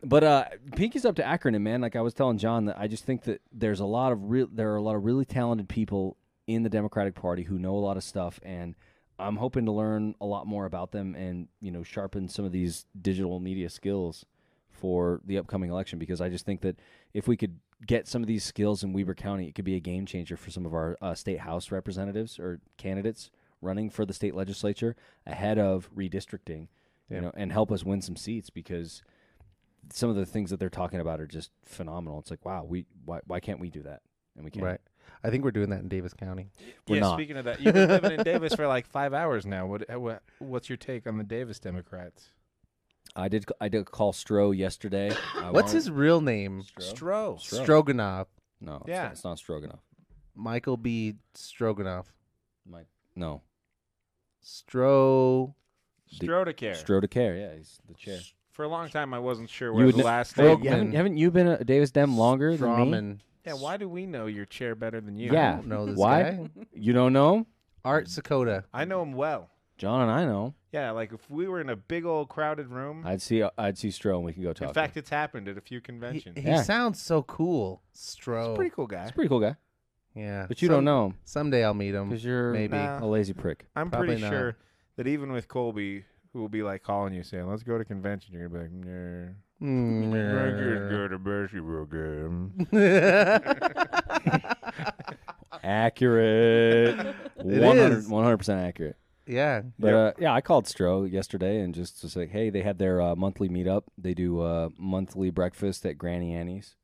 [SPEAKER 3] but uh, Pinky's up to acronym, man. Like I was telling John that I just think that there's a lot of real, there are a lot of really talented people in the Democratic Party who know a lot of stuff, and I'm hoping to learn a lot more about them and you know sharpen some of these digital media skills for the upcoming election because I just think that if we could get some of these skills in Weber County, it could be a game changer for some of our uh, state house representatives or candidates running for the state legislature ahead of redistricting, you know, and help us win some seats because some of the things that they're talking about are just phenomenal. It's like, wow, we why why can't we do that? And we can't.
[SPEAKER 1] Right. I think we're doing that in Davis County.
[SPEAKER 3] We're
[SPEAKER 2] yeah,
[SPEAKER 3] not.
[SPEAKER 2] speaking of that, you've been living in Davis for like five hours now. What, uh, what What's your take on the Davis Democrats?
[SPEAKER 3] I did I did call Stroh yesterday. I
[SPEAKER 1] What's
[SPEAKER 3] wanted-
[SPEAKER 1] his real name?
[SPEAKER 2] Stroh.
[SPEAKER 3] Stroh.
[SPEAKER 1] Stroganoff.
[SPEAKER 3] No, it's,
[SPEAKER 2] Yeah.
[SPEAKER 3] not, it's not Stroganoff.
[SPEAKER 1] Michael B. Stroganoff.
[SPEAKER 3] My no.
[SPEAKER 1] Stro.
[SPEAKER 2] Stroh to care.
[SPEAKER 3] Stroh to care, yeah, he's the chair.
[SPEAKER 2] For a long time, I wasn't sure
[SPEAKER 3] You
[SPEAKER 2] where
[SPEAKER 3] would
[SPEAKER 2] the
[SPEAKER 3] kn-
[SPEAKER 2] last
[SPEAKER 1] Hey,
[SPEAKER 2] name.
[SPEAKER 1] yeah.
[SPEAKER 3] haven't, haven't you been a Davis Dem longer than me?
[SPEAKER 1] Strawman.
[SPEAKER 2] Yeah, why do we know your chair better than you?
[SPEAKER 3] Yeah.
[SPEAKER 1] I don't know this
[SPEAKER 3] Why?
[SPEAKER 1] guy.
[SPEAKER 3] You don't know? him?
[SPEAKER 1] Art
[SPEAKER 2] Mm.
[SPEAKER 1] Sakota.
[SPEAKER 2] I know him well.
[SPEAKER 3] John and I know.
[SPEAKER 2] Yeah, like if we were in a big old crowded room.
[SPEAKER 3] I'd see I'd see Stroh and we can go talk.
[SPEAKER 2] In fact, it's happened at a few
[SPEAKER 1] He,
[SPEAKER 2] conventions.
[SPEAKER 1] he
[SPEAKER 3] Yeah.
[SPEAKER 1] sounds so cool.
[SPEAKER 3] oh,
[SPEAKER 1] Stro.
[SPEAKER 2] Pretty cool guy.
[SPEAKER 3] it's a pretty cool guy,
[SPEAKER 1] Yeah.
[SPEAKER 3] but you don't
[SPEAKER 1] Some-
[SPEAKER 3] know him
[SPEAKER 1] Someday I'll meet him.
[SPEAKER 3] because you're
[SPEAKER 1] Maybe.
[SPEAKER 2] Nah.
[SPEAKER 3] a lazy prick.
[SPEAKER 2] I'm
[SPEAKER 1] Probably
[SPEAKER 2] pretty
[SPEAKER 1] not.
[SPEAKER 2] sure that even with Colby, who will be like calling you saying, "Let's go to convention," you're gonna be like, "Nah."
[SPEAKER 1] Hmm. Mm.
[SPEAKER 2] to basketball game.
[SPEAKER 3] accurate.
[SPEAKER 1] It
[SPEAKER 3] 100
[SPEAKER 1] is.
[SPEAKER 3] 100% accurate.
[SPEAKER 1] yeah.
[SPEAKER 3] But uh, yeah, I called Stro yesterday and just was like, hey, they had their uh, monthly meetup. They do uh, monthly breakfast at Granny Annie's.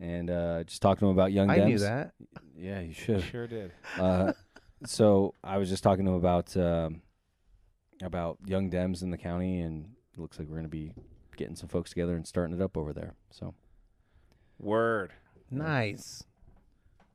[SPEAKER 3] And uh, just talked to them about Young
[SPEAKER 1] I knew
[SPEAKER 3] Dems.
[SPEAKER 1] that.
[SPEAKER 3] Yeah, you should.
[SPEAKER 2] Sure did.
[SPEAKER 3] Uh, so I was just talking to him about um, about Young Dems in the county, and it looks like we're going to be getting some folks together and starting it up over there. So
[SPEAKER 2] Word.
[SPEAKER 1] Nice.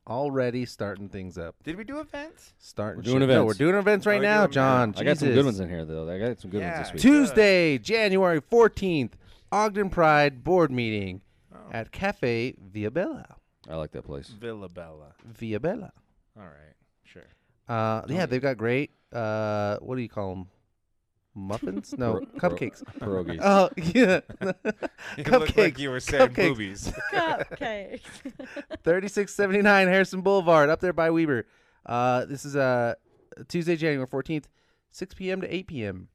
[SPEAKER 1] Already starting things up.
[SPEAKER 2] Did we do events?
[SPEAKER 1] Starting
[SPEAKER 3] We're doing
[SPEAKER 1] shit. No,
[SPEAKER 3] events.
[SPEAKER 1] we're doing events right
[SPEAKER 2] Oh,
[SPEAKER 1] now,
[SPEAKER 2] you're doing
[SPEAKER 1] John.
[SPEAKER 2] events.
[SPEAKER 3] I got some
[SPEAKER 1] Jesus.
[SPEAKER 3] good ones in here, though. I got some good
[SPEAKER 2] Yeah.
[SPEAKER 3] ones this week.
[SPEAKER 1] Tuesday, January 14th, Ogden Pride board meeting
[SPEAKER 2] Oh.
[SPEAKER 1] at Cafe Via Bella.
[SPEAKER 3] I like that place.
[SPEAKER 2] Villabella.
[SPEAKER 1] Via Bella.
[SPEAKER 2] All right. Sure.
[SPEAKER 1] Uh, yeah, they've got great, uh, what do you call them? Muffins? No,
[SPEAKER 3] Pro-
[SPEAKER 1] cupcakes.
[SPEAKER 3] Pierogies.
[SPEAKER 1] Oh, yeah.
[SPEAKER 2] You looked like
[SPEAKER 1] Cupcakes.
[SPEAKER 2] you were saying
[SPEAKER 1] Cupcakes.
[SPEAKER 2] boobies.
[SPEAKER 5] Cupcakes.
[SPEAKER 1] 3679 Harrison Boulevard, up there by Weber. Uh, this is uh, Tuesday, January 14th, 6 p.m. to 8 p.m.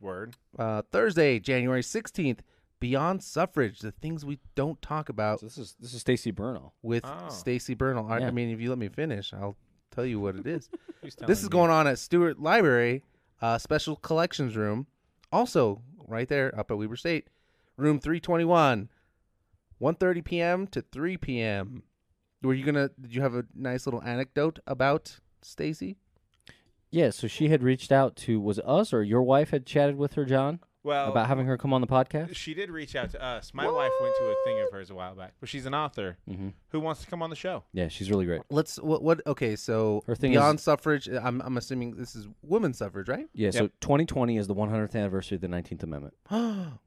[SPEAKER 2] Word.
[SPEAKER 1] Uh, Thursday, January 16th, Beyond Suffrage, the things we don't talk about
[SPEAKER 3] So this is this is Stacy Burnell.
[SPEAKER 1] with
[SPEAKER 2] Oh.
[SPEAKER 1] Stacy Bernal. I, I
[SPEAKER 3] Yeah.
[SPEAKER 1] mean, if you let me finish, I'll tell you what it is. this
[SPEAKER 2] Who's telling
[SPEAKER 1] is
[SPEAKER 2] you?
[SPEAKER 1] going on at Stewart Library, uh, Special Collections Room. Also, right there up at Weber State, room 321, 1.30 p.m. to 3 p.m. Were you gonna? Did you have a nice little anecdote about Stacy?
[SPEAKER 3] Yeah, so she had reached out to was it us or your wife had chatted with her, John,
[SPEAKER 2] Well,
[SPEAKER 3] about having her come on the podcast.
[SPEAKER 2] she did reach out to us. My wife went to a thing of hers a while back, but she's an author
[SPEAKER 3] Mm-hmm.
[SPEAKER 2] who wants to come on the show.
[SPEAKER 3] Yeah, she's really great.
[SPEAKER 1] Let's what? What? Okay, so
[SPEAKER 3] Her thing
[SPEAKER 1] beyond suffrage. I'm I'm assuming this is women's suffrage, right?
[SPEAKER 3] Yeah, so 2020 is the 100th anniversary of the 19th Amendment,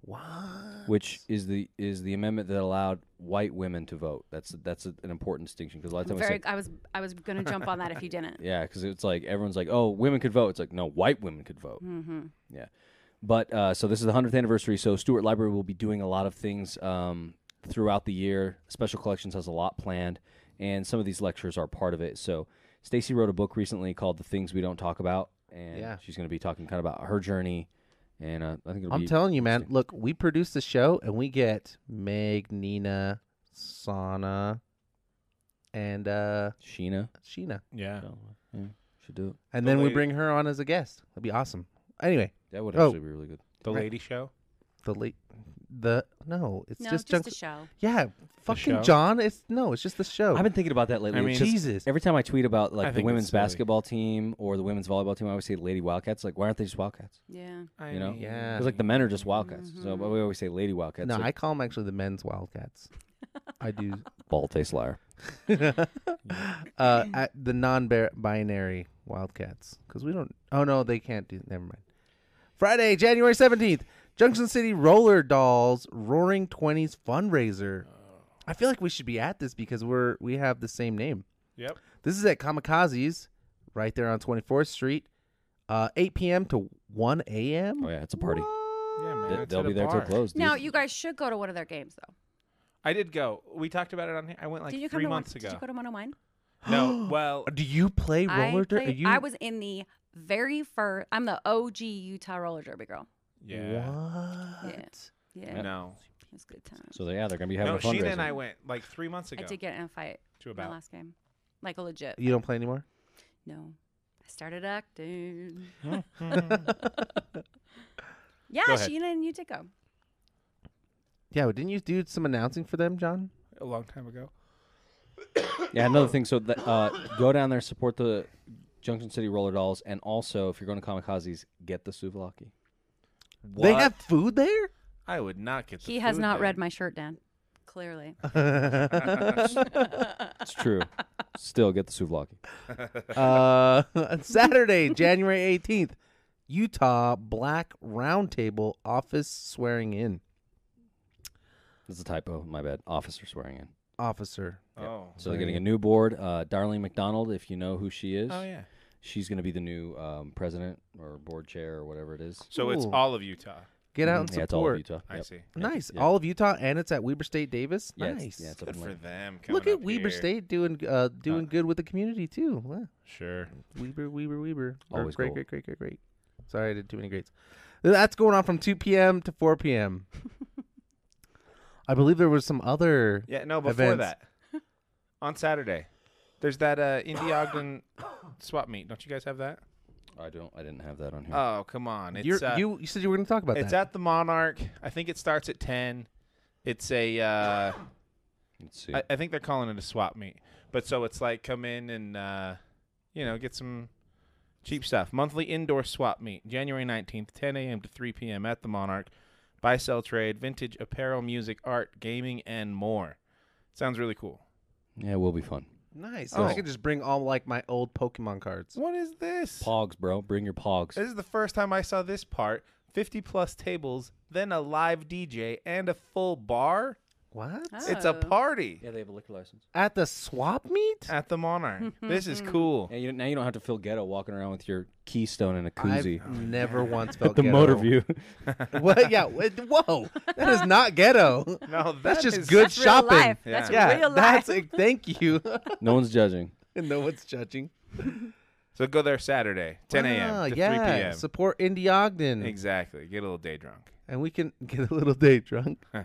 [SPEAKER 1] what?
[SPEAKER 3] which is the is the amendment that allowed white women to vote. That's that's a, an important distinction because a lot of
[SPEAKER 5] I'm
[SPEAKER 3] times
[SPEAKER 5] very,
[SPEAKER 3] it's
[SPEAKER 5] I was I was gonna jump on that if you
[SPEAKER 3] like,
[SPEAKER 5] didn't.
[SPEAKER 3] yeah, because it's like everyone's like, oh, women could vote. It's like no, white women could vote.
[SPEAKER 5] Mm-hmm.
[SPEAKER 3] Yeah. But uh, so this is the 100th anniversary. So Stewart Library will be doing a lot of things um, throughout the year. Special Collections has a lot planned, and some of these lectures are part of it. So Stacy wrote a book recently called "The Things We Don't Talk About," and
[SPEAKER 1] Yeah.
[SPEAKER 3] she's going to be talking kind of about her journey. And uh, I think it'll
[SPEAKER 1] I'm
[SPEAKER 3] be
[SPEAKER 1] telling you, man. Look, we produce the show and we get Meg, Nina, Sana, and uh
[SPEAKER 3] Sheena.
[SPEAKER 1] Sheena,
[SPEAKER 2] Yeah.
[SPEAKER 3] So, yeah, should do it.
[SPEAKER 1] and
[SPEAKER 2] The
[SPEAKER 1] then we
[SPEAKER 2] lady-
[SPEAKER 1] bring her on as a guest. That'd be awesome. Anyway,
[SPEAKER 3] That would
[SPEAKER 1] Oh.
[SPEAKER 3] actually be really good.
[SPEAKER 2] The
[SPEAKER 1] Right.
[SPEAKER 2] lady show.
[SPEAKER 1] the late, the no, it's
[SPEAKER 5] No,
[SPEAKER 1] just,
[SPEAKER 5] just,
[SPEAKER 1] junk.
[SPEAKER 5] a show.
[SPEAKER 1] yeah, fucking
[SPEAKER 2] show?
[SPEAKER 1] John. It's no, it's just the show.
[SPEAKER 3] I've been thinking about that lately.
[SPEAKER 2] Oh. I
[SPEAKER 3] It's
[SPEAKER 2] mean-
[SPEAKER 3] just-
[SPEAKER 1] Jesus.
[SPEAKER 3] every time I tweet about
[SPEAKER 2] I
[SPEAKER 3] like the
[SPEAKER 2] think it's
[SPEAKER 3] women's
[SPEAKER 2] silly.
[SPEAKER 3] basketball team or the women's volleyball team, I always say Lady Wildcats. Like, why aren't they just Wildcats?
[SPEAKER 5] Yeah.
[SPEAKER 2] I
[SPEAKER 3] You know?
[SPEAKER 2] mean, Mm-hmm.
[SPEAKER 1] Yeah.
[SPEAKER 3] Because like the men are just Wildcats. So but we always say Lady Wildcats.
[SPEAKER 1] no,
[SPEAKER 3] So-
[SPEAKER 1] I call them actually the men's Wildcats. I do.
[SPEAKER 3] bald face liar.
[SPEAKER 1] uh, at the non-binary Wildcats because we don't. Oh no, they can't do. Never mind. Friday, January seventeenth, Junction City Roller Dolls Roaring Twenties fundraiser. I feel like we should be at this because we're we have the same name.
[SPEAKER 2] Yep.
[SPEAKER 1] This is at Kamikazes, right there on Twenty Fourth Street, uh, eight p.m. to one a.m.
[SPEAKER 3] Oh yeah, it's a party.
[SPEAKER 2] Yeah, man.
[SPEAKER 3] They,
[SPEAKER 2] it's
[SPEAKER 3] will
[SPEAKER 2] at a
[SPEAKER 3] be there till
[SPEAKER 2] bar.
[SPEAKER 3] close.
[SPEAKER 5] Now
[SPEAKER 3] dude.
[SPEAKER 5] you guys should go to one of their games though.
[SPEAKER 2] I did go. We talked about it on here. I went like
[SPEAKER 5] did you come
[SPEAKER 2] three
[SPEAKER 5] to
[SPEAKER 2] months
[SPEAKER 5] one?
[SPEAKER 2] ago.
[SPEAKER 5] Did you go to one of mine?
[SPEAKER 2] no. Well,
[SPEAKER 1] Do you play roller?
[SPEAKER 5] I,
[SPEAKER 1] der-
[SPEAKER 5] played-
[SPEAKER 1] you-
[SPEAKER 5] I was in the very first. I'm the OG Utah roller derby girl.
[SPEAKER 2] yeah.
[SPEAKER 1] What?
[SPEAKER 5] Yeah, it
[SPEAKER 2] No.
[SPEAKER 5] was good time.
[SPEAKER 3] so they- yeah, they're gonna be having
[SPEAKER 2] No,
[SPEAKER 3] a fundraiser.
[SPEAKER 2] Sheena and I went like three months
[SPEAKER 5] I
[SPEAKER 2] ago
[SPEAKER 5] did get in a fight
[SPEAKER 2] to
[SPEAKER 5] my
[SPEAKER 2] about.
[SPEAKER 5] last game, like a legit.
[SPEAKER 1] You don't play anymore.
[SPEAKER 5] No, I started acting. yeah,
[SPEAKER 2] Go ahead.
[SPEAKER 5] Sheena and you did go.
[SPEAKER 1] Yeah, but didn't you do some announcing for them, John?
[SPEAKER 2] a long time ago.
[SPEAKER 3] yeah, another thing. So that, uh, go down there, support the Junction City Roller Dolls, and also if you're going to Kamikazes, get the souvlaki.
[SPEAKER 1] They
[SPEAKER 2] What?
[SPEAKER 1] have food there.
[SPEAKER 2] I would not get. The
[SPEAKER 5] He has
[SPEAKER 2] food
[SPEAKER 5] not
[SPEAKER 2] there.
[SPEAKER 5] read my shirt, Dan. Clearly,
[SPEAKER 1] Uh,
[SPEAKER 3] It's true. Still get the souvlaki.
[SPEAKER 1] uh, Saturday, January eighteenth, Utah Black Roundtable Office swearing in
[SPEAKER 3] That's a typo. My bad. Officer swearing in.
[SPEAKER 1] officer.
[SPEAKER 2] Oh.
[SPEAKER 3] So they're getting a new board. Uh, Darlene McDonald, if you know who she is,
[SPEAKER 2] Oh yeah.
[SPEAKER 3] she's going to be the new um, president or board chair or whatever it is.
[SPEAKER 2] So it's
[SPEAKER 1] Ooh.
[SPEAKER 2] all of Utah.
[SPEAKER 1] Get out and
[SPEAKER 3] Mm, Yeah, it's all
[SPEAKER 1] support.
[SPEAKER 3] of Utah.
[SPEAKER 2] I
[SPEAKER 3] Yep.
[SPEAKER 2] see.
[SPEAKER 1] Nice,
[SPEAKER 3] Yeah.
[SPEAKER 1] all of Utah, and it's at Weber State Davis.
[SPEAKER 3] Yeah, it's-
[SPEAKER 1] nice.
[SPEAKER 3] yeah, it's up
[SPEAKER 2] Good
[SPEAKER 3] in
[SPEAKER 2] for
[SPEAKER 3] Lincoln.
[SPEAKER 2] them.
[SPEAKER 1] Look
[SPEAKER 2] coming
[SPEAKER 1] at
[SPEAKER 2] up
[SPEAKER 1] Weber
[SPEAKER 2] here.
[SPEAKER 1] State doing uh, doing good with the community too. Wow.
[SPEAKER 2] Sure.
[SPEAKER 1] Weber, Weber, Weber. Or
[SPEAKER 3] Always
[SPEAKER 1] great,
[SPEAKER 3] cool.
[SPEAKER 1] great, great, great, great. Sorry, I did too many greats. That's going on from two p.m. to four p.m. I believe there was some other.
[SPEAKER 2] Yeah, no, before
[SPEAKER 1] events.
[SPEAKER 2] that. On Saturday. There's that uh Indie Ogden swap meet. Don't you guys have that?
[SPEAKER 3] I don't. I didn't have that on here.
[SPEAKER 1] Uh,
[SPEAKER 2] Oh, come on. It's
[SPEAKER 1] You're,
[SPEAKER 2] uh,
[SPEAKER 1] you you said you were going to talk about
[SPEAKER 2] it's
[SPEAKER 1] that.
[SPEAKER 2] at the Monarch. I think it starts at 10. It's a uh
[SPEAKER 3] Let's see.
[SPEAKER 2] I, I think they're calling it a swap meet. But so it's like come in and uh you know, get some cheap stuff. Monthly indoor swap meet, January 19th, 10 a.m. to 3 p.m. at the Monarch. Buy, sell, trade, vintage apparel, music, art, gaming, and more. Sounds really cool.
[SPEAKER 3] yeah, it will be fun.
[SPEAKER 1] Nice. So I
[SPEAKER 2] Oh.
[SPEAKER 1] could just bring all like my old Pokemon cards.
[SPEAKER 2] What is this?
[SPEAKER 3] Pogs, bro. Bring your pogs.
[SPEAKER 2] This is the first time I saw this part. 50 plus tables, then a live DJ and a full bar.
[SPEAKER 1] What?
[SPEAKER 2] It's a
[SPEAKER 5] Oh.
[SPEAKER 2] party
[SPEAKER 3] Yeah, they have a liquor license.
[SPEAKER 1] At the swap meet?
[SPEAKER 2] at the Monarch. this is cool.
[SPEAKER 3] Yeah, you, now you don't have to feel ghetto walking around with your keystone and a koozie.
[SPEAKER 2] Oh,
[SPEAKER 1] I've never once felt
[SPEAKER 3] the
[SPEAKER 1] ghetto.
[SPEAKER 3] motor view.
[SPEAKER 1] what? Yeah. What, whoa. That is not ghetto.
[SPEAKER 2] No, that
[SPEAKER 1] that's just
[SPEAKER 2] is-
[SPEAKER 1] good
[SPEAKER 5] That's real
[SPEAKER 1] shopping.
[SPEAKER 5] life. That's
[SPEAKER 1] yeah.
[SPEAKER 5] real
[SPEAKER 1] That's a, thank you.
[SPEAKER 3] no one's judging.
[SPEAKER 1] no one's judging.
[SPEAKER 2] So go there Saturday, 10 a.m.
[SPEAKER 1] Ah,
[SPEAKER 2] to
[SPEAKER 1] yeah.
[SPEAKER 2] 3 p.m.
[SPEAKER 1] Support Indie Ogden.
[SPEAKER 2] Exactly. Get a little day drunk.
[SPEAKER 1] And we can get a little day drunk.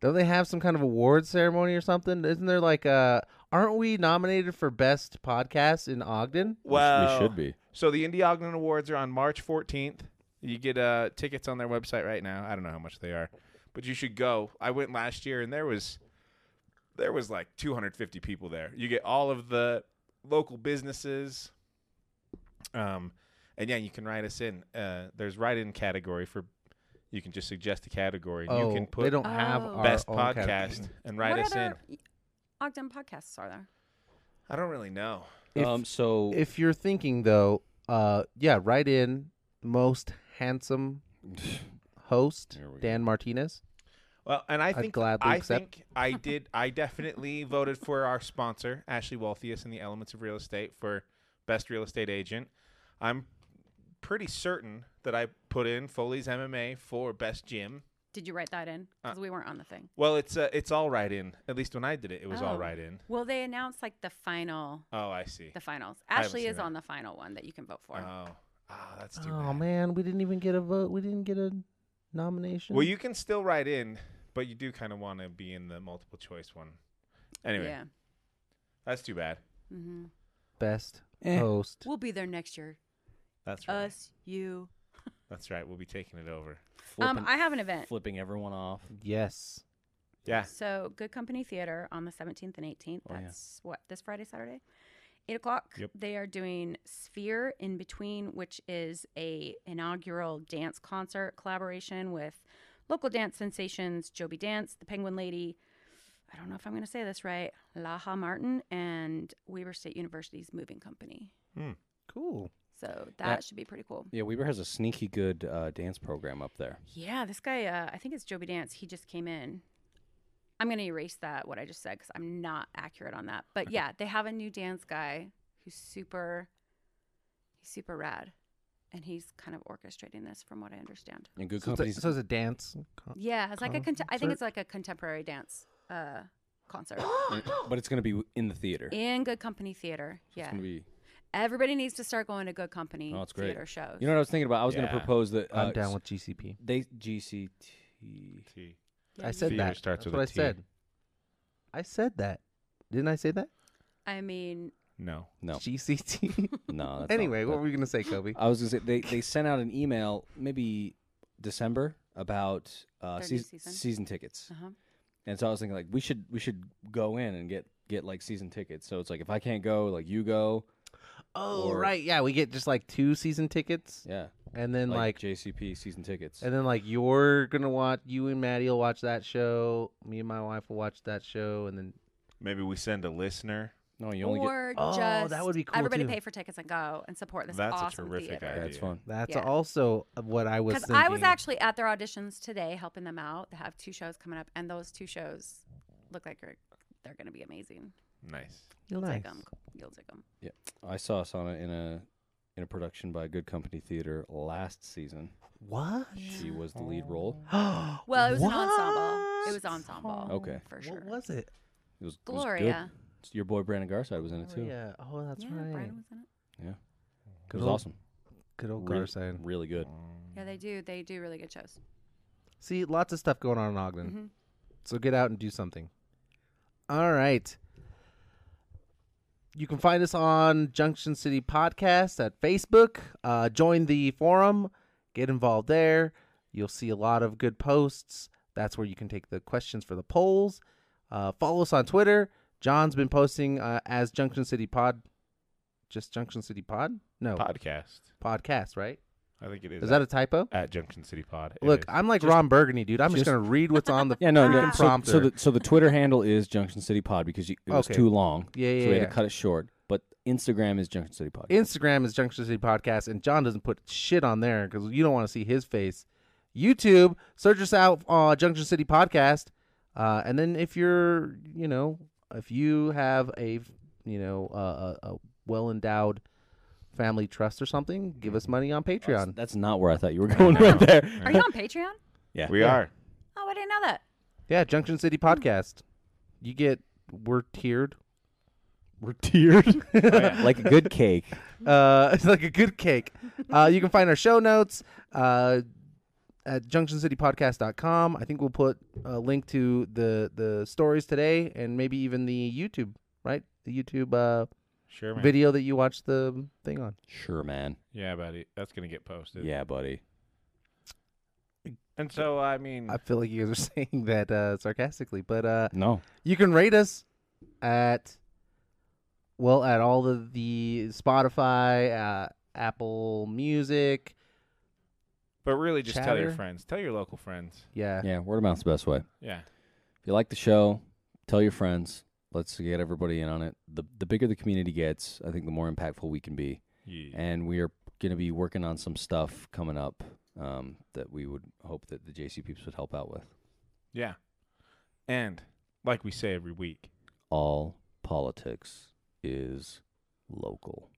[SPEAKER 1] Don't they have some kind of award ceremony or something? Isn't there like uh aren't we nominated for best podcast in Ogden?
[SPEAKER 2] Well,
[SPEAKER 3] should be.
[SPEAKER 2] So the Indie Ogden Awards are on March 14th. You get uh, tickets on their website right now. I don't know how much they are, but you should go. I went last year and there was there was like 250 people there. You get all of the local businesses. Um, and yeah, you can write us in. Uh, there's write-in category for. You can just suggest a category. and
[SPEAKER 1] Oh,
[SPEAKER 2] you can
[SPEAKER 1] they
[SPEAKER 2] put
[SPEAKER 1] don't have
[SPEAKER 5] Oh.
[SPEAKER 1] our
[SPEAKER 2] best
[SPEAKER 1] own category.
[SPEAKER 2] podcast and write
[SPEAKER 5] what
[SPEAKER 2] us in.
[SPEAKER 5] other y- Ogden podcasts are there?
[SPEAKER 2] I don't really know.
[SPEAKER 1] If-
[SPEAKER 3] um, so
[SPEAKER 1] If you're thinking though, uh yeah, write in most handsome host
[SPEAKER 3] There we
[SPEAKER 1] Dan Martinez.
[SPEAKER 2] Well, and I
[SPEAKER 1] I'd
[SPEAKER 2] think
[SPEAKER 1] gladly
[SPEAKER 2] I
[SPEAKER 1] accept.
[SPEAKER 2] think I did. I definitely voted for our sponsor, Ashley Walthius and the Elements of Real Estate for best real estate agent. I'm pretty certain that I put in Foley's MMA for best gym.
[SPEAKER 5] Did you write that in?
[SPEAKER 2] Uh,
[SPEAKER 5] Because we weren't on the thing.
[SPEAKER 2] Well, it's uh, it's all right in. At least when I did it, it was all
[SPEAKER 5] Oh.
[SPEAKER 2] right in.
[SPEAKER 5] Well, they announced like the final,
[SPEAKER 2] Oh, I see.
[SPEAKER 5] the finals.
[SPEAKER 2] haven't
[SPEAKER 5] Ashley
[SPEAKER 2] seen
[SPEAKER 5] is
[SPEAKER 2] that.
[SPEAKER 5] on the final one that you can vote for.
[SPEAKER 2] Oh, oh, that's too
[SPEAKER 1] Oh
[SPEAKER 2] bad.
[SPEAKER 1] man, we didn't even get a vote. We didn't get a nomination.
[SPEAKER 2] Well, you can still write in, but you do kind of want to be in the multiple choice one. Anyway,
[SPEAKER 5] Yeah.
[SPEAKER 2] that's too bad.
[SPEAKER 5] hmm
[SPEAKER 1] best
[SPEAKER 3] Eh.
[SPEAKER 1] host.
[SPEAKER 5] We'll be there next year.
[SPEAKER 2] That's right.
[SPEAKER 5] Us, you.
[SPEAKER 2] That's right. We'll be taking it over.
[SPEAKER 3] flipping,
[SPEAKER 5] Um, I have an event.
[SPEAKER 3] flipping everyone off.
[SPEAKER 1] Yes.
[SPEAKER 2] Yeah.
[SPEAKER 5] So, Good Company Theater on the 17th and 18th.
[SPEAKER 3] Oh, yeah.
[SPEAKER 5] That's what, this Friday, Saturday? 8 o'clock.
[SPEAKER 2] Yep.
[SPEAKER 5] They are doing Sphere in Between, which is a inaugural dance concert collaboration with local dance sensations Joby Dance, The Penguin Lady. I don't know if I'm going to say this right. Laha Martin and Weber State University's Moving Company.
[SPEAKER 1] Cool.
[SPEAKER 5] So that,
[SPEAKER 3] That-
[SPEAKER 5] should be pretty cool.
[SPEAKER 3] Yeah, Weber has a sneaky good uh, dance program up there.
[SPEAKER 5] Yeah, this guy, uh, I think it's Joby Dance. He just came in. I'm going to erase that, what I just said, because I'm not accurate on that. But yeah, they have a new dance guy who's super, he's super rad. And he's kind of orchestrating this, from what I understand.
[SPEAKER 3] And good
[SPEAKER 1] So it's, a,
[SPEAKER 3] companies.
[SPEAKER 1] so it's a dance. con-
[SPEAKER 5] Yeah, it's like a, cont- I think it's
[SPEAKER 1] Concert?
[SPEAKER 5] like a contemporary dance uh, concert
[SPEAKER 3] but it's going to be w- in the theater. So
[SPEAKER 5] in Good Company Theater.
[SPEAKER 3] It's
[SPEAKER 5] Yeah.
[SPEAKER 3] going to be.
[SPEAKER 5] Everybody needs to start going to Good Company
[SPEAKER 3] Oh, it's great.
[SPEAKER 5] theater shows.
[SPEAKER 3] You know what I was thinking about? I was
[SPEAKER 2] Yeah.
[SPEAKER 3] going to propose that uh,
[SPEAKER 1] I'm down with GCP.
[SPEAKER 3] they GCT.
[SPEAKER 2] T.
[SPEAKER 5] Yeah,
[SPEAKER 1] I
[SPEAKER 5] you-
[SPEAKER 1] said
[SPEAKER 2] Theater
[SPEAKER 1] that.
[SPEAKER 2] starts
[SPEAKER 1] That's
[SPEAKER 2] with
[SPEAKER 1] what I
[SPEAKER 2] a T.
[SPEAKER 1] said. I said that. Didn't I say that?
[SPEAKER 5] I mean,
[SPEAKER 2] No.
[SPEAKER 3] No,
[SPEAKER 1] GCT.
[SPEAKER 3] no. that's not-
[SPEAKER 1] anyway, what
[SPEAKER 3] that-
[SPEAKER 1] were we gonna say, Kobe?
[SPEAKER 3] I was going to say they, they sent out an email maybe December about uh,
[SPEAKER 5] Their new
[SPEAKER 3] seas-
[SPEAKER 5] season?
[SPEAKER 3] season tickets,
[SPEAKER 5] uh-huh.
[SPEAKER 3] and so I was thinking like we should we should go in and get get like season tickets. So it's like if I can't go, like you go.
[SPEAKER 1] Oh
[SPEAKER 3] Or-
[SPEAKER 1] right, yeah. We get just like two season tickets,
[SPEAKER 3] Yeah,
[SPEAKER 1] and then like,
[SPEAKER 3] JCP season tickets.
[SPEAKER 1] and then like you're gonna watch. You and Maddie will watch that show. Me and my wife will watch that show, and then
[SPEAKER 2] Maybe we send a listener.
[SPEAKER 3] no, you only get.
[SPEAKER 5] or
[SPEAKER 1] Oh,
[SPEAKER 5] just
[SPEAKER 1] that would be cool,
[SPEAKER 5] everybody
[SPEAKER 1] too.
[SPEAKER 5] pay for tickets and go and support this
[SPEAKER 2] That's a
[SPEAKER 5] awesome
[SPEAKER 2] terrific
[SPEAKER 5] theater.
[SPEAKER 2] idea.
[SPEAKER 3] That's fun.
[SPEAKER 1] that's
[SPEAKER 5] Yeah.
[SPEAKER 1] also what I was.
[SPEAKER 5] Because I was
[SPEAKER 1] thinking.
[SPEAKER 5] actually at their auditions today, helping them out. They have two shows coming up, and those two shows look like they're, they're going to be amazing.
[SPEAKER 2] Nice.
[SPEAKER 5] You'll
[SPEAKER 1] nice.
[SPEAKER 5] take 'em. You'll take 'em.
[SPEAKER 3] Yeah, I saw Asana in a in a production by Good Company Theater last season.
[SPEAKER 1] What?
[SPEAKER 3] She was the lead role.
[SPEAKER 5] Well, it was an ensemble. It was ensemble.
[SPEAKER 3] Okay.
[SPEAKER 5] for sure.
[SPEAKER 1] What was it?
[SPEAKER 3] It was it was good.
[SPEAKER 5] Gloria.
[SPEAKER 3] Your boy Brandon Garside was in it too.
[SPEAKER 1] Yeah. Oh, that's
[SPEAKER 5] yeah,
[SPEAKER 1] right.
[SPEAKER 5] Brian was in it.
[SPEAKER 3] It
[SPEAKER 1] Good
[SPEAKER 3] was
[SPEAKER 1] old-
[SPEAKER 3] awesome.
[SPEAKER 1] Good old
[SPEAKER 3] Re-
[SPEAKER 1] Garside.
[SPEAKER 3] really good.
[SPEAKER 5] Yeah, they do. They do really good shows.
[SPEAKER 1] See, lots of stuff going on in Ogden.
[SPEAKER 5] Mhm.
[SPEAKER 1] So get out and do something. All right. You can find us on Junction City Podcast at Facebook. Uh, join the forum, get involved there. You'll see a lot of good posts. That's where you can take the questions for the polls. Uh, follow us on Twitter. John's been posting uh, as Junction City Pod. Just Junction City Pod? No,
[SPEAKER 2] Podcast.
[SPEAKER 1] podcast, right?
[SPEAKER 2] I think it is.
[SPEAKER 1] Oh. Is that a typo?
[SPEAKER 2] at Junction City Pod? It
[SPEAKER 1] Look,
[SPEAKER 2] is.
[SPEAKER 1] I'm like Ron Burgundy, dude. I'm just,
[SPEAKER 3] just-
[SPEAKER 1] gonna read what's on the
[SPEAKER 3] Yeah, no,
[SPEAKER 1] freaking
[SPEAKER 3] no. So,
[SPEAKER 1] prompter.
[SPEAKER 3] so the so the Twitter handle is Junction City Pod because you, it was
[SPEAKER 1] Okay.
[SPEAKER 3] too long.
[SPEAKER 1] Yeah, yeah,
[SPEAKER 3] So we had
[SPEAKER 1] yeah.
[SPEAKER 3] to cut it short. But Instagram is Junction City Pod.
[SPEAKER 1] Instagram is Junction City Podcast, and John doesn't put shit on there because you don't want to see his face. YouTube, search us out, uh, Junction City Podcast, uh, and then if you're, you know, if you have a, you know, uh, a, a well endowed family trust or something, give us money on
[SPEAKER 3] that's,
[SPEAKER 1] Patreon.
[SPEAKER 3] that's not where I thought you were going right there.
[SPEAKER 5] Are you on Patreon?
[SPEAKER 3] Yeah.
[SPEAKER 2] we are.
[SPEAKER 5] Oh, I didn't know that.
[SPEAKER 1] Yeah, Junction City Podcast. You get we're tiered.
[SPEAKER 2] We're tiered.
[SPEAKER 3] like a good cake.
[SPEAKER 1] uh, it's like a good cake. Uh, you can find our show notes uh, at junctioncitypodcast.com. I think we'll put a link to the the stories today and maybe even the YouTube, right? The YouTube uh,
[SPEAKER 2] Sure, man.
[SPEAKER 1] video that you watched the thing on.
[SPEAKER 3] Sure, man.
[SPEAKER 2] Yeah, buddy. That's gonna get posted.
[SPEAKER 3] Yeah, buddy.
[SPEAKER 2] And so I mean,
[SPEAKER 1] I feel like you guys are saying that uh, sarcastically, but uh,
[SPEAKER 3] No.
[SPEAKER 1] you can rate us at well at all of the Spotify, uh, Apple Music.
[SPEAKER 2] but really, just tell your
[SPEAKER 1] chatter.
[SPEAKER 2] friends. Tell your local friends.
[SPEAKER 1] Yeah,
[SPEAKER 3] Yeah, word of mouth's the best way.
[SPEAKER 2] Yeah.
[SPEAKER 3] If you like the show, tell your friends. Let's get everybody in on it. The the bigger the community gets, I think the more impactful we can be.
[SPEAKER 2] Yeah.
[SPEAKER 3] And we are going to be working on some stuff coming up um, that we would hope that the JC peeps would help out with.
[SPEAKER 2] yeah. And like we say every week.
[SPEAKER 3] All politics is local.